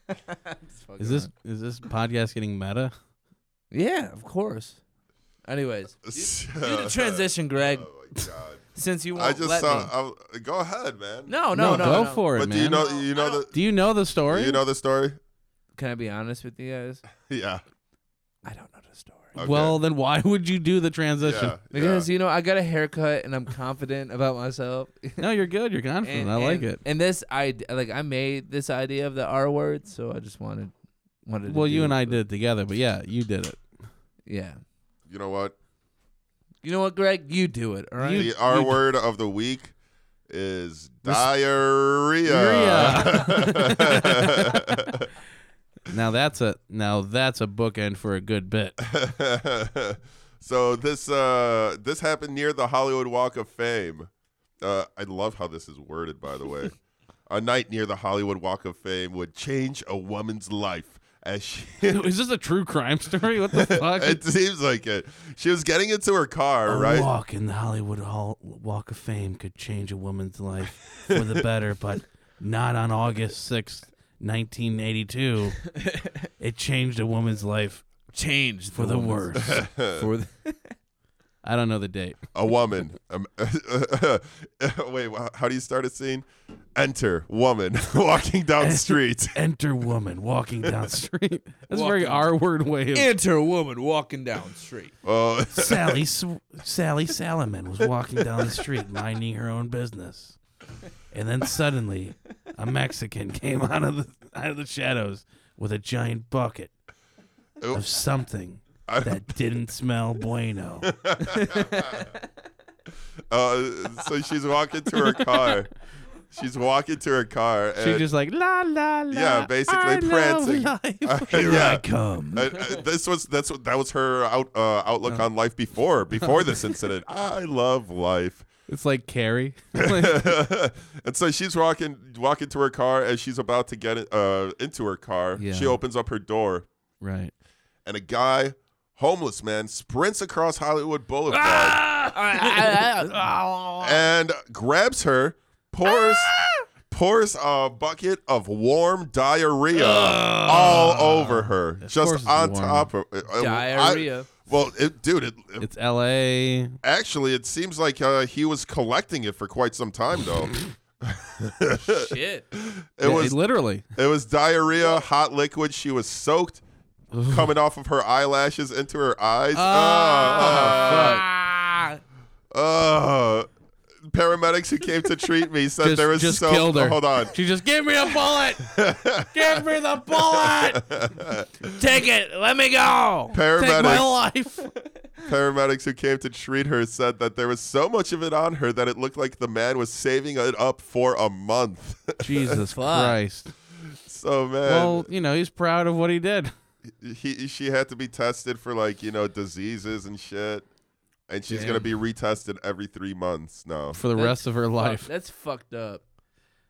[SPEAKER 7] It's fucking
[SPEAKER 8] Is this
[SPEAKER 7] around.
[SPEAKER 8] is this podcast getting meta?
[SPEAKER 7] Yeah, of course. Anyways, do the transition, Greg,
[SPEAKER 9] Oh my God,
[SPEAKER 7] since you won't
[SPEAKER 9] I just
[SPEAKER 7] let
[SPEAKER 9] saw.
[SPEAKER 7] me.
[SPEAKER 9] i go ahead, man.
[SPEAKER 7] no, Oh, no, no.
[SPEAKER 8] Go
[SPEAKER 7] no.
[SPEAKER 8] for it,
[SPEAKER 9] but
[SPEAKER 8] man.
[SPEAKER 9] do you know you know the
[SPEAKER 8] Do you know the story?
[SPEAKER 9] you know the story?
[SPEAKER 7] Can I be honest with you guys?
[SPEAKER 9] Yeah.
[SPEAKER 7] I don't know the story.
[SPEAKER 9] Okay.
[SPEAKER 8] Well, then why would you do the transition?
[SPEAKER 9] yeah,
[SPEAKER 7] Because
[SPEAKER 9] Uh, yeah.
[SPEAKER 7] you know, I got a haircut and I'm confident about myself.
[SPEAKER 8] No, you're good. You're confident. I like it.
[SPEAKER 7] And this I like I made this idea of the R word, so I just wanted wanted.
[SPEAKER 8] Well,
[SPEAKER 7] to
[SPEAKER 8] you
[SPEAKER 7] do
[SPEAKER 8] and
[SPEAKER 7] it,
[SPEAKER 8] I
[SPEAKER 7] but-
[SPEAKER 8] did it together, but yeah, you did it.
[SPEAKER 7] Yeah.
[SPEAKER 9] you know what?
[SPEAKER 7] You know what, Greg? You do it. All right.
[SPEAKER 9] the R word of the week is diarrhea.
[SPEAKER 8] Diarrhea. uh, Now that's a now that's a bookend for a good bit.
[SPEAKER 9] so this uh this happened near the Hollywood Walk of Fame. Uh, I love how this is worded, by the way. a night near the Hollywood Walk of Fame would change a woman's life as she.
[SPEAKER 8] Is this a true crime story? What the fuck?
[SPEAKER 9] it seems like it. She was getting into her car,
[SPEAKER 8] A
[SPEAKER 9] right?
[SPEAKER 8] walk in the Hollywood Hall Walk of Fame could change a woman's life for the better, but not on August sixth, nineteen eighty-two. It changed a woman's life
[SPEAKER 7] Change
[SPEAKER 8] for the worse.
[SPEAKER 7] For the-
[SPEAKER 8] I don't know the date.
[SPEAKER 9] A woman. Um, wait, wha- how do you start a scene? Enter woman walking down street.
[SPEAKER 8] Enter woman walking down street. That's a
[SPEAKER 7] Walking.
[SPEAKER 8] very R-word way of
[SPEAKER 7] enter a woman walking down street.
[SPEAKER 9] Oh,
[SPEAKER 8] Sally Sw- Sally Salomon was walking down the street minding her own business, and then suddenly, a Mexican came out of the out of the shadows with a giant bucket of something that didn't smell bueno.
[SPEAKER 9] uh, so she's walking to her car. She's walking to her car. And
[SPEAKER 8] like la la la.
[SPEAKER 9] Yeah, basically prancing.
[SPEAKER 8] Here
[SPEAKER 9] Yeah.
[SPEAKER 8] I come. Uh.
[SPEAKER 9] Uh, uh, this was that's what that was her out, uh, outlook on life before before this incident. I love life.
[SPEAKER 8] It's like Carrie.
[SPEAKER 9] and so she's walking walking to her car as she's about to get it, uh, into her car.
[SPEAKER 8] Yeah.
[SPEAKER 9] She opens up her door,
[SPEAKER 8] right.
[SPEAKER 9] and a guy, homeless man, sprints across Hollywood Boulevard
[SPEAKER 8] Ah!
[SPEAKER 9] and grabs her, pours
[SPEAKER 7] Ah!
[SPEAKER 9] pours a bucket of warm diarrhea all over her,
[SPEAKER 8] course
[SPEAKER 9] just
[SPEAKER 8] it's
[SPEAKER 9] on
[SPEAKER 8] warm.
[SPEAKER 9] top of uh, I-
[SPEAKER 7] Diarrhea.
[SPEAKER 9] well, it, dude, it, it-
[SPEAKER 8] It's L.A.
[SPEAKER 9] actually it seems like uh, he was collecting it for quite some time though.
[SPEAKER 7] Shit.
[SPEAKER 9] It
[SPEAKER 8] Yeah,
[SPEAKER 9] was
[SPEAKER 8] literally.
[SPEAKER 9] It was diarrhea, hot liquid. She was soaked, coming off of her eyelashes into her eyes. Ah, ah. Paramedics who came to treat me said
[SPEAKER 8] Just,
[SPEAKER 9] there was
[SPEAKER 8] just
[SPEAKER 9] so.
[SPEAKER 8] killed her.
[SPEAKER 9] Hold on.
[SPEAKER 8] She just gave me a bullet.
[SPEAKER 12] Give me the bullet. Take it. Let me go. Take my
[SPEAKER 9] Paramedics,
[SPEAKER 12] life.
[SPEAKER 9] paramedics who came to treat her said that there was so much of it on her that it looked like the man was saving it up for a month.
[SPEAKER 8] Jesus Christ.
[SPEAKER 9] so man,
[SPEAKER 8] Well, you know, he's proud of what he did.
[SPEAKER 9] he she had to be tested for like you know diseases and shit, and she's gonna be retested every three months now.
[SPEAKER 8] for the
[SPEAKER 7] That's
[SPEAKER 8] rest of her
[SPEAKER 7] Fuck,
[SPEAKER 8] life.
[SPEAKER 7] That's fucked up.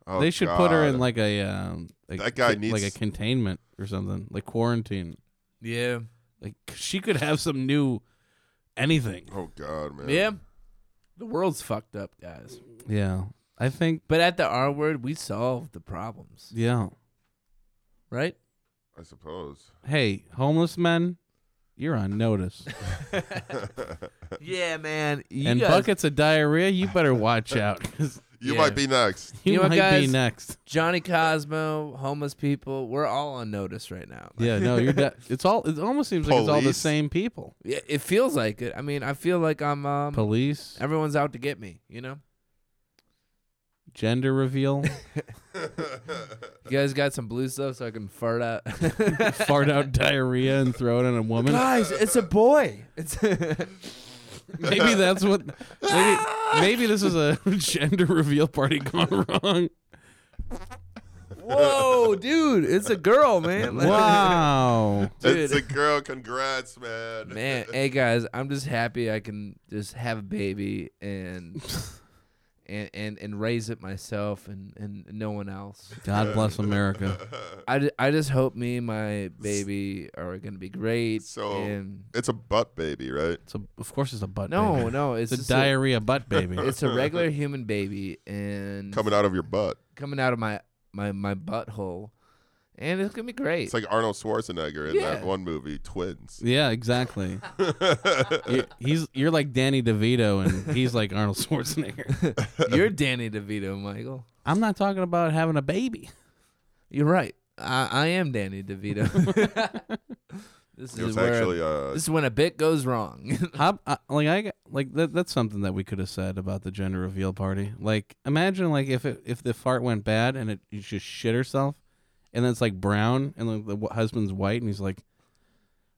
[SPEAKER 9] Oh,
[SPEAKER 8] they should put her in
[SPEAKER 9] God.
[SPEAKER 8] like a um, like,
[SPEAKER 9] That guy
[SPEAKER 8] like
[SPEAKER 9] needs-
[SPEAKER 8] a containment or something, like quarantine.
[SPEAKER 7] Yeah.
[SPEAKER 8] Like she could have some new.
[SPEAKER 12] Anything.
[SPEAKER 9] Oh God, man.
[SPEAKER 7] Yeah. The world's fucked up, guys.
[SPEAKER 8] Yeah, I think.
[SPEAKER 7] But at the R word, we solved the problems,
[SPEAKER 8] Yeah.
[SPEAKER 7] right?
[SPEAKER 9] I suppose.
[SPEAKER 8] Hey, homeless men, you're on notice.
[SPEAKER 7] Yeah, man. You
[SPEAKER 8] and
[SPEAKER 7] guys,
[SPEAKER 8] buckets of diarrhea, you better watch out. 'cause
[SPEAKER 9] You
[SPEAKER 7] Yeah.
[SPEAKER 9] might be next.
[SPEAKER 8] you
[SPEAKER 7] You know what,
[SPEAKER 8] might be
[SPEAKER 7] guys?
[SPEAKER 8] next.
[SPEAKER 7] Johnny Cosmo, homeless people, we're all on notice right now.
[SPEAKER 8] Yeah, no, you're. De- it's all. It almost seems like it's all the
[SPEAKER 9] Police.
[SPEAKER 8] same people.
[SPEAKER 7] Yeah, it feels like it. I mean, I feel like I'm um,
[SPEAKER 8] Police,
[SPEAKER 7] everyone's out to get me, you know?
[SPEAKER 8] gender reveal,
[SPEAKER 7] You guys got some blue stuff so I can fart out.
[SPEAKER 8] fart out diarrhea and throw it on a woman.
[SPEAKER 7] guys, it's a boy. It's
[SPEAKER 8] Maybe that's what. Maybe, maybe this is a gender reveal party gone wrong.
[SPEAKER 7] Whoa, dude, it's a girl, man. Like-
[SPEAKER 8] Wow.
[SPEAKER 9] It's a girl. Congrats, man.
[SPEAKER 7] Man, hey guys, I'm just happy I can just have a baby and and and, and raise it myself and, and no one else.
[SPEAKER 8] God bless America.
[SPEAKER 7] I, ju- I just hope me and my baby are gonna be great.
[SPEAKER 9] So-
[SPEAKER 7] and
[SPEAKER 9] It's a butt baby, right?
[SPEAKER 8] It's a, of course, it's a butt.
[SPEAKER 7] no,
[SPEAKER 8] baby.
[SPEAKER 7] no, it's,
[SPEAKER 8] it's, a
[SPEAKER 7] just
[SPEAKER 8] diarrhea butt baby.
[SPEAKER 7] it's a regular human baby and
[SPEAKER 9] Coming out of your butt.
[SPEAKER 7] coming out of my my my butthole, and it's gonna be great.
[SPEAKER 9] It's like Arnold Schwarzenegger in that
[SPEAKER 7] Yeah.
[SPEAKER 9] one movie, Twins.
[SPEAKER 8] yeah, exactly. You're, he's you're like Danny DeVito, and he's like Arnold Schwarzenegger.
[SPEAKER 7] You're Danny DeVito, Michael.
[SPEAKER 8] I'm not talking about having a baby.
[SPEAKER 7] You're right. I, I am Danny DeVito. this
[SPEAKER 9] It was
[SPEAKER 7] is where
[SPEAKER 9] actually uh,
[SPEAKER 7] this is when a bit goes wrong.
[SPEAKER 8] How, uh, like I got- like that, that's something that we could have said about the gender reveal party. Like imagine like if it, if the fart went bad and it you just shit herself, and then it's like brown and like, the w- husband's white and he's like,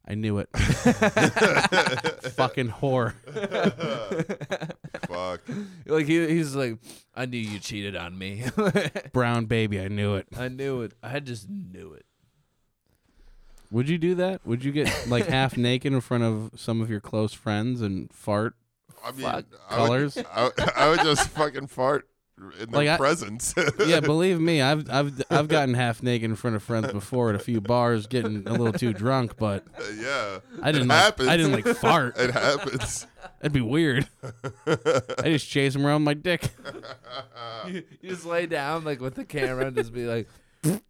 [SPEAKER 8] I knew it, fucking whore.
[SPEAKER 9] fuck.
[SPEAKER 7] like he, he's like, I knew you cheated on me.
[SPEAKER 8] Brown baby, I knew it.
[SPEAKER 7] I knew it. I just knew it.
[SPEAKER 8] Would you do that? Would you get like half naked in front of some of your close friends and fart?
[SPEAKER 9] I mean,
[SPEAKER 8] Fuck.
[SPEAKER 9] I would-
[SPEAKER 8] Colors?
[SPEAKER 9] I, I would just fucking fart in their
[SPEAKER 8] Like, I-
[SPEAKER 9] presence.
[SPEAKER 8] Yeah, believe me, I've I've I've gotten half naked in front of friends before at a few bars, getting a little too drunk, but
[SPEAKER 9] Uh, yeah.
[SPEAKER 8] I didn't
[SPEAKER 9] It
[SPEAKER 8] like,
[SPEAKER 9] happens.
[SPEAKER 8] I didn't like fart.
[SPEAKER 9] It happens.
[SPEAKER 8] That'd be weird. I just chase him around with my dick.
[SPEAKER 7] You just lay down like with the camera and just be like,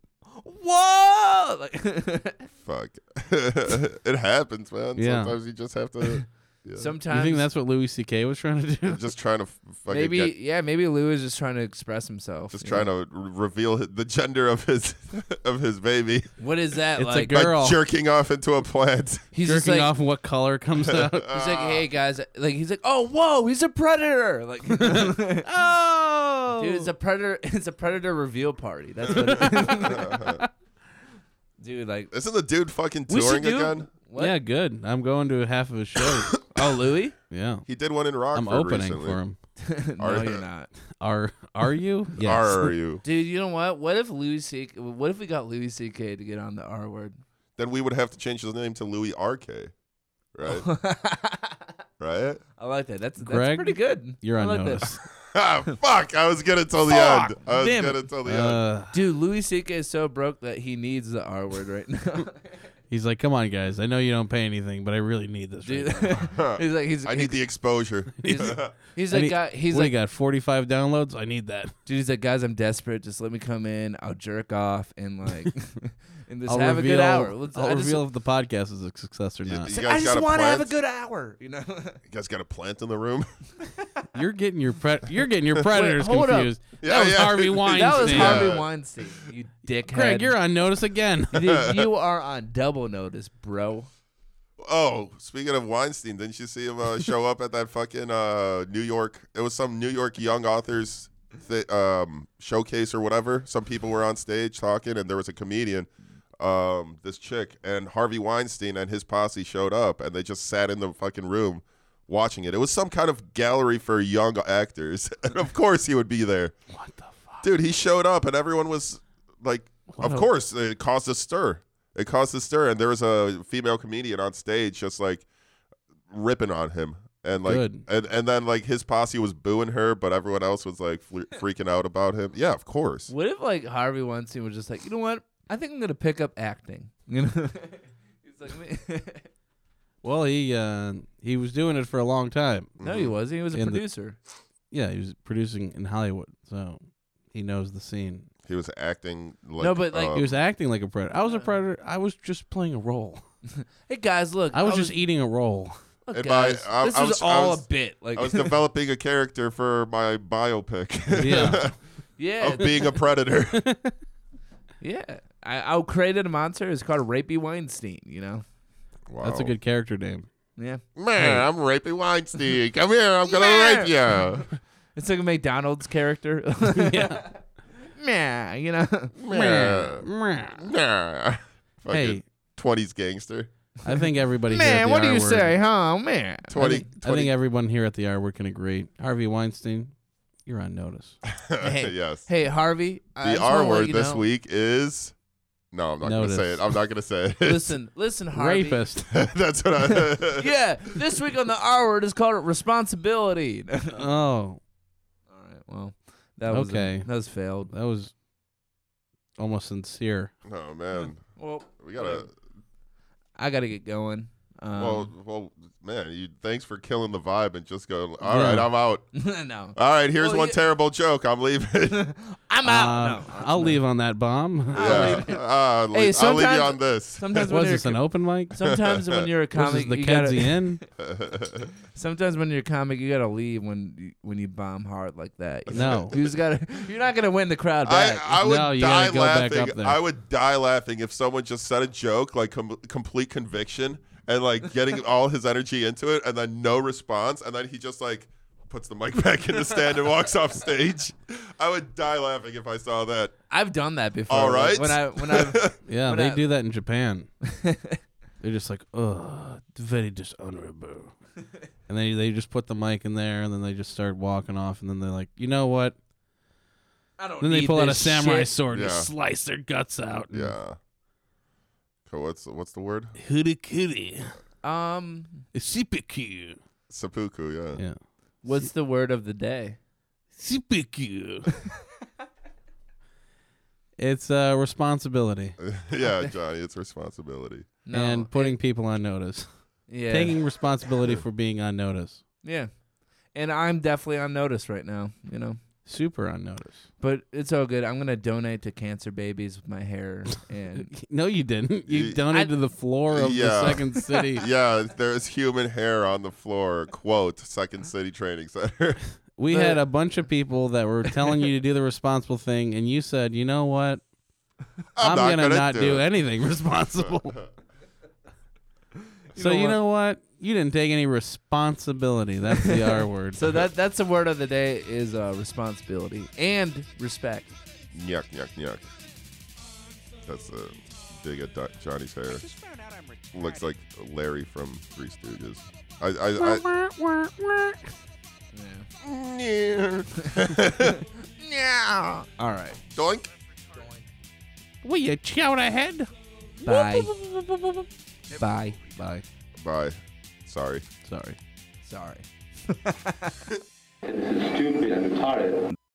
[SPEAKER 7] whoa! Like
[SPEAKER 9] Fuck. it happens, man.
[SPEAKER 8] Yeah.
[SPEAKER 9] Sometimes you just have to. Yeah.
[SPEAKER 7] sometimes
[SPEAKER 8] You think that's what Louis C.K. was trying to do?
[SPEAKER 9] just trying to f- fucking
[SPEAKER 7] maybe
[SPEAKER 9] get-
[SPEAKER 7] yeah maybe Lou is just trying to express himself.
[SPEAKER 9] just
[SPEAKER 7] you
[SPEAKER 9] trying
[SPEAKER 7] know?
[SPEAKER 9] to re- reveal hi- the gender of his of his baby
[SPEAKER 7] What is that
[SPEAKER 8] It's a
[SPEAKER 7] like?
[SPEAKER 8] girl.
[SPEAKER 9] by jerking off into a plant.
[SPEAKER 7] he's just
[SPEAKER 8] Jerking
[SPEAKER 7] like
[SPEAKER 8] off what color comes out?
[SPEAKER 7] he's like hey guys like he's like oh whoa he's a predator like dude
[SPEAKER 8] oh,
[SPEAKER 7] it's a predator it's a predator reveal party that's what it is. dude like
[SPEAKER 9] Isn't the dude fucking
[SPEAKER 7] We should
[SPEAKER 9] touring
[SPEAKER 7] do-
[SPEAKER 9] again?
[SPEAKER 7] what?
[SPEAKER 8] yeah, good. I'm going to half of his show.
[SPEAKER 7] Oh, Louis?
[SPEAKER 8] yeah,
[SPEAKER 9] He did one in
[SPEAKER 8] I'm
[SPEAKER 9] Rockford
[SPEAKER 8] opening
[SPEAKER 9] recently.
[SPEAKER 8] for him.
[SPEAKER 7] no,
[SPEAKER 9] Are-
[SPEAKER 7] you're not,
[SPEAKER 8] Are Are you? Yes.
[SPEAKER 9] Are you?
[SPEAKER 7] dude. You know what? What if Louis C? What if we got Louis C.K. to get on the R word?
[SPEAKER 9] Uh, Then we would have to change his name to Louis R.K. Right? right?
[SPEAKER 7] I like that. That's, that's
[SPEAKER 8] Greg,
[SPEAKER 7] pretty good.
[SPEAKER 8] You're
[SPEAKER 7] I
[SPEAKER 8] on
[SPEAKER 7] like that.
[SPEAKER 8] notice.
[SPEAKER 9] Ah, fuck! I was gonna till the
[SPEAKER 7] Fuck,
[SPEAKER 9] end. I was
[SPEAKER 7] damn
[SPEAKER 9] gonna
[SPEAKER 7] it.
[SPEAKER 9] till the end.
[SPEAKER 8] Uh,
[SPEAKER 7] Dude, Louis C.K. is so broke that he needs the R word right now.
[SPEAKER 8] he's like, come on, guys. I know you don't pay anything, but I really need this.
[SPEAKER 7] Dude,
[SPEAKER 8] Right now.
[SPEAKER 7] he's like he's
[SPEAKER 9] I need the exposure.
[SPEAKER 7] he's, he's
[SPEAKER 8] I
[SPEAKER 7] like
[SPEAKER 8] need-
[SPEAKER 7] guy, he's
[SPEAKER 8] what do
[SPEAKER 7] like
[SPEAKER 8] you got? 45 downloads? I need that.
[SPEAKER 7] dude, he's like guys, I'm desperate. Just let me come in. I'll jerk off and like and just
[SPEAKER 8] I'll
[SPEAKER 7] have
[SPEAKER 8] reveal,
[SPEAKER 7] a good hour. Let's,
[SPEAKER 8] I'll
[SPEAKER 7] I just,
[SPEAKER 8] reveal if the podcast is a success or
[SPEAKER 9] You,
[SPEAKER 8] not.
[SPEAKER 9] you guys got a
[SPEAKER 7] wanna
[SPEAKER 9] plant?
[SPEAKER 7] good hour. You know.
[SPEAKER 9] you guys got a plant in the room?
[SPEAKER 8] You're getting your pre- you're getting your predators
[SPEAKER 7] hold up.
[SPEAKER 8] confused.
[SPEAKER 9] Yeah,
[SPEAKER 8] that was
[SPEAKER 9] yeah.
[SPEAKER 8] Harvey
[SPEAKER 9] That
[SPEAKER 8] Weinstein.
[SPEAKER 7] that was
[SPEAKER 9] Weinstein.
[SPEAKER 7] Harvey
[SPEAKER 9] Yeah.
[SPEAKER 7] Weinstein. You dickhead.
[SPEAKER 8] Greg, you're on notice again.
[SPEAKER 7] Dude, you are on double notice, bro.
[SPEAKER 9] Oh, speaking of Weinstein, didn't you see him uh, show up at that fucking uh, New York? It was some New York young authors th- um, showcase or whatever. Some people were on stage talking, and there was a comedian, um, this chick, and Harvey Weinstein and his posse showed up, and they just sat in the fucking room watching it. It was some kind of gallery for young actors, and of course he would be there. What the fuck, dude? He showed up, and everyone was like, "Of course, it caused a stir." It caused a stir, and there was a female comedian on stage just like ripping on him, and like,
[SPEAKER 8] Good.
[SPEAKER 9] and and then like his posse was booing her, but everyone else was like fle- freaking out about him. Yeah, of course.
[SPEAKER 7] What if like Harvey Weinstein was just like, you know what? I think I'm gonna pick up acting. You know. he's like, "Me-
[SPEAKER 8] well, he uh, he was doing it for a long time.
[SPEAKER 7] no,
[SPEAKER 9] Mm-hmm.
[SPEAKER 7] he wasn't. He was a
[SPEAKER 8] And Mm-hmm. the-
[SPEAKER 7] producer.
[SPEAKER 8] Yeah, he was producing in Hollywood, so he knows the scene.
[SPEAKER 9] He was acting like
[SPEAKER 7] No, but, like,
[SPEAKER 9] um,
[SPEAKER 8] he was acting like a predator. I was a predator. I was just playing a role.
[SPEAKER 7] hey guys, look, Oh,
[SPEAKER 8] I was just eating a role.
[SPEAKER 7] look,
[SPEAKER 9] And by-
[SPEAKER 7] guys,
[SPEAKER 9] I-
[SPEAKER 7] this
[SPEAKER 9] I
[SPEAKER 7] is
[SPEAKER 9] was- I
[SPEAKER 7] all
[SPEAKER 9] was-
[SPEAKER 7] a bit. Like,
[SPEAKER 9] I was developing a character for my biopic
[SPEAKER 8] Yeah.
[SPEAKER 7] yeah,
[SPEAKER 9] of being a predator.
[SPEAKER 7] yeah. I, I created a monster. It's called Rapey Weinstein. You know.
[SPEAKER 9] Wow.
[SPEAKER 8] That's a good character name.
[SPEAKER 7] Yeah,
[SPEAKER 9] man. I'm raping Weinstein. Come here, I'm gonna rape you.
[SPEAKER 7] it's like a McDonald's character. yeah. Meh, you know.
[SPEAKER 9] Man,
[SPEAKER 8] I
[SPEAKER 9] nah.
[SPEAKER 8] Hey.
[SPEAKER 9] Fucking twenties gangster.
[SPEAKER 8] think everybody. here at
[SPEAKER 7] Man,
[SPEAKER 8] the
[SPEAKER 7] what do
[SPEAKER 8] R
[SPEAKER 7] you
[SPEAKER 8] word-
[SPEAKER 7] say, huh? Man,
[SPEAKER 8] I
[SPEAKER 9] Twenty.
[SPEAKER 8] think, I think everyone here at the R word can agree. Harvey Weinstein, you're on notice.
[SPEAKER 7] Hey.
[SPEAKER 9] yes.
[SPEAKER 7] hey Harvey, I
[SPEAKER 9] The
[SPEAKER 7] just wanna
[SPEAKER 9] R
[SPEAKER 7] let
[SPEAKER 9] word
[SPEAKER 7] you
[SPEAKER 9] this
[SPEAKER 7] know-
[SPEAKER 9] week is. No, I'm not
[SPEAKER 8] Notice.
[SPEAKER 9] gonna say it. I'm not gonna say it.
[SPEAKER 7] Listen, listen, Harvey.
[SPEAKER 8] Rapist.
[SPEAKER 9] That's what I.
[SPEAKER 7] yeah, this week on the R word is called responsibility. All
[SPEAKER 8] oh,
[SPEAKER 7] right, well, that was
[SPEAKER 8] Okay.
[SPEAKER 7] that was failed.
[SPEAKER 8] that was almost sincere.
[SPEAKER 9] Oh man,
[SPEAKER 7] Well,
[SPEAKER 9] we gotta.
[SPEAKER 7] I gotta get going. Um,
[SPEAKER 9] Well, well, man. You thanks for killing the vibe and just go. All right,
[SPEAKER 8] Yeah.
[SPEAKER 9] I'm out.
[SPEAKER 7] no,
[SPEAKER 9] All right, here's
[SPEAKER 7] Well,
[SPEAKER 9] one
[SPEAKER 7] yeah.
[SPEAKER 9] terrible joke. I'm leaving.
[SPEAKER 7] I'm out.
[SPEAKER 8] Uh, I'll leave on that bomb.
[SPEAKER 9] yeah. Uh,
[SPEAKER 7] Hey,
[SPEAKER 9] li- I'll leave
[SPEAKER 7] sometimes-
[SPEAKER 9] you on this.
[SPEAKER 7] Sometimes when
[SPEAKER 8] Was
[SPEAKER 7] you're
[SPEAKER 8] this an open mic?
[SPEAKER 7] sometimes when you're a
[SPEAKER 8] This
[SPEAKER 7] comic,
[SPEAKER 8] is the
[SPEAKER 7] you
[SPEAKER 8] Kedzie
[SPEAKER 7] gotta,
[SPEAKER 8] Inn.
[SPEAKER 7] sometimes when you're a comic, you gotta leave when you, when you bomb hard like that. you
[SPEAKER 8] No.
[SPEAKER 7] know? you just gotta. You're not gonna win the crowd
[SPEAKER 9] I,
[SPEAKER 7] back.
[SPEAKER 9] I would
[SPEAKER 8] No, you
[SPEAKER 9] die
[SPEAKER 8] gotta go back
[SPEAKER 9] laughing.
[SPEAKER 8] up there.
[SPEAKER 9] I would die laughing if someone just said a joke like com- complete conviction and like getting all his energy into it, and then no response, and then he just like puts the mic back in the stand and walks off stage. I would die laughing if I saw that.
[SPEAKER 7] I, have done that before.
[SPEAKER 9] All
[SPEAKER 7] like,
[SPEAKER 9] right.
[SPEAKER 7] When I when I
[SPEAKER 8] Yeah,
[SPEAKER 7] But
[SPEAKER 8] they
[SPEAKER 7] I-
[SPEAKER 8] do that in Japan.
[SPEAKER 12] They're just like, ugh, very dishonorable.
[SPEAKER 8] And they they just put the mic in there, and then they just start walking off, and then they're like, you know what?
[SPEAKER 7] I don't.
[SPEAKER 8] Then they
[SPEAKER 7] need
[SPEAKER 8] pull out a
[SPEAKER 7] this
[SPEAKER 8] samurai
[SPEAKER 7] shit.
[SPEAKER 8] sword.
[SPEAKER 9] Yeah.
[SPEAKER 8] Yeah.
[SPEAKER 12] Slice their guts out.
[SPEAKER 8] Mm.
[SPEAKER 9] Yeah. So what's what's the word?
[SPEAKER 12] Hootie cootie.
[SPEAKER 7] Um,
[SPEAKER 12] Sipiku.
[SPEAKER 9] Seppuku. Yeah.
[SPEAKER 8] yeah.
[SPEAKER 7] what's the word of the day?
[SPEAKER 12] Sipiku.
[SPEAKER 8] It's uh, responsibility
[SPEAKER 9] yeah, Johnny, it's responsibility.
[SPEAKER 7] No,
[SPEAKER 8] and putting people on notice,
[SPEAKER 7] yeah.
[SPEAKER 8] taking responsibility for being on notice,
[SPEAKER 7] Yeah. And I'm definitely on notice right now, you know.
[SPEAKER 8] super on notice.
[SPEAKER 7] But it's all good. I'm gonna donate to cancer babies with my hair and
[SPEAKER 8] No, you didn't. You
[SPEAKER 9] Y-
[SPEAKER 8] donated to the floor of
[SPEAKER 9] Yeah.
[SPEAKER 8] the second city.
[SPEAKER 9] Yeah, there's human hair on the floor. Quote: Second City Training Center.
[SPEAKER 8] We
[SPEAKER 7] The-
[SPEAKER 8] had a bunch of people that were telling you to do the responsible thing, and you said, "You know what?
[SPEAKER 9] I'm,
[SPEAKER 8] gonna
[SPEAKER 9] gonna
[SPEAKER 8] not
[SPEAKER 9] do,
[SPEAKER 8] do
[SPEAKER 9] it.
[SPEAKER 8] anything responsible." so
[SPEAKER 7] know
[SPEAKER 8] you
[SPEAKER 7] what?
[SPEAKER 8] know what? You didn't take any responsibility. That's the R word.
[SPEAKER 7] so that that's the word of the day is uh, responsibility and respect.
[SPEAKER 9] Yuck, yuck, yuck. That's a dig at Do- Johnny's hair. Looks like Larry from Three Stooges. I, I, I,
[SPEAKER 7] All right.
[SPEAKER 9] Doink.
[SPEAKER 8] Will you shout ahead?
[SPEAKER 7] Bye. Bye.
[SPEAKER 8] Bye.
[SPEAKER 9] Bye. Sorry.
[SPEAKER 8] Sorry.
[SPEAKER 7] Sorry.